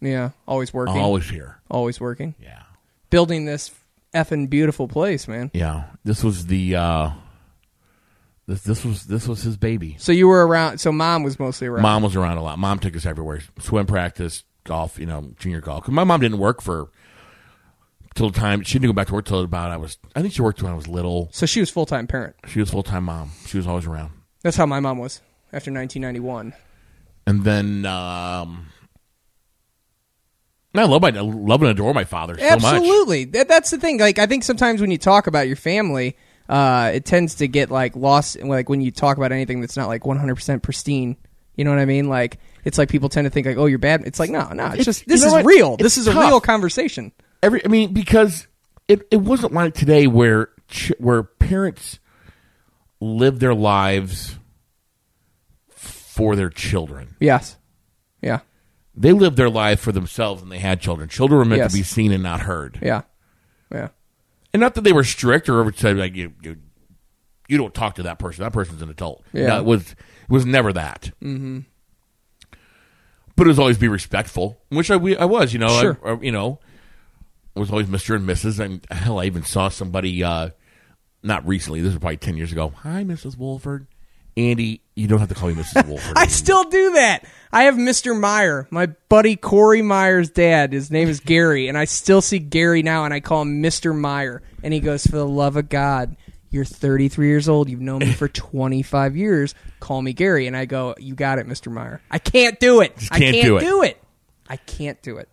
E: Yeah. Always working.
F: Always here.
E: Always working.
F: Yeah.
E: Building this effing beautiful place, man.
F: Yeah. This was the. uh This this was this was his baby.
E: So you were around. So mom was mostly around.
F: Mom was around a lot. Mom took us everywhere. Swim practice, golf, you know, junior golf. 'Cause my mom didn't work for till the time she didn't go back to work till about I was I think she worked when I was little.
E: So she was full time parent.
F: She was full time mom. She was always around.
E: That's how my mom was after 1991.
F: And then um I love my I love and adore my father so much.
E: Absolutely. That, that's the thing. Like, I think sometimes when you talk about your family, uh, it tends to get like lost. Like when you talk about anything that's not like 100% pristine. You know what I mean? Like, it's like people tend to think like, oh, you're bad. It's like, no, no. It's,
F: It's-
E: just this
F: you know
E: is
F: what?
E: real.
F: It's
E: this is a
F: tough.
E: real conversation.
F: Every I mean because it it wasn't like today where ch- where parents live their lives for their children.
E: Yes. Yeah.
F: They lived their life for themselves and they had children. Children were meant
E: Yes.
F: to be seen and not heard.
E: Yeah. Yeah.
F: And not that they were strict or ever said like you you, you don't talk to that person. That person's an adult.
E: Yeah.
F: No, it was it was never that.
E: Mm-hmm.
F: but it was always be respectful, which I, we, I was, you know, I-
E: Sure.
F: I, you know, was always Mister and Mrs. And hell, I even saw somebody uh, not recently. This was probably ten years ago. Hi, Mrs. Wolford. Andy, you don't have to call me
E: <laughs>
F: Mrs. Wolford.
E: I still do that. I have Mr. Meyer, my buddy Corey Meyer's dad. His name is Gary, and I still see Gary now, and I call him Mr. Meyer, and he goes, "For the love of God, you're 33 years old. You've known me
F: <laughs>
E: for 25 years. Call me Gary." And I go, "You got it, Mr. Meyer. I can't do it. I
F: can't do it.
E: do it. I can't do it."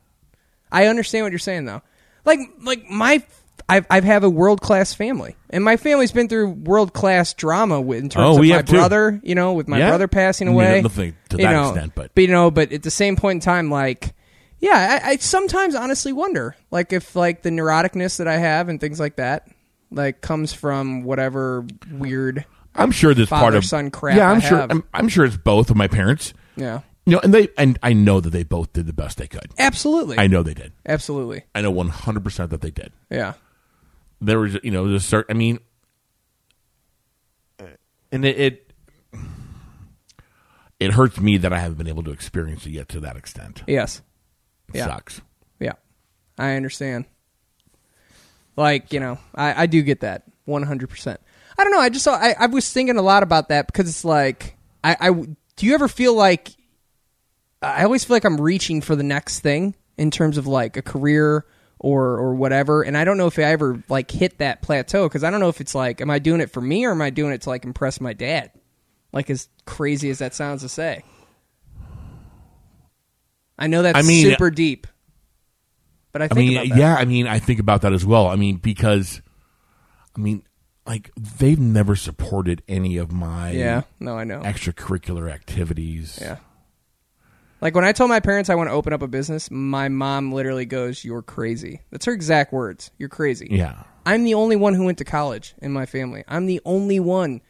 E: I understand what you're saying though. Like like my I've I've have a world class family, and my family's been through world class drama with in terms
F: Oh,
E: of
F: we
E: my
F: have too.
E: brother. You know, with my
F: Yeah.
E: brother passing
F: I mean,
E: away.
F: nothing to
E: you
F: that
E: know,
F: extent, but-
E: you know, but at the same point in time, like, yeah, I, I sometimes honestly wonder, like, if like the neuroticness that I have and things like that, like, comes from whatever weird.
F: I'm sure this part of
E: father-son crap
F: Yeah, I'm
E: I
F: sure.
E: have.
F: I'm, I'm sure it's both of my parents.
E: Yeah.
F: You know, and they and I know that they both did the best they could.
E: Absolutely.
F: I know they did.
E: Absolutely.
F: I know 100% that they did.
E: Yeah.
F: There was, you know, there's certain, I mean, and it, it it hurts me that I haven't been able to experience it yet to that extent.
E: Yes.
F: It sucks.
E: Yeah. I understand. Like, you know, I, I do get that 100%. I don't know. I just saw, I, I was thinking a lot about that because it's like, I, I, do you ever feel like, I always feel like I'm reaching for the next thing in terms of like a career or, or whatever. And I don't know if I ever like hit that plateau because I don't know if it's like, am I doing it for me or am I doing it to like impress my dad? Like, as crazy as that sounds to say. I know that's
F: I mean,
E: super deep. But I think
F: mean,
E: about that.
F: yeah, I mean, I think about that as well. I mean, because, I mean, like they've never supported any of my
E: Yeah. No, I know.
F: extracurricular activities.
E: Yeah. Like when I told my parents I want to open up a business, my mom literally goes, "You're crazy." That's her exact words. You're crazy.
F: Yeah.
E: I'm the only one who went to college in my family. I'm the only one.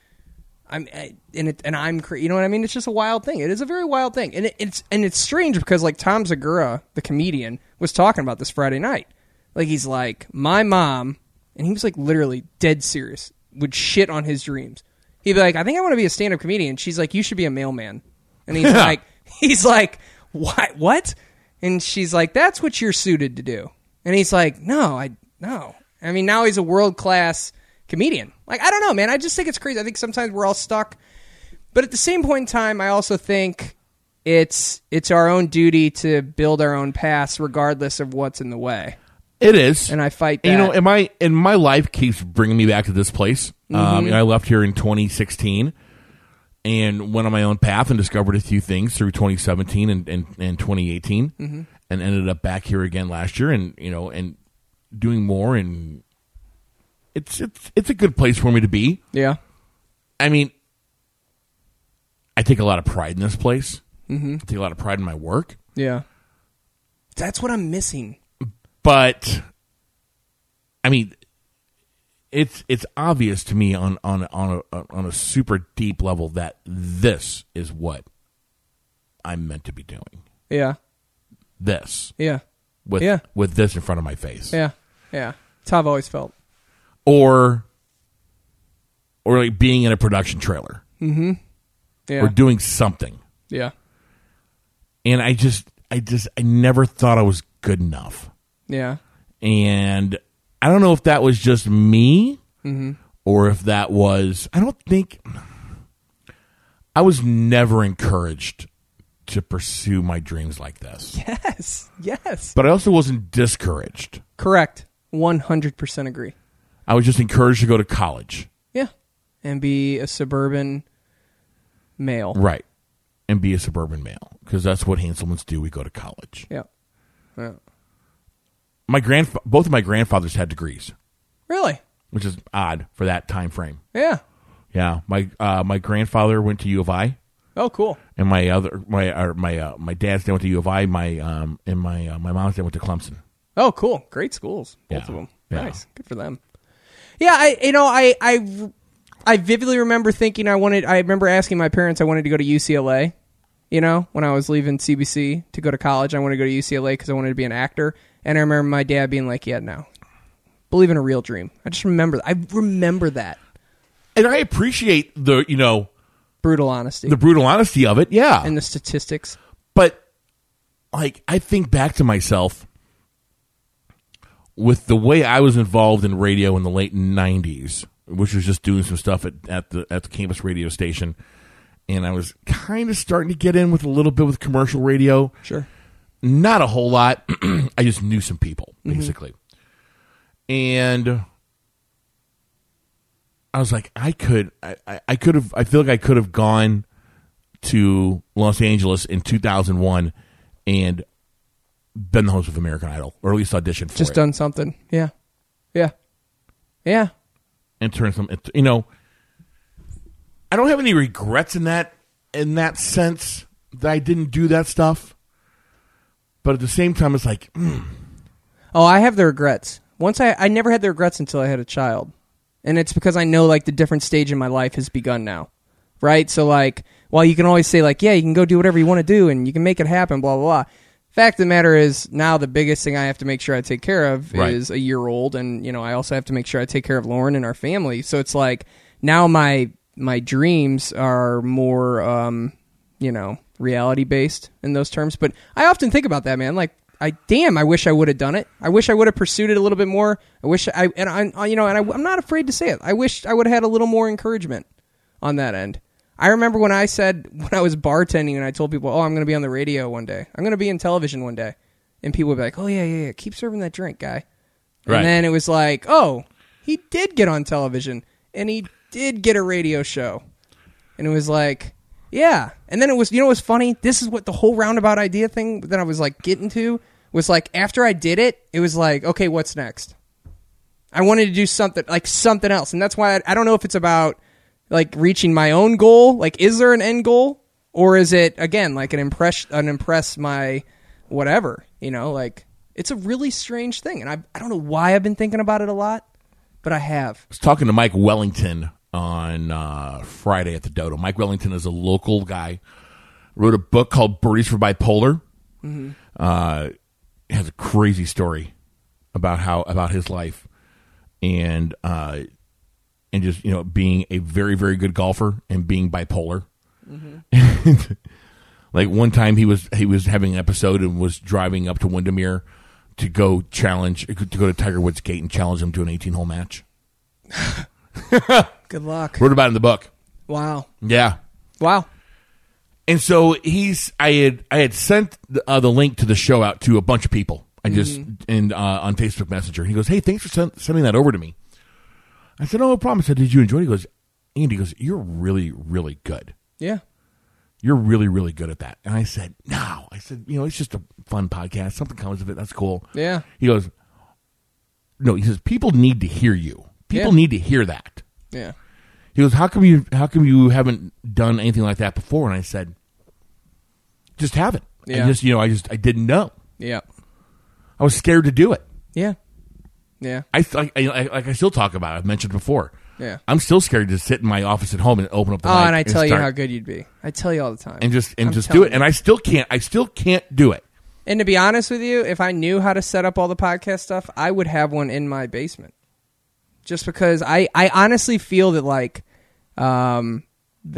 E: I'm I- and it and I'm cra- you know what I mean. It's just a wild thing. It is a very wild thing, and it, it's and it's strange because like Tom Zagura, the comedian, was talking about this Friday night. Like he's like my mom, and he was like literally dead serious. Would shit on his dreams. He'd be like, I think I want to be a stand-up comedian. She's like, you should be a mailman. And he's
L: Yeah.
E: like, he's like, what? What? And she's like, that's what you're suited to do. And he's like, no, I no. I mean, now he's a world class comedian. Like, I don't know, man. I just think it's crazy. I think sometimes we're all stuck. But at the same point in time, I also think it's it's our own duty to build our own paths, regardless of what's in the way.
F: It is,
E: and I fight. That.
F: And, you know, and my and my life keeps bringing me back to this place. Um,
E: Mhm.
F: and I left here in 2016 and went on my own path and discovered a few things through 2017 and and, and 2018,
M: Mhm.
F: and ended up back here again last year, and you know, and doing more. And it's it's it's a good place for me to be.
E: Yeah.
F: I mean, I take a lot of pride in this place.
E: Mhm.
F: I take a lot of pride in my work,
E: yeah, that's what I'm missing.
F: but I mean, it's it's obvious to me on on on a on a super deep level that this is what I'm meant to be doing.
E: Yeah.
F: This.
E: Yeah.
F: With
E: Yeah.
F: with this in front of my face,
E: Yeah, yeah. It's how I've always felt.
F: or or like being in a production trailer,
E: Mm-hmm. Yeah.
F: or doing something.
E: Yeah.
F: And I just I just I never thought I was good enough.
E: Yeah.
F: and I don't know if that was just me
E: Mhm.
F: or if that was I don't think I was never encouraged to pursue my dreams like this.
E: Yes. Yes.
F: But I also wasn't discouraged.
E: Correct. One hundred percent agree.
F: I was just encouraged to go to college.
E: Yeah. And be a suburban male.
F: Right. And be a suburban male because that's what Hanselmans do. We go to college.
E: Yeah. Yeah.
F: My grandf- both of my grandfathers had degrees,
E: Really?
F: which is odd for that time frame.
E: Yeah.
F: Yeah, my uh, my grandfather went to U of I.
E: Oh, cool.
F: And my other my or my uh, my dad's dad went to U of I. My um and my uh, my mom's dad went to Clemson.
E: Oh, cool. Great schools. Both
F: Yeah.
E: of them.
F: Yeah.
E: Nice. Good for them. Yeah, I you know, I I I vividly remember thinking I wanted I remember asking my parents I wanted to go to UCLA. You know, when I was leaving CBC to go to college, I wanted to go to UCLA cuz I wanted to be an actor. And I remember my dad being like, "Yeah, no. Believe in a real dream." I just remember I remember that.
F: And I appreciate the you know
E: brutal honesty,
F: the brutal honesty of it. Yeah,
E: and the statistics.
F: But like I think back to myself with the way I was involved in radio in the late '90s, which was just doing some stuff at, at the at the campus radio station, and I was kind of starting to get in with a little bit with commercial radio.
E: Sure,
F: not a whole lot. <clears throat> I just knew some people
E: Mm-hmm.
M: Mhm.
F: basically, and I was like, I could, I, I, I could have, I feel like I could have gone to Los Angeles in 2001 and been the host of American Idol, or at least auditioned for
E: Just
F: it,
E: done something. Yeah. Yeah. Yeah.
F: and turn some, it- you know, I don't have any regrets in that, in that sense that I didn't do that stuff. But at the same time, it's like, mm,
E: Oh, I have the regrets. Once I, I never had the regrets until I had a child. And it's because I know like the different stage in my life has begun now. right? So like, while you can always say like, yeah, you can go do whatever you want to do and you can make it happen, blah blah blah. Fact of the matter is, now the biggest thing I have to make sure I take care of
F: Right.
E: is a year old, and you know I also have to make sure I take care of Lauren and our family. So it's like now my my dreams are more, um, you know, reality based in those terms. But I often think about that, man. Like, I damn, I wish I would have done it. I wish I would have pursued it a little bit more. I wish I and I, I- you know, and I, I'm not afraid to say it. I wish I would have had a little more encouragement on that end. I remember when I said <laughs> when I was bartending and I told people, "Oh, I'm going to be on the radio one day. I'm going to be in television one day," and people would be like, "Oh yeah, yeah, yeah. keep serving that drink, guy."
F: Right.
E: And then it was like, "Oh, he did get on television and he did get a radio show," and it was like, "Yeah." And then it was, you know, what's funny? This is what the whole roundabout idea thing that I was like getting to was like after I did it, it was like, "Okay, what's next?" I wanted to do something like something else, and that's why I, I don't know if it's about like reaching my own goal. Like, is there an end goal, or is it again like an impress an impress my whatever? You know, like it's a really strange thing, and I I don't know why I've been thinking about it a lot, but I have.
F: was talking to Mike Wellington on uh, Friday at the Dodo. Mike Wellington is a local guy. Wrote a book called Birdies for Bipolar.
L: Mhm.
F: Uh, it has a crazy story about how about his life and uh, and just you know being a very very good golfer and being bipolar. <laughs> like one time he was he was having an episode and was driving up to Windermere to go challenge to go to Tiger Woods Gate and challenge him to an 18 hole match.
E: Good luck.
F: Wrote about it in the book.
E: Wow.
F: Yeah.
E: Wow.
F: And so he's I had I had sent the, uh, the link to the show out to a bunch of people. I just
E: Mm-hmm.
L: Mhm.
F: and uh, on Facebook Messenger. He goes, "Hey, thanks for sen- sending that over to me." I said, "Oh, no problem." I said, "Did you enjoy?" it? He goes, "Andy he goes, you're really really good.
E: Yeah.
F: You're really really good at that." And I said, "No." I said, "You know, it's just a fun podcast. Something comes of it. That's cool."
E: Yeah.
F: He goes, "No." He says, "People need to hear you. People
E: Yeah.
F: need to hear that."
E: Yeah.
F: He goes, "How come you? How come you haven't done anything like that before?" And I said, "Just haven't.
E: Yeah.
F: I just, you know, I just, I didn't know.
E: Yeah.
F: I was scared to do it.
E: Yeah. Yeah.
F: I, I, I like, I still talk about. it. I've mentioned before.
E: Yeah.
F: I'm still scared to sit in my office at home and open up the.
E: Oh,
F: mic
E: and I tell you
F: start-
E: how good you'd be. I tell you all the time.
F: And just, and
E: I'm
F: just do
E: telling
F: it. And I still can't. I still can't do it.
E: And to be honest with you, if I knew how to set up all the podcast stuff, I would have one in my basement. Just because I, I honestly feel that like um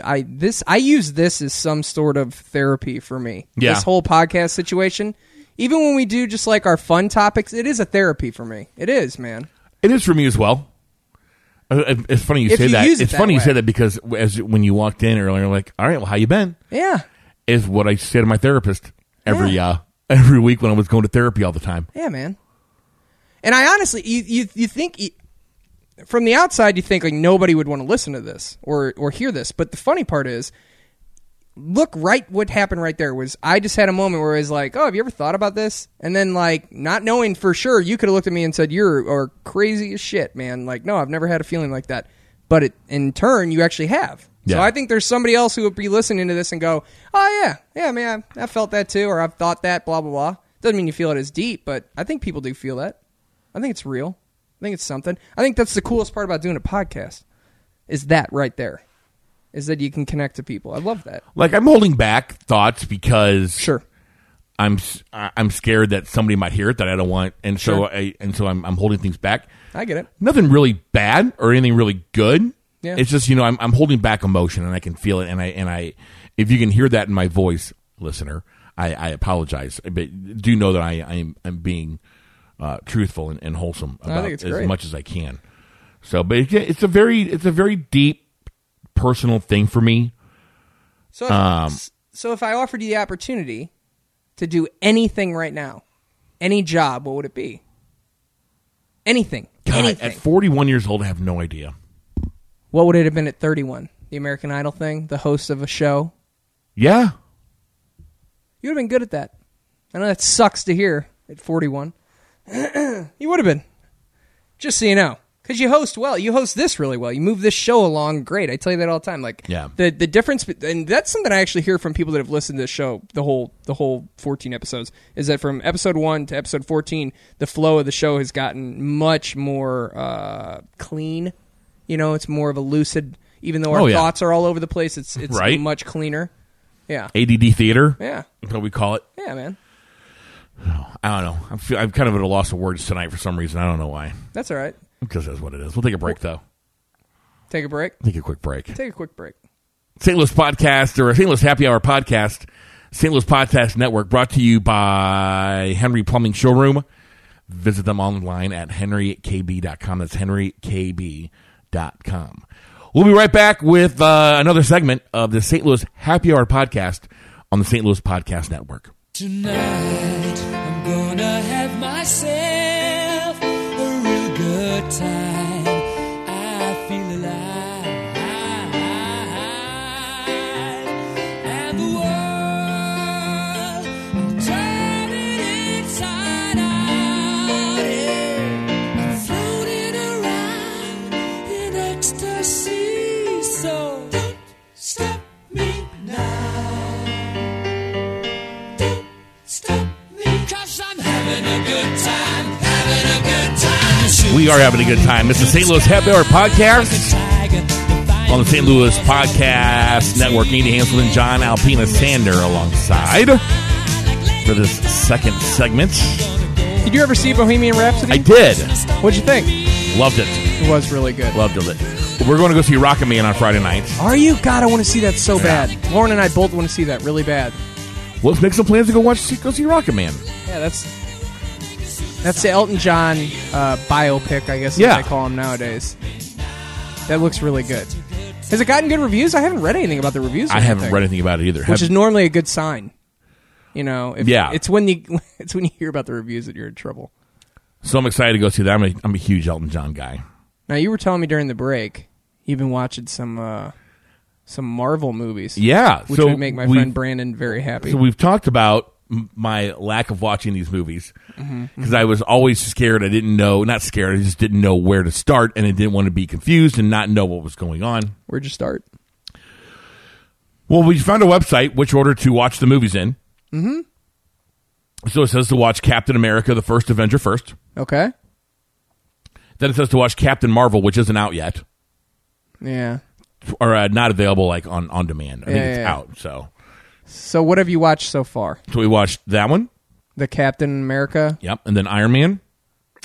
E: I this I use this as some sort of therapy for me.
L: Yeah.
E: This whole podcast situation. Even when we do just like our fun topics, it is a therapy for me. It is, man.
F: It is for me as well. Uh, It's funny you
E: If
F: say
E: you
F: that.
E: use it
F: it's
E: that
F: funny you
E: way.
F: say that because as when you walked in earlier, like, all right, well, how you been?
E: Yeah.
F: Is what I say to my therapist every uh <laughs> every week when I was going to therapy all the time.
E: Yeah, man. And I honestly, you you, you think you- from the outside, you think like nobody would want to listen to this or or hear this. But the funny part is, look right what happened right there was I just had a moment where I was like, oh, have you ever thought about this? And then like not knowing for sure, you could have looked at me and said, you're are crazy as shit, man. Like no, I've never had a feeling like that. But it, in turn, you actually have. So
L: Yeah.
E: I think there's somebody else who would be listening to this and go, oh yeah, yeah, man, I felt that too, or I've thought that, blah blah blah. Doesn't mean you feel it as deep, but I think people do feel that. I think it's real. I think it's something. I think that's the coolest part about doing a podcast is that right there, is that you can connect to people. I love that.
F: Like I'm holding back thoughts because sure, I'm s- I- I'm scared that somebody might hear it that I don't want, and so
E: Sure.
F: I and so I'm I'm holding things back.
E: I get it.
F: Nothing really bad or anything really good.
E: Yeah.
F: It's just you know I'm I'm holding back emotion and I can feel it and I and I if you can hear that in my voice, listener, I, I apologize, but do know that I I'm I'm being uh, truthful and, and wholesome
E: I
F: about
E: think it's
F: as
E: great.
F: much as I can. So, but it, it's a very it's a very deep personal thing for me.
E: So if, s- so if I offered you the opportunity to do anything right now, any job, what would it be? Anything.
F: God,
E: anything.
F: At 41 years old, I have no idea.
E: What would it have been at 31? The American Idol thing, the host of a show.
F: Yeah.
E: You would have been good at that. I know that sucks to hear at 41. <clears throat> you would have been. Just so you know. Because you host well. You host this really well. You move this show along great. I tell you that all the time. Like,
F: Yeah.
E: the the difference be- and that's something I actually hear from people that have listened to the show the whole the whole 14 episodes is that from episode 1 to episode 14 the flow of the show has gotten much more uh, clean you know it's more of a lucid even though our
F: Oh, yeah.
E: thoughts are all over the place, it's it's
F: Right.
E: much cleaner. Yeah.
F: ADD theater.
E: Yeah.
F: That's what we call it.
E: Yeah, man.
F: I don't know. I'm, feel, I'm kind of at a loss of words tonight for some reason. I don't know why.
E: That's all right.
F: Because that's what it is. We'll take a break, though.
E: Take a break.
F: Take a quick break.
E: Take a quick break.
F: St. Louis Podcast or St. Louis Happy Hour Podcast, St. Louis Podcast Network, brought to you by Henry Plumbing Showroom. Visit them online at henrykb.com. That's henrykb.com. We'll be right back with uh, another segment of the St. Louis Happy Hour Podcast on the St. Louis Podcast Network.
L: Tonight, I'm gonna have myself a real good time. I feel alive, and the world I'm turning inside out. Yeah. I'm floating around in ecstasy, so don't stop me now. Stop me, cause I'm having a good time, having a good time.
F: We are having a good time. It's the St. Louis Happy Hour Podcast on the St. Louis Podcast Network. Andy Hanselman, John Alpina Sander alongside for this second segment.
E: Did you ever see Bohemian Rhapsody?
F: I did.
E: What'd you think?
F: Loved it.
E: It was really good.
F: Loved it. We're going to go see Rocket Man on Friday night.
E: Are you? God, I want to see that so bad. Lauren and I both want to see that really bad.
F: Let's make some plans to go watch go see Rocket Man.
E: Yeah, that's that's the Elton John uh, biopic, I guess. is
F: Yeah.
E: what they call him nowadays. That looks really good. Has it gotten good reviews? I haven't read anything about the reviews. or
F: I haven't
E: anything.
F: read anything about it either.
E: which
F: Have-
E: is normally a good sign. You know, if,
F: Yeah.
E: it's when you <laughs> it's when you hear about the reviews that you're in trouble.
F: so I'm excited to go see that. I'm a, I'm a huge Elton John guy.
E: Now you were telling me during the break you've been watching some uh, some Marvel movies.
F: Yeah,
E: which
F: so
E: would make my
F: we've-
E: friend Brandon very happy.
F: So we've talked about m- my lack of watching these movies because
E: Mhm.
F: I was always scared. I didn't know, not scared. I just didn't know where to start, and I didn't want to be confused and not know what was going on.
E: Where'd you start?
F: Well, we found a website which order to watch the movies in.
E: Mm-hmm.
F: So it says to watch Captain America: The First Avenger first.
E: Okay.
F: Then it says to watch Captain Marvel, which isn't out yet,
E: Yeah.
F: or uh, not available like on on demand. I think
E: Yeah,
F: it's
E: yeah, yeah.
F: out. So
E: So what have you watched so far?
F: so we watched that one.
E: The Captain America.
F: Yep, and then Iron Man,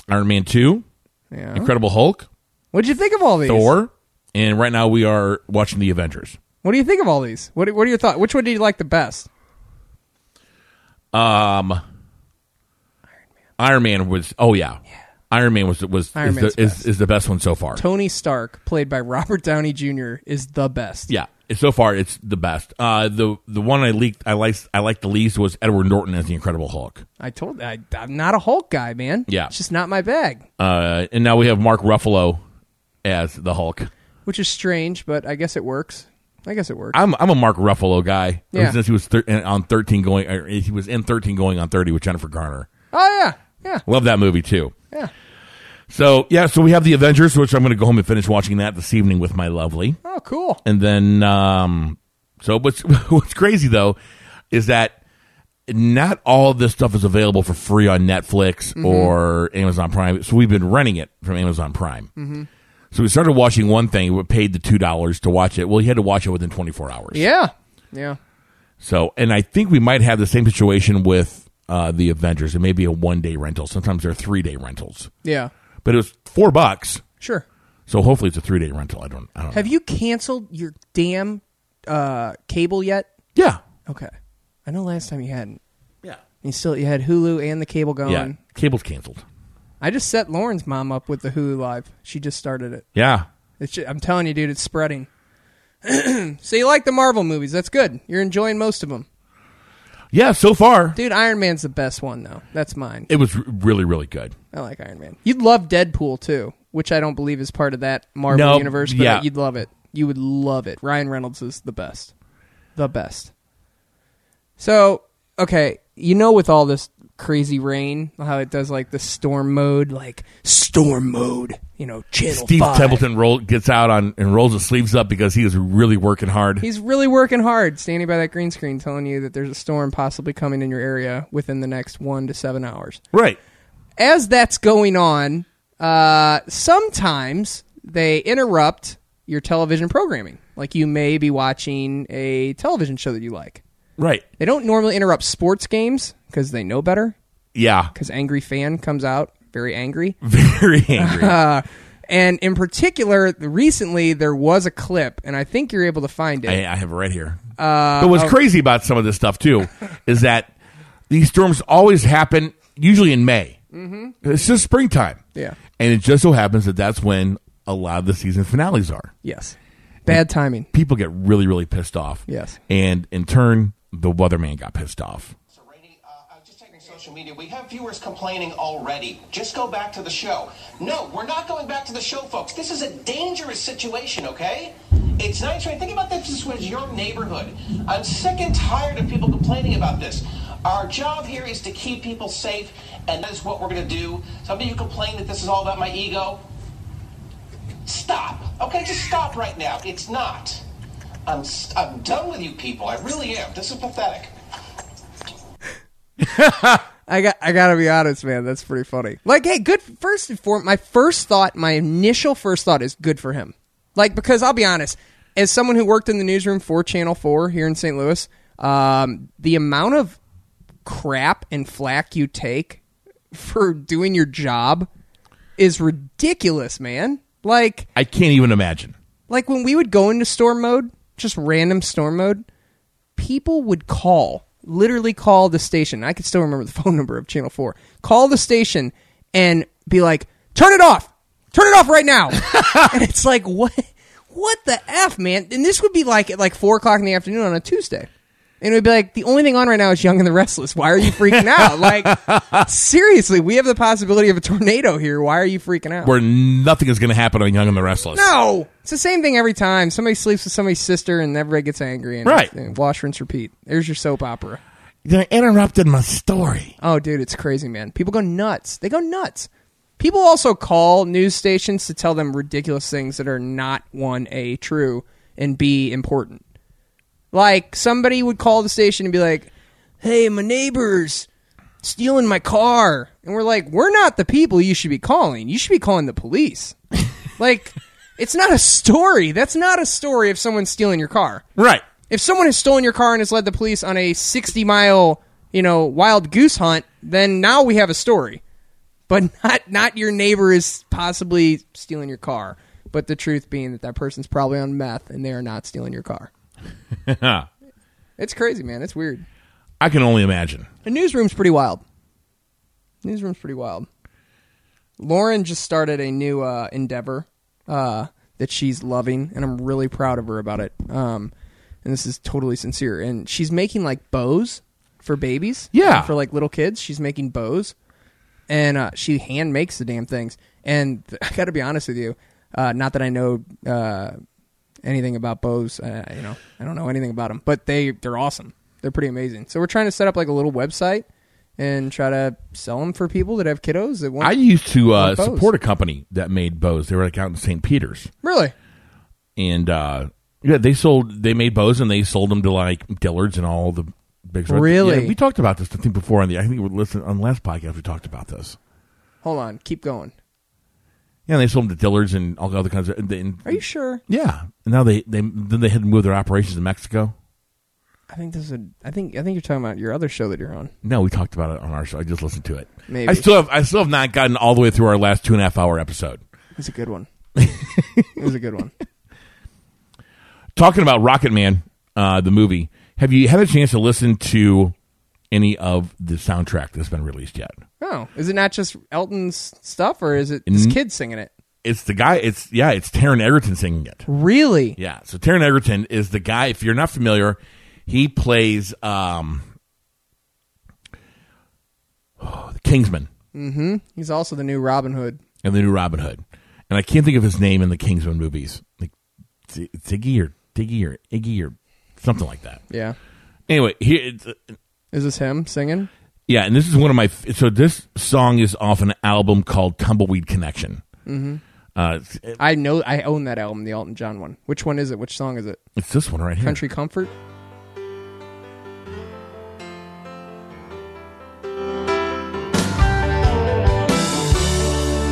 F: Iron Man Two,
E: Yeah.
F: Incredible Hulk,
E: What'd you think of all these?
F: Thor, and right now we are watching the Avengers.
E: What do you think of all these? What What are your thoughts? Which one do you like the best?
F: Um, Iron Man. Iron Man was. Oh yeah. Iron Man was was
E: Iron
F: is
E: Man's
F: the, is, is the best one so far.
E: Tony Stark, played by <laughs> Robert Downey Jr., is the best.
F: Yeah, so far it's the best. Uh, the the one I leaked, I liked, I liked the least was Edward Norton as the Incredible Hulk.
E: I told I, I'm not a Hulk guy, man.
F: Yeah.
E: it's just not my bag.
F: Uh, and now we have Mark Ruffalo as the Hulk.
E: which is strange, but I guess it works. I guess it works.
F: I'm I'm a Mark Ruffalo guy ever
E: Yeah.
F: since he was thir- on 13 going. Or he was in 13 going on 30 with Jennifer Garner.
E: oh yeah, yeah,
F: Love that movie too.
E: yeah.
F: So yeah, so we have the Avengers, which I'm going to go home and finish watching that this evening with my lovely.
E: Oh, cool.
F: And then, um, so what's <laughs> what's crazy though is that not all this stuff is available for free on Netflix
E: Mm-hmm.
F: or Amazon Prime. So we've been renting it from Amazon Prime.
E: Mhm.
F: So we started watching one thing. We paid the two dollars to watch it. Well, you had to watch it within 24 hours.
E: Yeah, yeah.
F: So, and I think we might have the same situation with uh, the Avengers. It may be a one day rental. Sometimes they're three day rentals.
E: Yeah.
F: but it was four bucks.
E: Sure.
F: So hopefully it's a three day rental. I don't. I don't.
E: Have you canceled your damn uh, cable yet?
F: Yeah.
E: Okay. I know last time you hadn't.
F: Yeah.
E: You still you had Hulu and the cable
F: know.
E: going.
F: yeah, cable's canceled.
E: I just set Lauren's mom up with the Hulu Live. She just started it.
F: Yeah.
E: It's ju- I'm telling you, dude, it's spreading. <clears throat> so you like the Marvel movies? That's good. You're enjoying most of them,
F: Yeah. So far,
E: dude. Iron Man's the best one though. That's mine.
F: it was r- really really good.
E: I like Iron Man. You'd love Deadpool too, which I don't believe is part of that Marvel
F: No,
E: universe, but
F: yeah.
E: you'd love it. You would love it. Ryan Reynolds is the best. The best. So, okay, you know with all this crazy rain, how it does like the storm mode, like storm mode, you know, channel
F: Steve
E: five.
F: Templeton roll, gets out on and rolls his sleeves up because he is really working hard.
E: He's really working hard, standing by that green screen telling you that there's a storm possibly coming in your area within the next 1 to 7 hours.
F: right.
E: as that's going on, uh, sometimes they interrupt your television programming. Like you may be watching a television show that you like.
F: Right.
E: They don't normally interrupt sports games because they know better.
F: Yeah. <laughs>
E: Because angry fan comes out very angry.
F: Very
E: <laughs>
F: angry.
E: Uh, and in particular, recently there was a clip, and I think you're able to find it.
F: I, I have it right here.
E: Uh,
F: but what's
E: of-
F: crazy about some of this stuff too
E: <laughs>
F: is that these storms always happen usually in May.
E: Mhm.
F: It's just springtime.
E: Yeah.
F: and it just so happens that that's when a lot of the season finales are.
E: Yes. Bad timing.
F: People get really, really pissed off.
E: Yes.
F: and in turn, the weatherman got pissed off.
M: uh, social media. We have viewers complaining already. Just go back to the show. No, we're not going back to the show, folks. This is a dangerous situation, okay? It's nice, right? Think about this this was your neighborhood. I'm sick and tired of people complaining about this. Our job here is to keep people safe, and that is what we're going to do. Some of you complain that this is all about my ego. Stop. Okay, just stop right now. It's not. I'm, s- I'm done with you people. I really am. This is pathetic.
E: I got I gotta be honest, man. That's pretty funny. Like, hey, good first and foremost, my first thought, my initial first thought is good for him. Like, because I'll be honest, as someone who worked in the newsroom for Channel Four here in St. Louis, um, the amount of crap and flack you take for doing your job is ridiculous, man. Like
F: I can't even imagine.
E: like when we would go into storm mode, just random storm mode, people would call, literally call the station. I can still remember the <laughs> phone number of Channel 4. Call the station and be like, turn it off. Turn it off right now. and it's like, what? What the F, man? And this would be like at like 4 o'clock in the afternoon on a Tuesday. And it would be like, the only thing on right now is Young and the Restless. Why are you freaking out? like, seriously, we have the possibility of a tornado here. Why are you freaking out?
F: Where nothing is going to happen on Young and the Restless.
E: No, it's the same thing every time. Somebody sleeps with somebody's sister, and everybody gets angry. And
F: Right.
E: and wash, rinse, repeat. There's your soap opera.
F: They interrupted my story.
E: Oh, dude, it's crazy, man. People go nuts. They go nuts. People also call news stations to tell them ridiculous things that are not one a true and b important. Like somebody would call the station and be like, "Hey, my neighbors stealing my car," and we're like, "We're not the people you should be calling. You should be calling the police." like, it's not a story. That's not a story of someone stealing your car.
F: Right.
E: If someone has stolen your car and has led the police on a sixty-mile, you know, wild goose hunt, then now we have a story. But <laughs> not not your neighbor is possibly stealing your car. But the truth being that that person's probably on meth and they are not stealing your car.
F: I
E: It's crazy, man. It's weird.
F: can only imagine.
E: The newsroom's pretty wild. Newsroom's pretty wild. Lauren just started a new uh, endeavor uh, that she's loving, and I'm really proud of her about it. Um, and this is totally sincere. And she's making like bows for babies.
F: Yeah.
E: and for like little kids, she's making bows, and uh, she hand makes the damn things. And <laughs> th- I got to be honest with you, uh, not that I know uh, anything about bows. Uh, you know, I don't know anything about them, but they they're awesome. They're pretty amazing. So we're trying to set up like a little website and try to sell them for people that have kiddos that want.
F: I used to uh,
E: want bows.
F: support a company that made bows. They were like out in St. Peter's.
E: Really?
F: and uh yeah, they sold they made bows and they sold them to like Dillard's and all the big
E: Really?
F: Yeah, we talked about this I think before on the I think we listened on the last podcast we talked about this.
E: Hold on, keep going.
F: Yeah, and they sold them to Dillard's and all the other kinds of and, and,
E: Are you sure?
F: Yeah, and now they they then they had to move their operations to Mexico.
E: I think this is. A, I think I think you're talking about your other show that you're on.
F: No, we talked about it on our show. I just listened to it.
E: Maybe.
F: I still have I still have not gotten all the way through our last two and a half hour episode.
E: It's a <laughs> good one. it was a good one.
F: Talking about Rocket Man, uh, the movie. Have you had a chance to listen to any of the soundtrack that's been released yet?
E: Oh, is it not just Elton's stuff, or is it this
F: Mm.
E: kid singing it?
F: It's the guy. It's yeah. It's Taron Egerton singing it.
E: Really?
F: Yeah. So Taron Egerton is the guy. If you're not familiar, he plays um, <sighs> the Kingsman
E: Mm-hmm. He's also the new Robin Hood.
F: in the new Robin Hood, and I can't think of his name in the Kingsman movies, like Z- Ziggy or Diggy or Iggy or something like that.
E: Yeah.
F: Anyway, here it's,
E: Is this him singing?
F: yeah, and this is one of my. f- So this song is off an album called Tumbleweed Connection.
E: Mm-hmm.
F: Uh,
E: I know. I own that album, the Elton John one. Which one is it? Which song is it?
F: It's this one right here.
E: Country Comfort.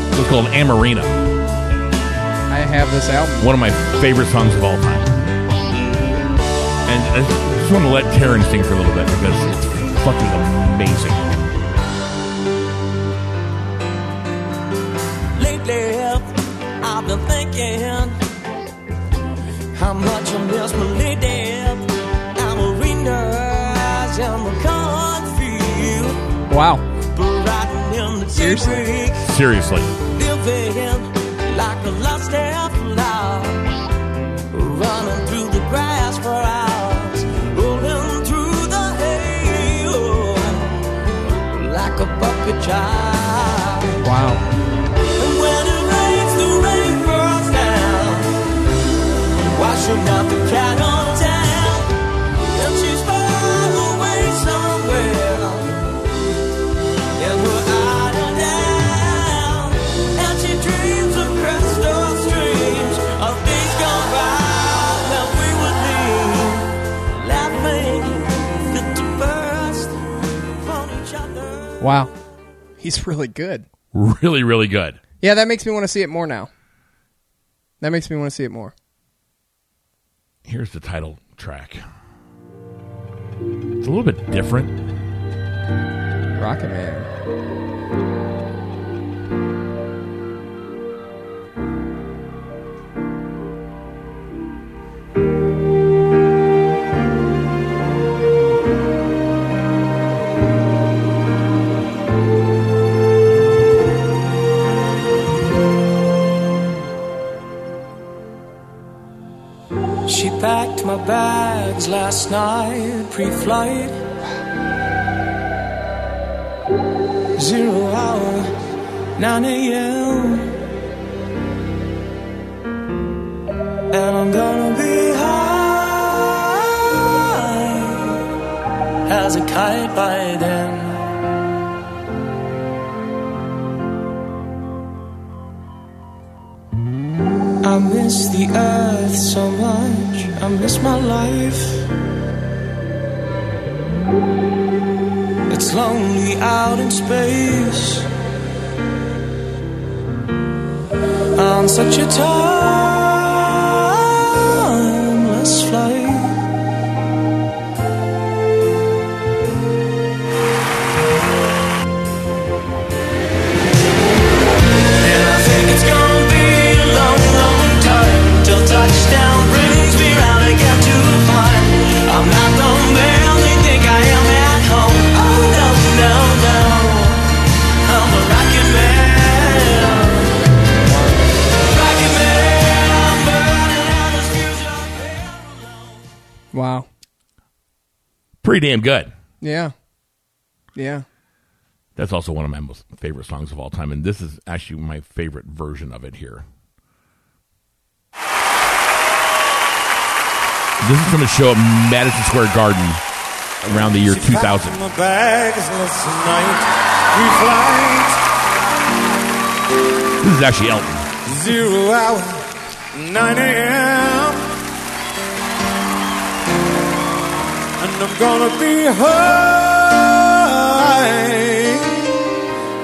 F: it's called Amarina.
E: I have this album.
F: One of my favorite songs of all time. And I just want to let Karen sing for a little bit because it's fucking amazing.
N: Lately, I've been thinking how much I miss my lady. I'm a realize I'm a confused,
E: Wow.
N: but riding in the Seriously?
F: Seriously.
N: living like a lost outlaw, running through the grass for hours, rolling through the hay, oh, like a puppet child.
E: Wow.
N: And when it rains, the rain pours down, washing out the cattle town. And she's far away somewhere, and her eyes are down. And she dreams of crystal streams, of things gone by that we would leave, laughing fit to burst upon each other.
E: Wow. He's really good.
F: Really, really good.
E: Yeah, that makes me want to see it more now. That makes me want to see it more.
F: Here's the title track. It's a little bit different.
E: Rocket Man.
O: She packed my bags last night, pre flight. Zero hour, 9 a.m. And I'm gonna be high as a kite by then. I miss the earth so much. I miss my life. It's lonely out in space. On such a timeless flight. And I think it's gonna be a long, long time till touchdown brings me round again to find I'm not the man they think I am at home. Oh no, no, no, I'm a rocket man. Rocket man, burning out this fusion.
E: Wow.
F: Pretty damn good.
E: Yeah. Yeah.
F: That's also one of my most favorite songs of all time, and this is actually my favorite version of it here. This is from a show at Madison Square Garden around the year 2000.
P: My bags last night. We flight
F: This is actually Elton.
P: zero hour, 9 a.m. And I'm gonna be high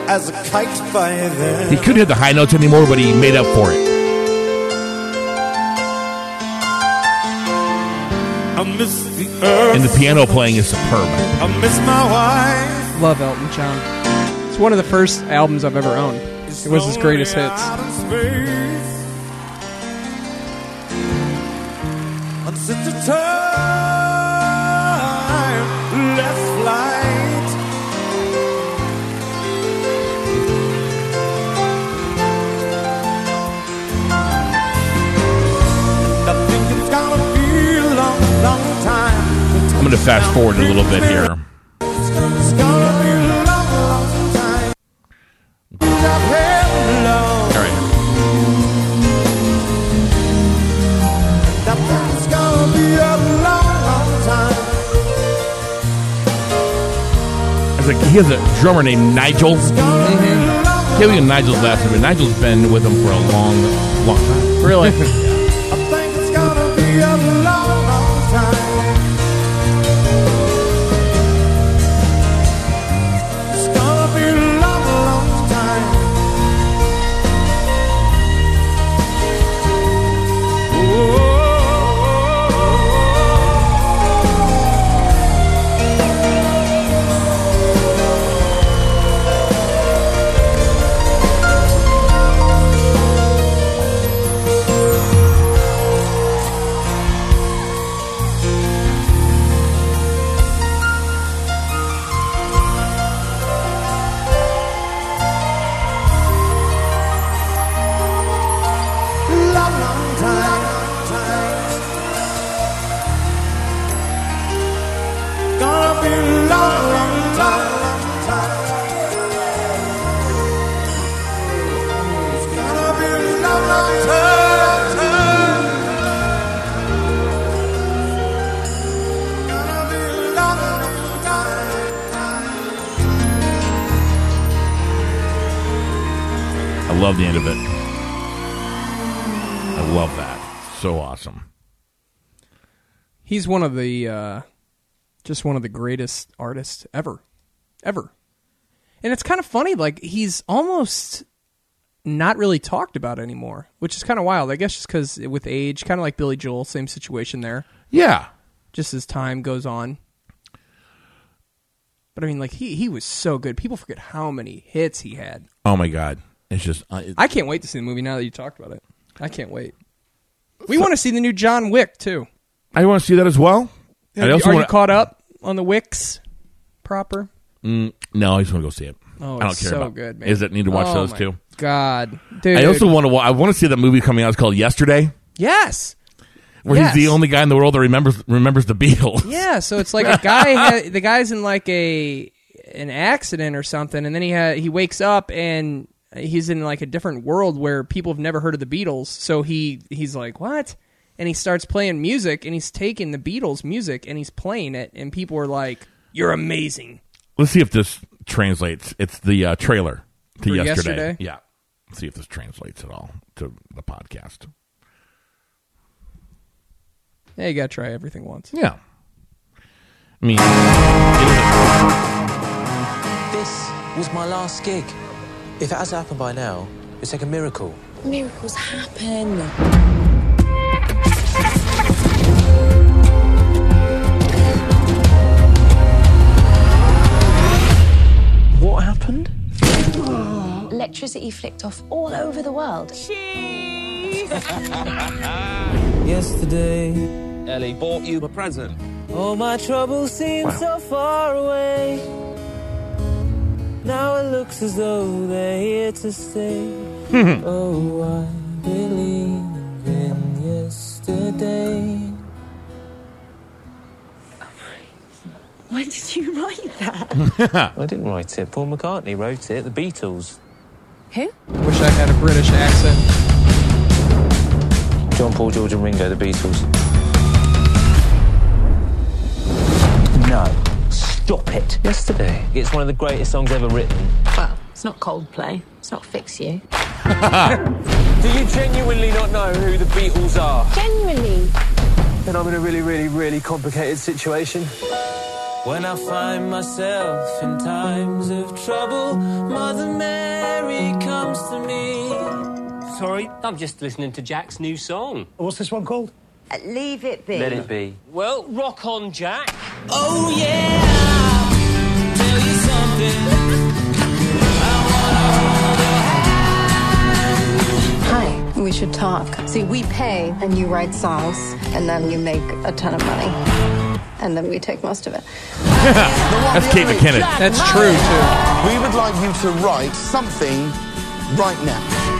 P: as a kite by then.
F: He couldn't hit the high notes anymore, but he made up for it.
P: I miss the earth.
F: And the piano playing is superb.
P: I miss my wife.
E: Love Elton John. It's one of the first albums I've ever owned. It was his greatest hits.
P: Out in space. On such a time, left flight. And I think it's gonna be a long, long time.
F: I'm going to fast forward a little bit here.
P: It's gonna be a long, long time. I've had love.
F: All right.
P: I think it's gonna be a long, long time.
F: It's like he has a drummer named Nigel. Mm-hmm. Can't believe Nigel's last name. but Nigel's been with him for a long, long time. <laughs>
E: Really?
P: I think it's gonna be a long, long time. It's gonna be a long, long time.
F: I love the end of it. I love that. So awesome.
E: He's one of the uh, just one of the greatest artists ever, ever. And it's kind of funny, like he's almost not really talked about anymore, which is kind of wild. I guess just because with age, kind of like Billy Joel, same situation there.
F: Yeah.
E: Just as time goes on. But I mean, like he he was so good. People forget how many hits he had.
F: Oh my god, it's just uh, it-
E: I can't wait to see the movie now that you talked about it. I can't wait. We want to see the new John Wick too.
F: I want to see that as well.
E: Are,
F: I
E: you-
F: also
E: are
F: wanna-
E: you caught up on the Wicks proper?
F: Mm, no, I just want to go see it.
E: Oh,
F: I don't
E: it's
F: care
E: so
F: about.
E: good, man.
F: Is it need to watch
E: Oh,
F: those
E: my
F: two?
E: God, dude.
F: I also want to. I want to see that movie coming out. It's called Yesterday,
E: yes,
F: where
E: Yes.
F: he's the only guy in the world that remembers remembers the
E: <laughs>
F: Beatles.
E: yeah. So it's like a guy. ha- <laughs> the guy's in like a an accident or something, and then he ha- he wakes up and he's in like a different world where people have never heard of the Beatles. So he he's like what? And he starts playing music, and he's taking the Beatles music, and he's playing it, and people are like, "You're amazing."
F: Let's see if this translates. It's the uh, trailer to
E: For
F: yesterday.
E: Yesterday?
F: Yeah. Let's see if this translates at all to the podcast.
E: Yeah, you gotta try everything once.
F: Yeah. I mean, it-
I: This was my last gig. If it hasn't happened by now, it's like a miracle.
J: Miracles happen.
I: What happened?
J: Electricity flicked off all over the world.
I: Yesterday,
Q: Ellie bought you a present.
I: all my troubles seem so far away. Now it looks as though they're here to stay. oh, I believe in yesterday.
J: When did you write that?
I: I didn't write it. Paul McCartney wrote it. The Beatles.
J: Who?
E: Wish I had a British accent.
I: John Paul, George, and Ringo, the Beatles. No. Stop it. Yesterday. It's one of the greatest songs ever written.
J: Well, it's not Coldplay. It's not Fix You.
I: Do you genuinely not know who the Beatles are?
J: Genuinely.
I: Then I'm in a really, really, really complicated situation. When I find myself in times of trouble, Mother Mary comes to me.
Q: Sorry, I'm just listening to Jack's new song.
I: What's this one called?
Q: Leave it
I: Let it be.
Q: Well, rock on, Jack.
I: Oh yeah. Tell you something.
R: Hi, we should talk. See, we pay and you write songs and then you make a ton of money. And then we take most of it.
F: That's Kate McKinnon.
E: That's true,
P: too. We would like you to write something right now.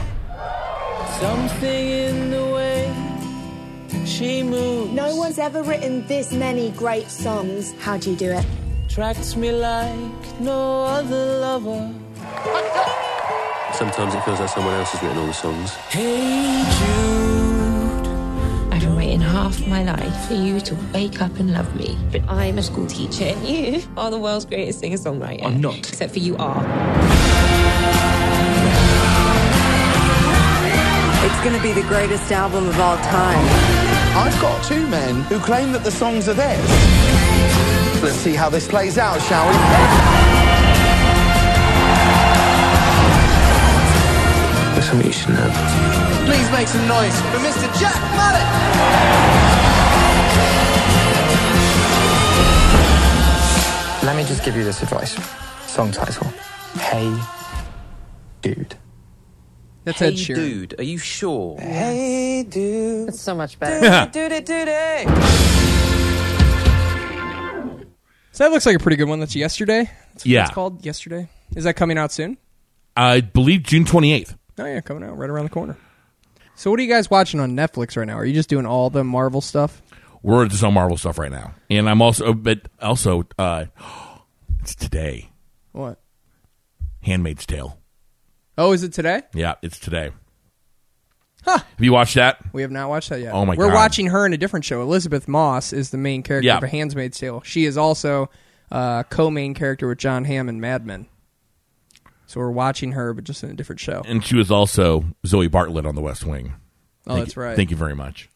I: Something in the way she moves.
N: No one's ever written this many great songs. How do you do it?
I: Attracts me like no other lover.
S: Sometimes it feels like someone else has written all the songs.
I: Hey Jude.
J: I've been waiting half my life for you to wake up and love me. But I'm a school teacher and you are the world's greatest singer songwriter.
I: I'm not.
J: Except for you are.
R: It's going to be the greatest album of all time.
P: I've got two men who claim that the songs are theirs. Let's see how this plays out, shall we?
S: There's something you should know.
P: Please make some noise for Mr. Jack Mallet.
B: Let me just give you this advice. Song title. Hey, dude.
E: That's
B: hey,
E: Ed Sheeran.
B: dude. Are you sure?
I: Hey dude. It's
R: so much
I: better. Dude it, dude it.
E: So that looks like a pretty good one. That's yesterday. That's what
F: Yeah.
E: it's called yesterday. Is that coming out soon?
F: I believe June 28th.
E: Oh yeah, coming out right around the corner. So what are you guys watching on Netflix right now? Are you just doing all the Marvel stuff?
F: We're just on Marvel stuff right now. And I'm also, but also, uh, it's today.
E: What?
F: Handmaid's Tale.
E: Oh, is it today?
F: Yeah, it's today.
E: Huh.
F: Have you watched that?
E: We have not watched that yet.
F: Oh, my
E: We're
F: God.
E: watching her in a different show. Elizabeth Moss is the main character
F: Yeah.
E: of A Handmaid's Tale. She is also uh, co-main character with John Hamm in Mad Men. So we're watching her, but just in a different show.
F: And she was also Zoe Bartlett on The West Wing.
E: Oh,
F: Thank
E: that's
F: you-
E: right.
F: Thank you very much.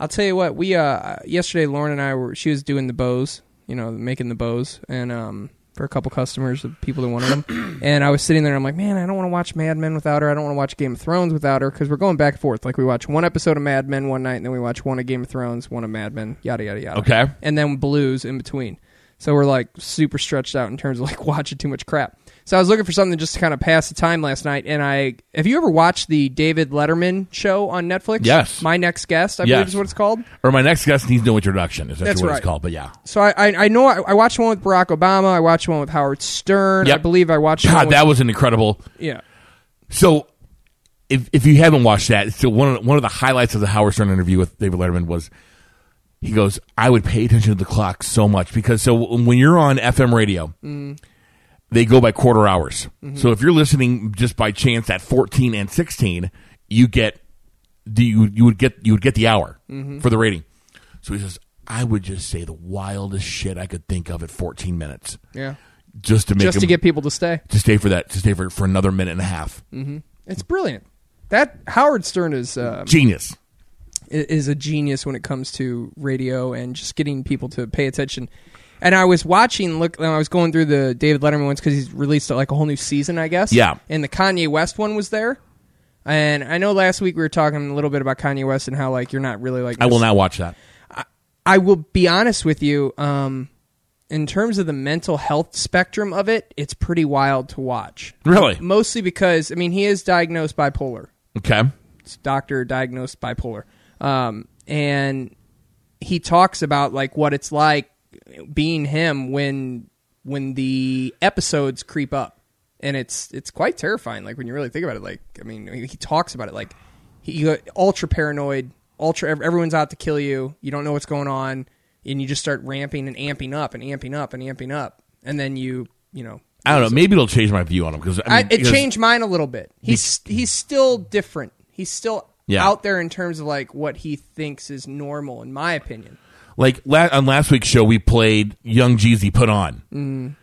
E: I'll tell you what. We uh yesterday, Lauren and I were. She was doing the bows, you know, making the bows, and um for a couple customers, the people that wanted
F: <clears throat>
E: them. and I was sitting there, and I'm like, man, I don't want to watch Mad Men without her. I don't want to watch Game of Thrones without her because we're going back and forth. Like we watch one episode of Mad Men one night, and then we watch one of Game of Thrones, one of Mad Men, yada yada yada.
F: Okay.
E: And then Blues in between. So we're like super stretched out in terms of like <laughs> watching too much crap. So I was looking for something just to kind of pass the time last night, and I have you ever watched the David Letterman show on Netflix?
F: Yes.
E: My next guest, I believe
F: Yes.
E: is what it's called.
F: Or my next guest needs no introduction. Is that
E: That's
F: what
E: right.
F: it's called? But yeah.
E: So I I, I know I, I watched one with Barack Obama. I watched one with Howard Stern. I
F: Yep.
E: believe I watched. one
F: God,
E: with-
F: that was an incredible.
E: yeah.
F: So, if if you haven't watched that, so one of, one of the highlights of the Howard Stern interview with David Letterman was he goes, "I would pay attention to the clock so much because so when you're on FM radio,
P: Mm.
F: they go by quarter hours.
E: Mm-hmm.
P: Mhm.
F: So if you're listening just by chance at 14 and 16, you get do you you would get you would get the hour
E: Mm-hmm.
P: Mhm.
F: for the rating. So he says, "I would just say the wildest shit I could think of at 14 minutes."
E: Yeah.
F: Just to make
E: Just to
F: him-
E: get people to stay.
F: to stay for that to stay for for another minute and a half.
E: hmm It's brilliant. That Howard Stern is uh,
F: Genius.
E: i- is a genius when it comes to radio and just getting people to pay attention. And I was watching, look, I was going through the David Letterman ones because he's released like a whole new season, I guess.
F: Yeah.
E: And the Kanye West one was there. And I know last week we were talking a little bit about Kanye West and how like you're not really like
F: I will not watch that.
E: I will be honest with you. Um, in terms of the mental health spectrum of it, it's pretty wild to watch.
F: Really?
E: Mostly because I mean he is diagnosed bipolar.
F: Okay.
E: It's doctor diagnosed bipolar, um, and he talks about like what it's like being him when when the episodes creep up, and it's it's quite terrifying. Like when you really think about it, like I mean he talks about it like he he- ultra paranoid, ultra ev- everyone's out to kill you. You don't know what's going on, and you just start ramping and amping up and amping up and amping up, and then you you know
F: I don't know. Maybe it'll change my view on him because
E: I it changed mine a little bit. He's he's still different. He's still
F: Yeah.
E: out there in terms of like what he thinks is normal, in my opinion.
F: Like la- on last week's show, we played Young Jeezy Put On,
E: Mm.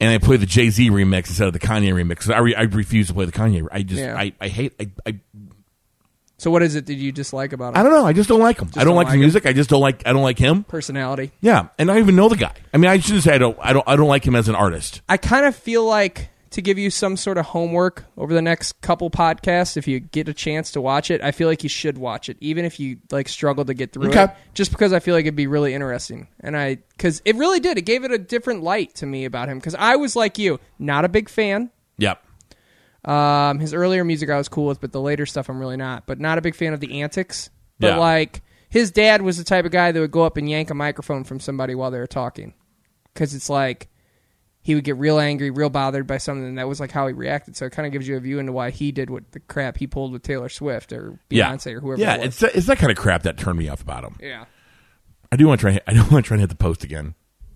F: and I played the Jay Z remix instead of the Kanye remix. I, re- I refuse to play the Kanye. I just
E: Yeah.
F: I, I hate I, I
E: So, what is it that you dislike about him?
F: I don't know. I just don't like him.
E: Just
F: I don't, like, his
E: him.
F: music. I just don't like I don't like him.
E: Personality.
F: Yeah, and I don't even know the guy. I mean, I shouldn't say I don't I don't I don't like him as an artist.
E: I kind of feel like to give you some sort of homework over the next couple podcasts, if you get a chance to watch it, I feel like you should watch it, even if you like struggle to get through
F: Okay.
E: it, just because I feel like it'd be really interesting. And I, because it really did, it gave it a different light to me about him. Because I was like you, not a big fan.
F: Yep.
E: Um, his earlier music I was cool with, but the later stuff I'm really not. But not a big fan of the antics. But
F: Yeah.
E: like his dad was the type of guy that would go up and yank a microphone from somebody while they were talking, because it's like he would get real angry, real bothered by something, and that was like how he reacted. So it kind of gives you a view into why he did what the crap he pulled with Taylor Swift or
F: Yeah.
E: Beyonce or whoever.
F: Yeah,
E: it was.
F: it's that, it's that kind of crap that turned me off about him.
E: Yeah.
F: I do want to try. and hit- I do want to try and hit the post again.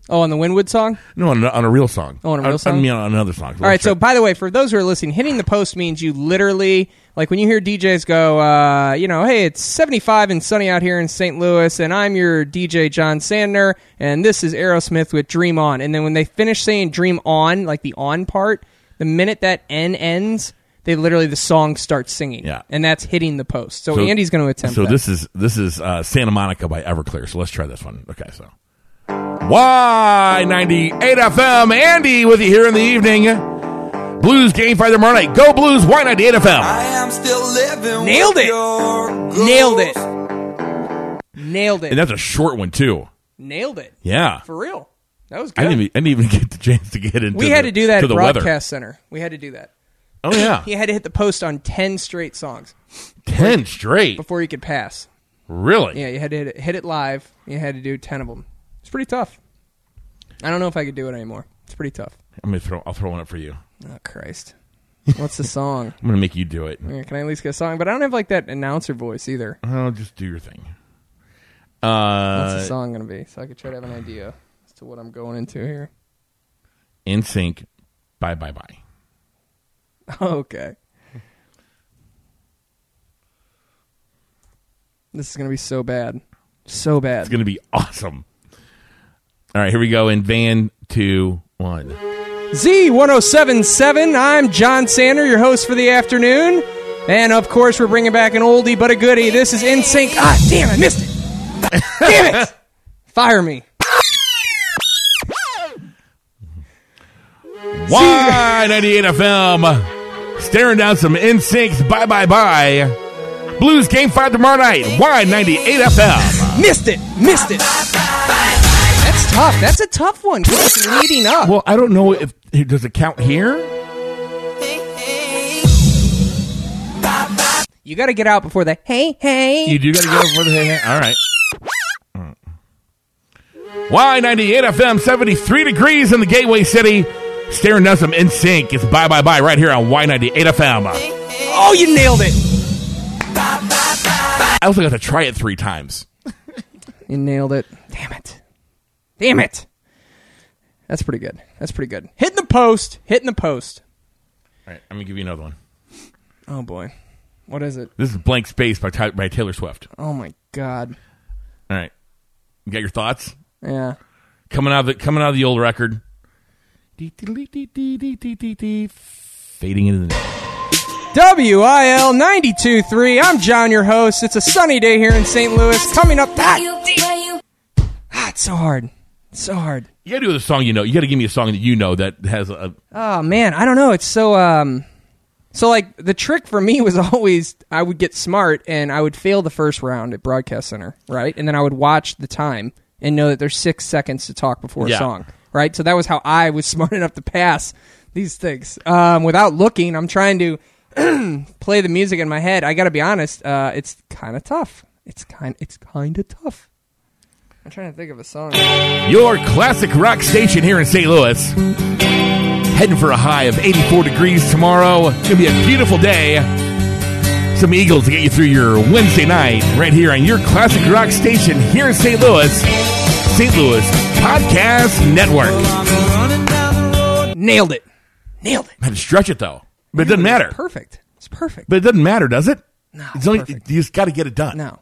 E: Oh, on the Winwood song.
F: No, on, a- on a real song.
E: Oh, on a real
F: I- I
E: song?
F: mean, on another song.
E: All right. So, by the way, for those who are listening, hitting the post means you literally, like, when you hear DJs go, uh, you know, hey, it's 75 and sunny out here in St. Louis, and I'm your DJ John Sandner, and this is Aerosmith with Dream On. And then when they finish saying Dream On, like the on part, the minute that N ends, they literally the song starts singing. Yeah. And that's hitting the post. So, Andy's going to attempt.
F: So
E: that.
F: this is this is uh, Santa Monica by Everclear. So let's try this one. Okay, so Y ninety eight FM. Andy with you here in the evening. Blues game fight tomorrow night. Go Blues. Y ninety eight FM.
N: am still living
E: Nailed
N: with
E: it.
N: your
E: Nailed it. Nailed it.
F: And that's a short one too.
E: Nailed it.
F: Yeah.
E: For real. That was
F: I
E: good.
F: didn't, even, I didn't even get the chance to get into.
E: we had
F: the-
E: to do that
F: to
E: at
F: the
E: Broadcast
F: weather.
E: Center. We had to do that.
F: Oh
E: <laughs>
F: yeah,
E: he had to hit the post on 10 straight songs
F: ten straight.
E: before he could pass.
F: Really?
E: Yeah, you had to hit it, hit it live. You had to do 10 of them. It's pretty tough. I don't know if I could do it anymore. It's pretty tough.
F: I'm gonna throw. I'll throw one up for you.
E: Oh, Christ. What's the <laughs> song?
F: I'm gonna make you do it.
E: Yeah, Can I at least get a song? But I don't have like that announcer voice either.
F: Oh, just do your thing. Uh,
E: What's the song going to be? So I could try to have an idea as to what I'm going into here. <laughs>
F: In sync. Bye bye bye.
E: okay. This is going to be so bad. So bad.
F: It's going to be awesome. All right, here we go in van two, one.
E: Z1077. I'm John Sander, your host for the afternoon. And of course, we're bringing back an oldie but a goodie. This is In Sync. Ah, damn, I missed it. damn it. Fire me.
F: Y ninety eight FM, staring down some NSYNC's Bye Bye Bye. Blues game five tomorrow night. Y ninety eight FM.
E: Missed it. Missed it. That's tough. That's a tough one. 'cause It's leading up.
F: Well, I don't know if does it count here.
E: You got to get out before the hey, hey.
F: You do got to go for the hey, hey. All right. Y ninety eight FM seventy three degrees in the Gateway City. Staring down some NSYNC. It's Bye Bye Bye right here on Y ninety eight FM.
E: Oh, you nailed it.
F: I also got to try it three times.
E: You nailed it. Damn it. Damn it. That's pretty good. That's pretty good. Hitting the post. Hitting the post.
F: All right, I'm gonna give you another one.
E: Oh, boy. What is it?
F: This is Blank Space by, Ty- by Taylor Swift.
E: Oh, my God.
F: All right, you got your thoughts
E: Yeah.
F: coming out of the coming out of the old record, fading into the next.
E: WIL 92.3. I'm John, your host. It's a sunny day here in St. Louis. Coming up. Ah, ah, it's so hard. It's so hard.
F: You got to do the song you know. You got to give me a song that you know that has a.
E: Oh man, I don't know. It's so um so like the trick for me was <laughs> always I would get smart and I would fail the first round at broadcast center, right? And then I would watch the time and know that there's 6 seconds to talk before
A: Yeah.
E: a song, right? So that was how I was <laughs> smart enough to pass these things. Um without looking, I'm trying to <clears throat> play the music in my head. I got to be honest, uh it's kind of tough. It's kind it's kind of tough. I'm trying to think of a song.
F: Your classic rock station here in St. Louis. Heading for a high of 84 degrees tomorrow. It's gonna be a beautiful day. Some Eagles to get you through your Wednesday night right here on your classic rock station here in St. Louis, St. Louis Podcast Network.
E: Nailed it. Nailed it.
F: I had to stretch it though, but it doesn't matter.
E: Perfect. It's perfect.
F: But it doesn't matter, does it? No. It's only, you just got to get it done.
E: No.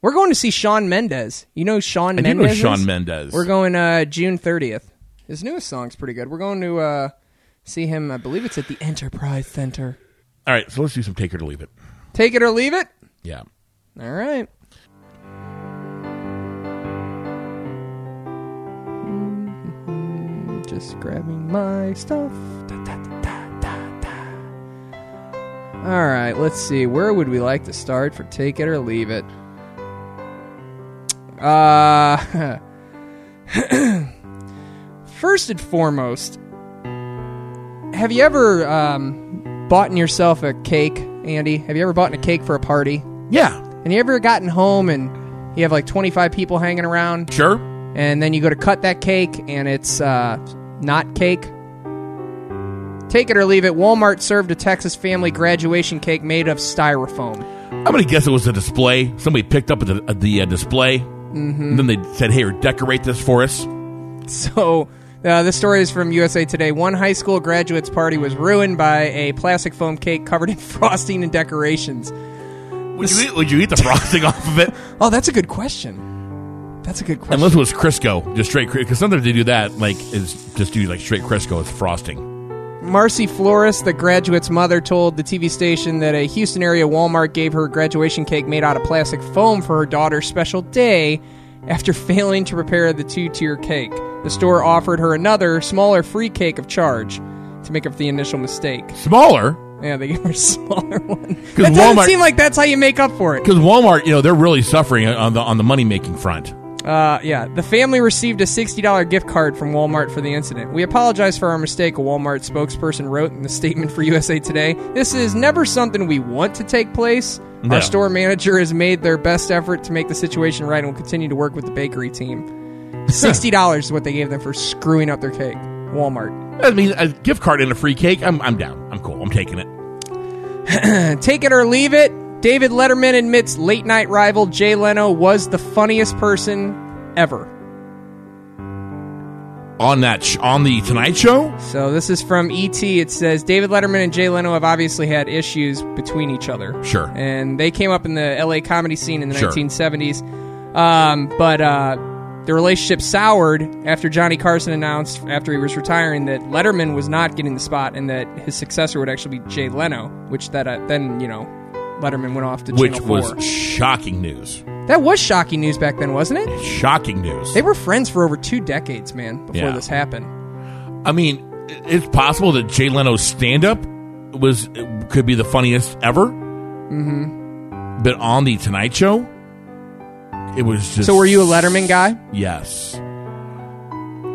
E: We're going to see Sean Mendez. You know who Sean
F: I do
E: Mendez.
F: know Shawn
E: is?
F: Mendes.
E: We're going uh, June thirtieth. His newest song's pretty good. We're going to uh, see him. I believe it's at the Enterprise Center.
F: All right, so let's do some take it or leave it.
E: Take it or leave it.
F: Yeah.
E: All right. Mm-hmm. Just grabbing my stuff. All right, let's see. Where would we like to start for take it or leave it? Uh <laughs> First and foremost, have you ever um, bought yourself a cake, Andy? Have you ever bought a cake for a party?
F: Yeah.
E: And you ever gotten home and you have like 25 people hanging around?
F: Sure.
E: And then you go to cut that cake and it's uh, not cake? Take it or leave it, Walmart served a Texas family graduation cake made of styrofoam. <laughs>
F: I'm going to guess it was a display. Somebody picked up the, the uh, display. And
E: Mhm.
F: then they said, hey, decorate this for us.
E: So, uh, this story is from USA Today. One high school graduate's party was ruined by a plastic foam cake covered in <laughs> frosting and decorations.
F: Would you, eat, would you eat the frosting off of <laughs> it?
E: Oh, that's a good question. That's a good question.
F: Unless it was Crisco, just straight Because sometimes they do that, like, is just do like straight Crisco as frosting.
E: Marcy Flores, the graduate's mother, told the TV station that a Houston area Walmart gave her a graduation cake made out of plastic foam for her daughter's special day after <laughs> failing to prepare the two tier cake. The store offered her another, smaller free cake of charge to make up for the initial mistake.
F: Smaller?
E: Yeah, they gave her a <laughs> smaller one.
F: 'Cause
E: That doesn't
F: Walmart-
E: seem like that's how you make up for it.
F: Because Walmart, you know, they're really suffering on the on the money making front.
E: Uh, yeah. The family received a $60 gift card from Walmart for the incident. We apologize for our mistake, a Walmart spokesperson wrote in the statement for USA Today. This is never something we want to take place.
F: No.
E: Our store manager has made their best effort to make the situation right and will continue to work with the bakery team. $60 is what they gave them for screwing up their cake. Walmart.
F: I mean, a gift card and a free cake, I'm, I'm down. I'm cool. I'm taking it.
E: Take it or leave it. David Letterman admits late night rival Jay Leno was the funniest person ever.
F: On that, sh- on the Tonight Show?
E: So this is from ET. It says David Letterman and Jay Leno have obviously had issues between each other.
F: Sure.
E: And they came up in the LA comedy scene in the
F: Sure.
E: 1970s. Um, but uh, The relationship soured after Johnny Carson announced, after he was retiring, that Letterman was not getting the spot and that his successor would actually be Jay Leno, which that uh, then, you know, Letterman went off to
F: which
E: Channel 4.
F: was shocking news.
E: that was shocking news back then, wasn't it?
F: Shocking news.
E: They were friends for over two decades, man, before
F: Yeah.
E: this happened.
F: I mean, i- it's possible that Jay Leno's stand up was could be the funniest ever,
E: Mm-hmm.
F: but on the Tonight Show, it was just
E: So were you a Letterman guy?
F: Yes.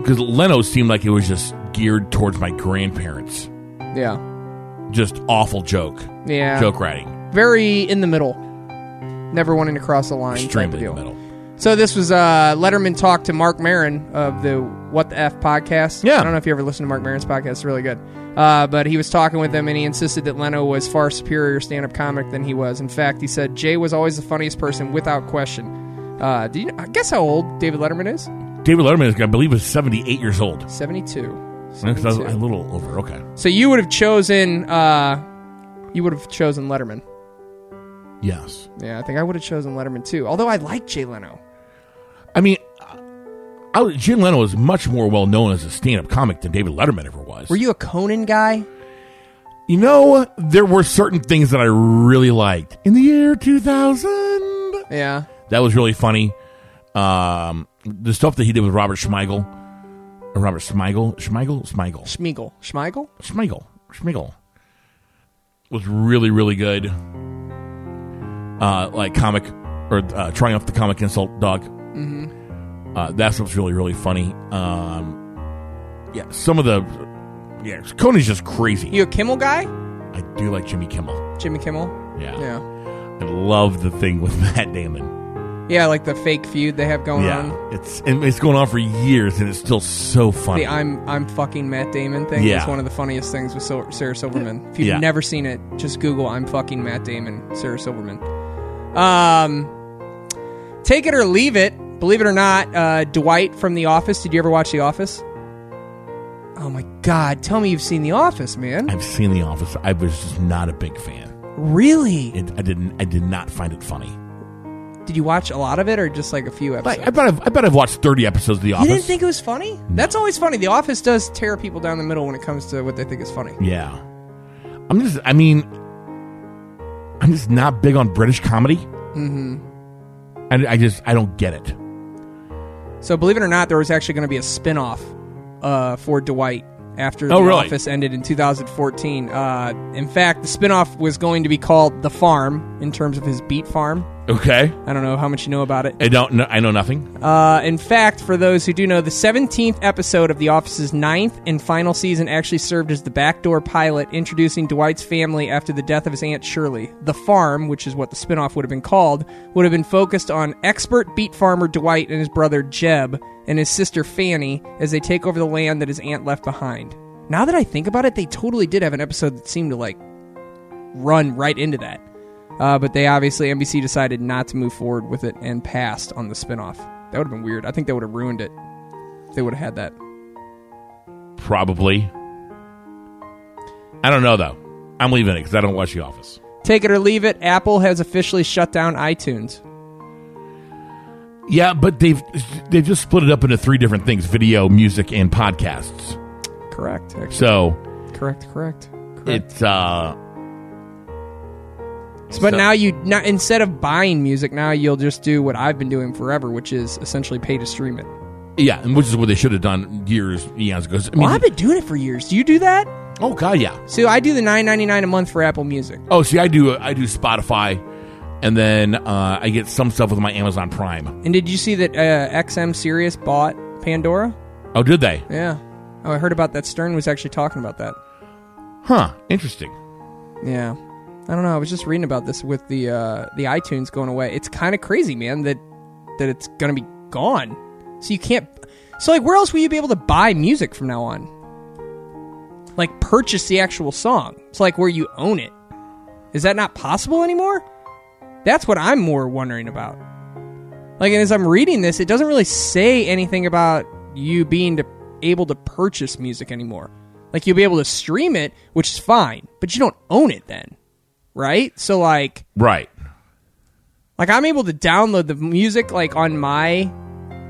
F: Because Leno seemed like it was just geared towards my grandparents.
E: Yeah.
F: Just awful joke.
E: Yeah.
F: Joke writing.
E: Very in the middle. Never wanting to cross a line. type of
F: Extremely
E: deal.
F: in the middle.
E: So this was uh, Letterman talked to Mark Marin of the What the F podcast. Yeah, I don't know if you ever listened to Mark Marin's podcast; it's really good. Uh, but he was talking with him, and he insisted that Leno was far superior stand-up comic than he was. In fact, he said Jay was always the funniest person without question. Uh, do you I guess how old David Letterman is?
F: David Letterman, is, I believe, is 78 years old.
E: Seventy-two.
F: Because I was
E: 72.
F: a little over. Okay.
E: So you would have chosen, uh, you would have chosen Letterman.
F: Yes.
E: Yeah, I think I would have chosen Letterman too. Although I like Jay Leno.
F: I mean, I, was- Jay Leno was much more well known as a stand up comic than David Letterman ever was.
E: Were you a Conan guy?
F: You know, there were certain things that I really liked. In the year 2000.
E: Yeah.
F: That was really funny. Um, the stuff that he did with Robert Schmeigel. Uh, Robert Schmeigel? Schmeigel? Schmeigel.
E: Schmiegel. Schmeigel?
F: Schmeigel. Schmeigel. Was really, really good. Uh, like comic, or uh, Triumph the Comic Insult Dog.
E: Mhm.
F: Uh, that's what's really, really funny. Um, yeah, some of the. Yeah, Coney's just crazy.
E: You a Kimmel guy?
F: I do like Jimmy Kimmel.
E: Jimmy Kimmel?
F: Yeah.
E: Yeah.
F: I love the thing with <laughs> Matt Damon.
E: Yeah, like the fake feud they have going
F: yeah,
E: on.
F: it's and it's going on for years, and it's still so funny.
E: Um, The I'm I'm fucking Matt Damon thing
F: Yeah.
E: was one of the funniest things with Sil- Sarah Silverman. If you've
F: Yeah.
E: never seen it, just Google I'm fucking Matt Damon, Sarah Silverman. Um, take it or leave it. Believe it or not, uh, Dwight from The Office. Did you ever watch The Office? Oh my god! Tell me you've seen The Office, man.
F: I've seen The Office. I was just not a big fan.
E: Really?
F: It, I didn't. I did not find it funny.
E: Did you watch a lot of it or just like a few episodes?
F: Like I bet. I've, I bet I've watched thirty episodes of The
E: you
F: Office.
E: didn't think it was funny? That's always funny. The Office does tear people down the middle when it comes to what they think is funny.
F: yeah, I'm just. I mean, I'm just not big on British comedy.
E: Mm-hmm.
F: I, I just. I don't get it.
E: So believe it or not, there was actually going to be a spin-off uh, for Dwight after
F: Oh,
E: The
F: really?
E: Office ended in 2014. Uh, in fact, the spin-off was going to be called The Farm in terms of his beet farm.
F: Okay.
E: I don't know how much you know about it.
F: I don't. know I know nothing.
E: Uh, in fact, for those who do know, the 17th episode of The Office's ninth and final season actually served as the backdoor pilot, introducing Dwight's family after the death of his Aunt Shirley. The farm, which is what the spinoff would have been called, would have been focused on expert beet farmer Dwight and his brother Jeb and his sister Fanny as they take over the land that his aunt left behind. Now that I think about it, they totally did have an episode that seemed to, like, run right into that. Uh, but they obviously NBC decided not to move forward with it and passed on the spinoff. That would have been weird. I think that would have ruined it. They would have had that.
F: Probably. I don't know though. I'm leaving it because I don't watch The Office.
E: Take it or leave it. Apple has officially shut down iTunes.
F: Yeah, but they've they've just split it up into three different things: video, music, and podcasts.
E: Correct. actually.
F: So
E: Correct. Correct.
F: it's uh,
E: So, but
F: So-
E: now you now, instead of buying music, now you'll just do what I've been doing forever, which is essentially pay to stream it.
F: yeah, and which is what they should have done years eons ago. I mean,
E: well, I've been doing it for years. Do you do that?
F: oh god, yeah.
E: So I do the nine ninety nine a month for Apple Music.
F: Oh, see, I do I do Spotify, and then uh, I get some stuff with my Amazon Prime.
E: And did you see that uh, XM Sirius bought Pandora?
F: Oh, did they?
E: Yeah. Oh, I heard about that. Stern was actually talking about that.
F: Huh? Interesting.
E: Yeah. I don't know. I was just reading about this with the uh, the iTunes going away. It's kind of crazy, man, that that it's going to be gone. So you can't. So like, where else will you be able to buy music from now on? Like, purchase the actual song. It's like where you own it. Is that not possible anymore? That's what I'm more wondering about. Like, and as I'm reading this, it doesn't really say anything about you being to, able to purchase music anymore. Like, you'll be able to stream it, which is fine, but you don't own it then, right? So, like,
F: Right.
E: like I'm able to download the music like on my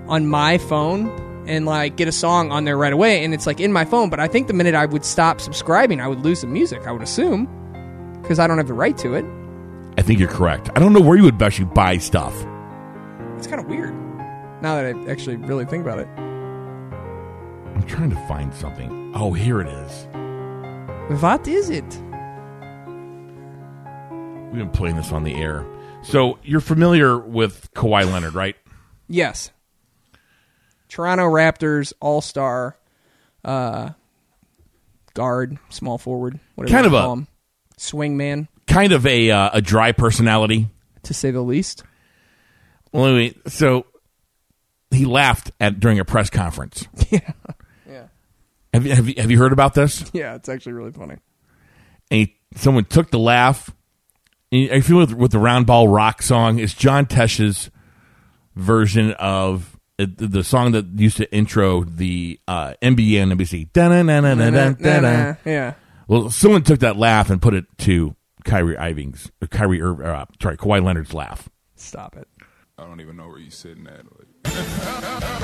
E: on my phone and like get a song on there right away, and it's like in my phone. But I think the minute I would stop subscribing, I would lose the music. I would assume because I don't have the right to it.
F: I think you're correct. I don't know where you would actually buy stuff.
E: It's kind of weird now that I actually really think about it.
F: I'm trying to find something. Oh, here it is.
E: What is it?
F: We've been playing this on the air. So you're familiar with Kawhi Leonard, right?
E: Yes. Toronto Raptors All Star uh, guard, small forward, whatever
F: Kind
E: you
F: of
E: call
F: a-
E: him. swing man,
F: Kind of a uh, a dry personality.
E: to say the least.
F: Well, anyway, so he laughed at during a press conference. Yeah.
E: Yeah.
F: Have you, have you have you heard about this?
E: Yeah, it's actually really funny.
F: And he, someone took the laugh. And if you with with the round ball rock song, it's John Tesh's version of uh, the, the song that used to intro the uh, NBA and NBC. Da-na-na-na-na-na-na.
E: Yeah.
F: Well, someone took that laugh and put it to Kyrie Irving's, uh, Kyrie, Ir- uh, sorry, Kawhi Leonard's laugh.
E: Stop it.
A: I don't even know where you're sitting at. Like.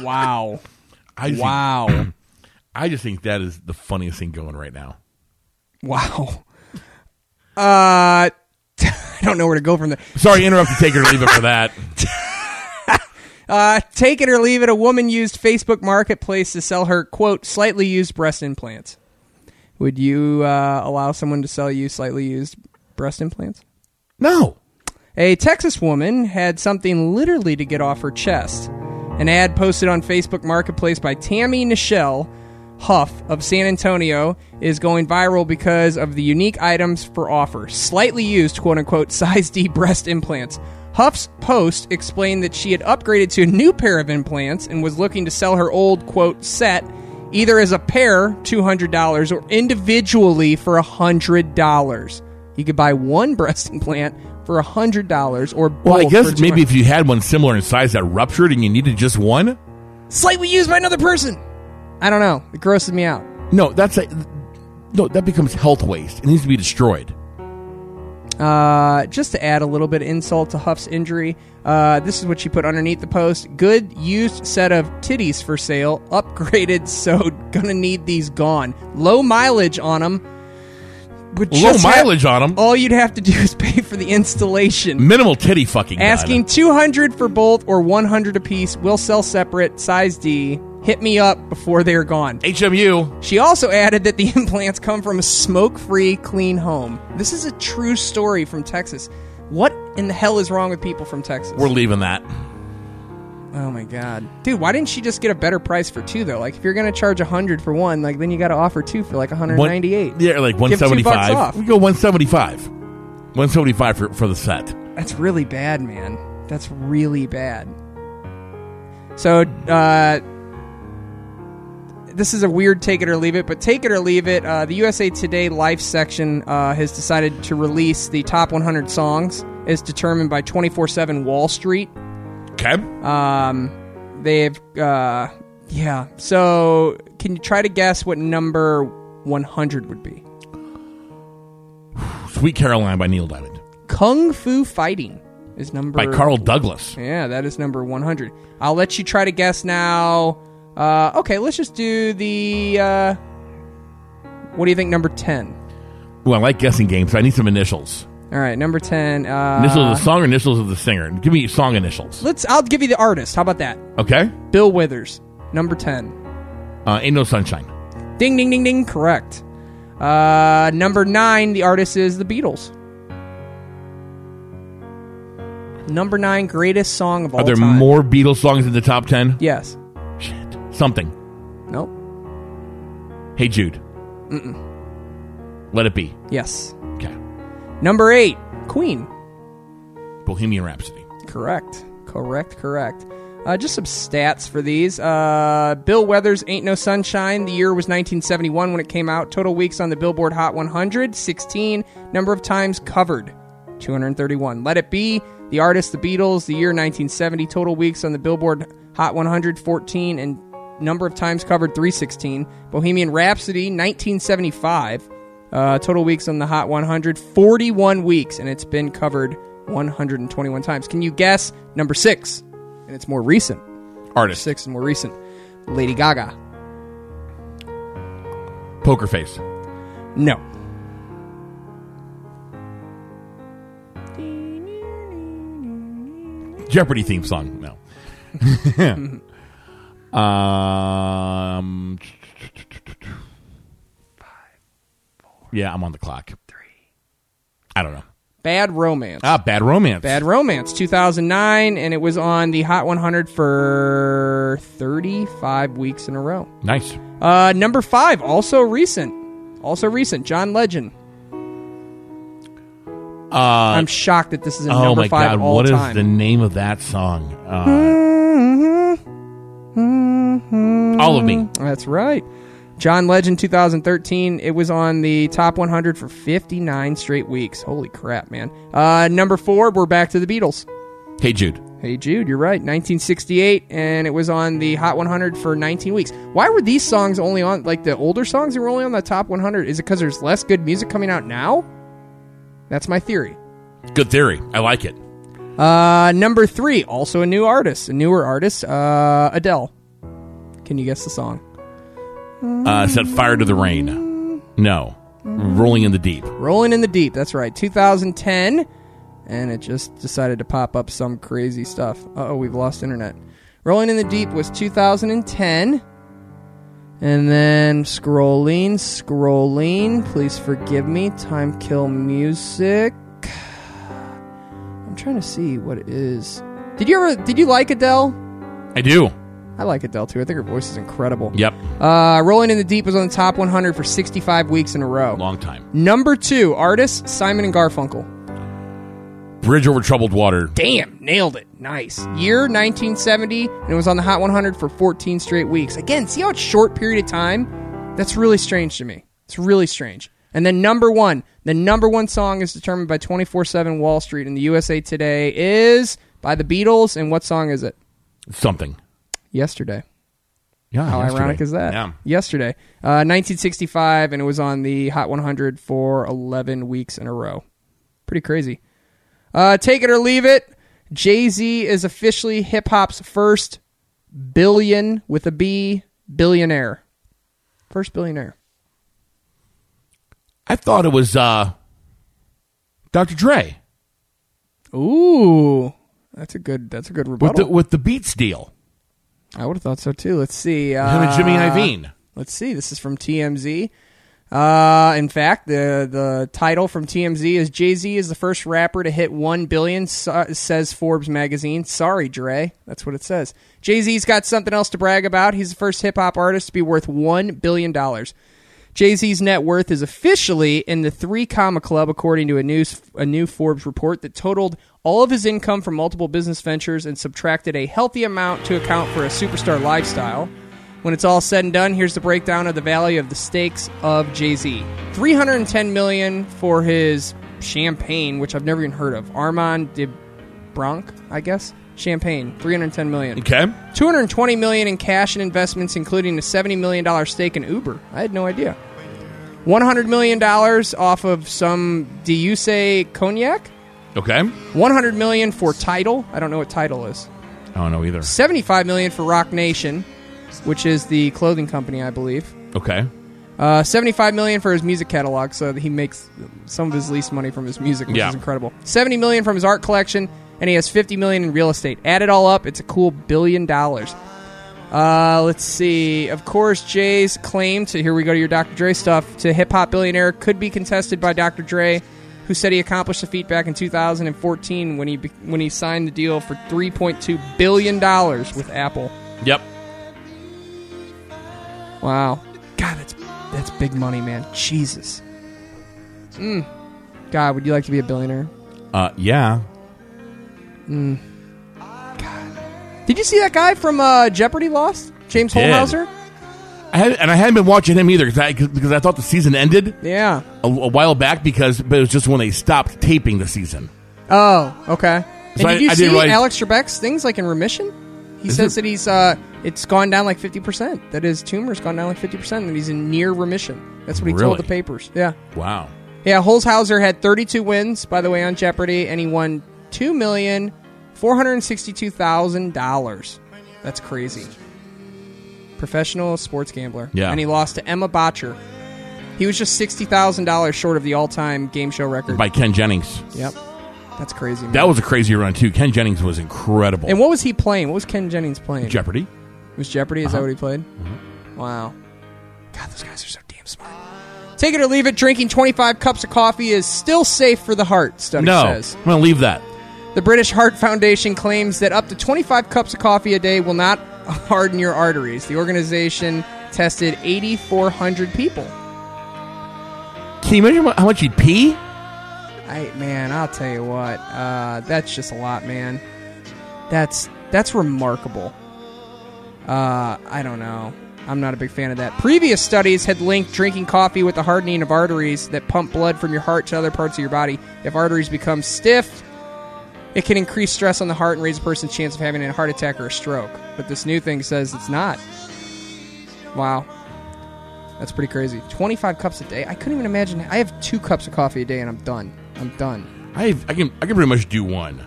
E: wow.
F: I just
E: wow.
F: <clears throat> I just think that is the funniest thing going right now.
E: Wow. <laughs> Uh, <laughs> I don't know where to go from there.
F: Sorry, interrupt the take it or leave it for <laughs> that.
E: Uh, take it or leave it. A woman used Facebook Marketplace to sell her quote slightly used breast implants. Would you uh, allow someone to sell you slightly used breast implants?
F: No.
E: A Texas woman had something literally to get off her chest. An ad posted on Facebook Marketplace by Tammy Nichelle Huff of San Antonio is going viral because of the unique items for offer. Slightly used, quote unquote, <laughs> size D breast implants. Huff's post explained that she had upgraded to a new pair of implants and was looking to sell her old, quote, set either as a pair, $200, or individually for $100. You could buy one <laughs> breast implant for $100 or both.
F: Well, I
E: for
F: guess
E: 200.
F: maybe if you had one similar in size that ruptured and you needed just one.
E: slightly used by another person. I don't know. It grosses me out.
F: No, that's a no. That becomes health waste. It needs to be destroyed.
E: Uh, just to add a little bit of insult to Huff's injury, uh, this is what she put underneath the post: "Good used set of titties for sale, upgraded, <laughs> so gonna need these gone. Low mileage on them."
F: Low mileage on 'em.
E: All you'd have to do <laughs> is pay for the installation.
F: Minimal titty fucking. God.
E: Asking 200 for both or 100 apiece. We'll sell separate. Size D. Hit me up before they are gone.
F: HMU.
E: She also added that the <laughs> implants come from a smoke free, clean home. This is a true story from Texas. What in the hell is wrong with people from Texas?
F: We're leaving that.
E: Oh my god. Dude, why didn't she just get a better price for two though? Like if you're going to charge 100 for one, like then you got to offer two for like 198.
F: One, yeah, like
E: Give two
F: one
E: bucks
F: seventy
E: off.
F: five. We go one seventy five. One seventy five for for the set.
E: That's really bad, man. That's really bad. So, uh, this is a weird take it or leave it, but take it or leave it. Uh, the USA Today Life section uh, has decided to release the top 100 songs as determined by 24 7 Wall Street.
F: Okay.
E: Um, they've, uh, yeah. So, can you try to guess what number 100 would be?
F: Sweet Caroline by Neil Diamond.
E: Kung Fu Fighting is number
F: By Carl Douglas.
E: Yeah, that is number 100. I'll let you try to guess now. Uh, okay, let's just do the. Uh, what do you think? Number 10.
F: Well, I like guessing games. So I need some initials.
E: All right, number 10. Uh,
F: Initials of the song or initials of the singer? Give me song initials.
E: Let's. I'll give you the artist. How about that?
F: Okay.
E: Bill Withers, number 10.
F: Uh, Ain't no sunshine.
E: Ding, ding, ding, ding. Correct. Uh, number 9, the artist is the Beatles. Number 9, greatest song of all
F: Are there
E: time.
F: more Beatles songs in the top ten?
E: Yes.
F: Something.
E: Nope.
F: Hey Jude.
E: Mm-mm.
F: Let it be.
E: Yes.
F: Okay.
E: Number 8, Queen.
F: Bohemian Rhapsody.
E: Correct. Correct. Correct. Uh, just some stats for these. Uh, Bill Weathers' "Ain't No Sunshine." The year was 1971 when it came out. Total weeks on the Billboard Hot 100: 16. Number of times covered: 231. "Let It Be" The artist, The Beatles, the year 1970, total weeks on the Billboard Hot 100, 14, and number of times covered 316. Bohemian Rhapsody, 1975, uh, total weeks on the Hot 100, 41 weeks, and it's been covered 121 times. Can you guess number six? And it's more recent.
F: Artist.
E: Six and more recent. Lady Gaga.
F: Poker face.
E: No.
F: Jeopardy theme song.
E: <laughs>
F: No. um. Yeah, I'm on the clock. Three. I don't know.
E: Bad Romance.
F: Ah, bad romance.
E: Bad Romance, 2009, and it was on the Hot 100 for 35 weeks in a row.
F: Nice.
E: Uh, number five, also recent. Also recent, John Legend.
F: Uh,
E: I'm shocked that this is a
F: oh
E: number
F: my
E: five
F: god!
E: all
F: What is
E: time.
F: the name of that song? Uh,
E: Mm-hmm.
F: All of Me.
E: That's right. John Legend 2013. It was on the top 100 for 59 straight weeks. Holy crap, man. Uh, number four, we're back to the Beatles.
F: hey Jude.
E: Hey Jude, you're right. 1968, and it was on the Hot 100 for 19 weeks. Why were these songs only on, like the older songs that were only on the top 100? Is it because there's less good music coming out now? That's my theory.
F: Good theory. I like it.
E: Uh, number three, also a new artist, a newer artist, uh, Adele. Can you guess the song?
F: Uh, set fire to the rain. No. Rolling in the deep.
E: Rolling in the Deep. That's right. 2010. And it just decided to pop up some crazy stuff. Uh oh, we've lost internet. Rolling in the Deep was 2010. And then scrolling, scrolling. Please forgive me. Time kill music. I'm trying to see what it is. Did you ever did you like Adele?
F: I do.
E: I like Adele too. I think her voice is incredible.
F: Yep.
E: Uh, Rolling in the Deep was on the top 100 for 65 weeks in a row.
F: Long time.
E: Number two, artist Simon and Garfunkel.
F: Bridge over troubled water.
E: Damn, nailed it. Nice. Year 1970, and it was on the Hot 100 for 14 straight weeks. Again, see how it's short period of time? That's really strange to me. It's really strange. And then number one, the number one song is determined by 24 7 Wall Street in the USA Today is by the Beatles. And what song is it?
F: Something.
E: Yesterday.
F: Yeah.
E: How
F: yesterday.
E: ironic is that?
F: Yeah.
E: Yesterday, uh, 1965, and it was on the Hot 100 for 11 weeks in a row. Pretty crazy. Uh, take it or leave it. Jay Z is officially hip hop's first billion with a B billionaire. First billionaire.
F: I thought it was uh, Dr. Dre
E: Ooh, that's a good. That's a good
F: with
E: rebuttal.
F: the, with the Beats deal.
E: I would have thought so too. Let's see. Uh,
F: Him and Jimmy Iovine.
E: Let's see. This is from TMZ. Uh, in fact, the the title from TMZ is Jay Z is the first rapper to hit one billion, so- says Forbes magazine. Sorry, Dre. That's what it says. Jay Z's got something else to brag about. He's the first hip hop artist to be worth one billion dollars. Jay Z's net worth is officially in the three comma club, according to a news a new Forbes report that totaled all of his income from multiple business ventures and subtracted a healthy amount to account for a superstar lifestyle. When it's all said and done, here's the breakdown of the value of the stakes of Jay Z: 310 million for his champagne, which I've never even heard of, Armand de Bronc, I guess. Champagne, 310 million.
F: Okay.
E: 220 million in cash and investments, including a 70 million dollar stake in Uber. I had no idea. 100 million dollars off of some do you say cognac?
F: Okay.
E: 100 million for title. I don't know what title is.
F: I don't know either.
E: 75 million for Rock Nation, which is the clothing company, I believe.
F: Okay.
E: Uh, 75 million for his music catalog, so that he makes some of his least money from his music, which
F: Yeah.
E: is incredible. 70 million from his art collection, and he has 50 million in real estate. Add it all up, it's a cool billion dollars. Uh, let's see. Of course, Jay's claim to here we go to your Dr. Dre stuff to hip hop billionaire could be contested by Dr. Dre, who said he accomplished the feat back in 2014 when he be- when he signed the deal for 3.2 billion dollars with Apple.
F: Yep.
E: Wow. God, that's that's big money, man. Jesus. Mm. God, would you like to be a billionaire?
F: Uh, yeah.
E: Mm. God. Did you see that guy from uh, Jeopardy Lost? James
F: Did.
E: Holmhauser?
F: I had, and I hadn't been watching him either 'cause I, because I thought the season ended
E: Yeah.
F: a, a while back because but it was just when they stopped taping the season.
E: Oh, okay.
F: So I-
E: and did you
F: I
E: see
F: didn't realize-
E: Alex Trebek's things like in remission? He
F: Is
E: says that he's uh, it's gone down like fifty percent. That his tumor's gone down like fifty percent, and he's in near remission. That's what he
F: Really?
E: told the papers. Yeah,
F: Wow.
E: yeah. Holzhauser had thirty-two wins, by the way, on Jeopardy, and he won two million four hundred sixty-two thousand dollars. That's crazy. Professional sports gambler.
F: Yeah.
E: and he lost to Emma Botcher. He was just sixty thousand dollars short of the all-time game show record.
F: By Ken Jennings.
E: Yep, that's crazy. Man.
F: That was a crazy run too. Ken Jennings was incredible.
E: And what was he playing? What was Ken Jennings playing?
F: Jeopardy. Uh-huh. Mm-hmm.
E: It was Jeopardy? Is that what he played? Wow. God, those guys are so damn smart. Take it or leave it. Drinking 25 cups of coffee is still safe for the heart, study
F: no,
E: says.
F: I'm gonna leave that.
E: The British Heart Foundation claims that up to 25 cups of coffee a day will not harden your arteries. The organization tested 8,400 people.
F: Can you imagine how much you'd pee?
E: I man, I'll tell you what. Uh, that's just a lot, man. That's that's remarkable. Uh, I don't know. I'm not a big fan of that. Previous studies had linked drinking coffee with the hardening of arteries that pump blood from your heart to other parts of your body. If arteries become stiff, it can increase stress on the heart and raise a person's chance of having a heart attack or a stroke. But this new thing says it's not. Wow. That's pretty crazy. 25 cups a day? I couldn't even imagine. I have two cups of coffee a day and I'm done. I'm done.
F: I I can I can pretty much do one.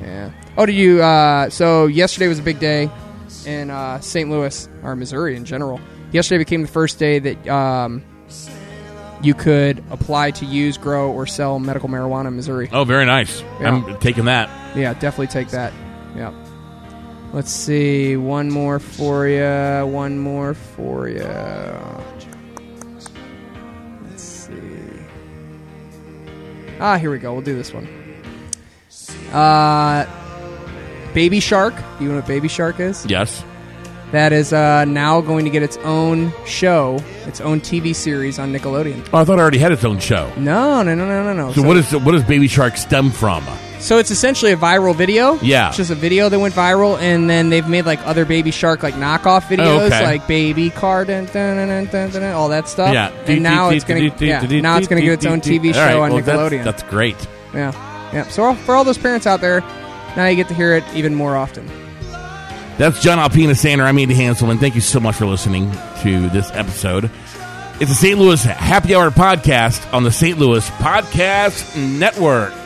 E: Yeah. Oh, do you? Uh, so, yesterday was a big day in uh, St. Louis, or Missouri in general. Yesterday became the first day that um, you could apply to use, grow, or sell medical marijuana in Missouri.
F: Oh, very nice.
E: Yeah.
F: I'm taking that.
E: Yeah, definitely take that. Yeah. Let's see. One more for you. One more for you. Let's see. Ah, here we go. We'll do this one. Uh, Baby Shark. Do you know what Baby Shark is?
F: Yes.
E: That is uh, now going to get its own show, its own TV series on Nickelodeon.
F: Oh, I thought I already had its own show.
E: No, no, no, no, no, no.
F: So, what is what does Baby Shark stem from?
E: So it's essentially a viral video.
F: Yeah.
E: It's just a video that went viral, and then they've made like other Baby Shark like knockoff videos,
F: Oh, okay.
E: like Baby Car, dun, dun, dun, dun, dun, dun, dun, all that stuff.
F: Yeah.
E: Oh, And now it's gonna yeah, now it's gonna get its own TV show
F: All right,
E: on
F: well, that's-
E: Nickelodeon.
F: That's, great.
E: yeah, yeah. So for all those parents out there, now you get to hear it even more often.
F: That's John Alpina Sander. I'm Andy Hanselman. Thank you so much for listening to this episode. It's a St. Louis Happy Hour podcast on the St. Louis Podcast Network.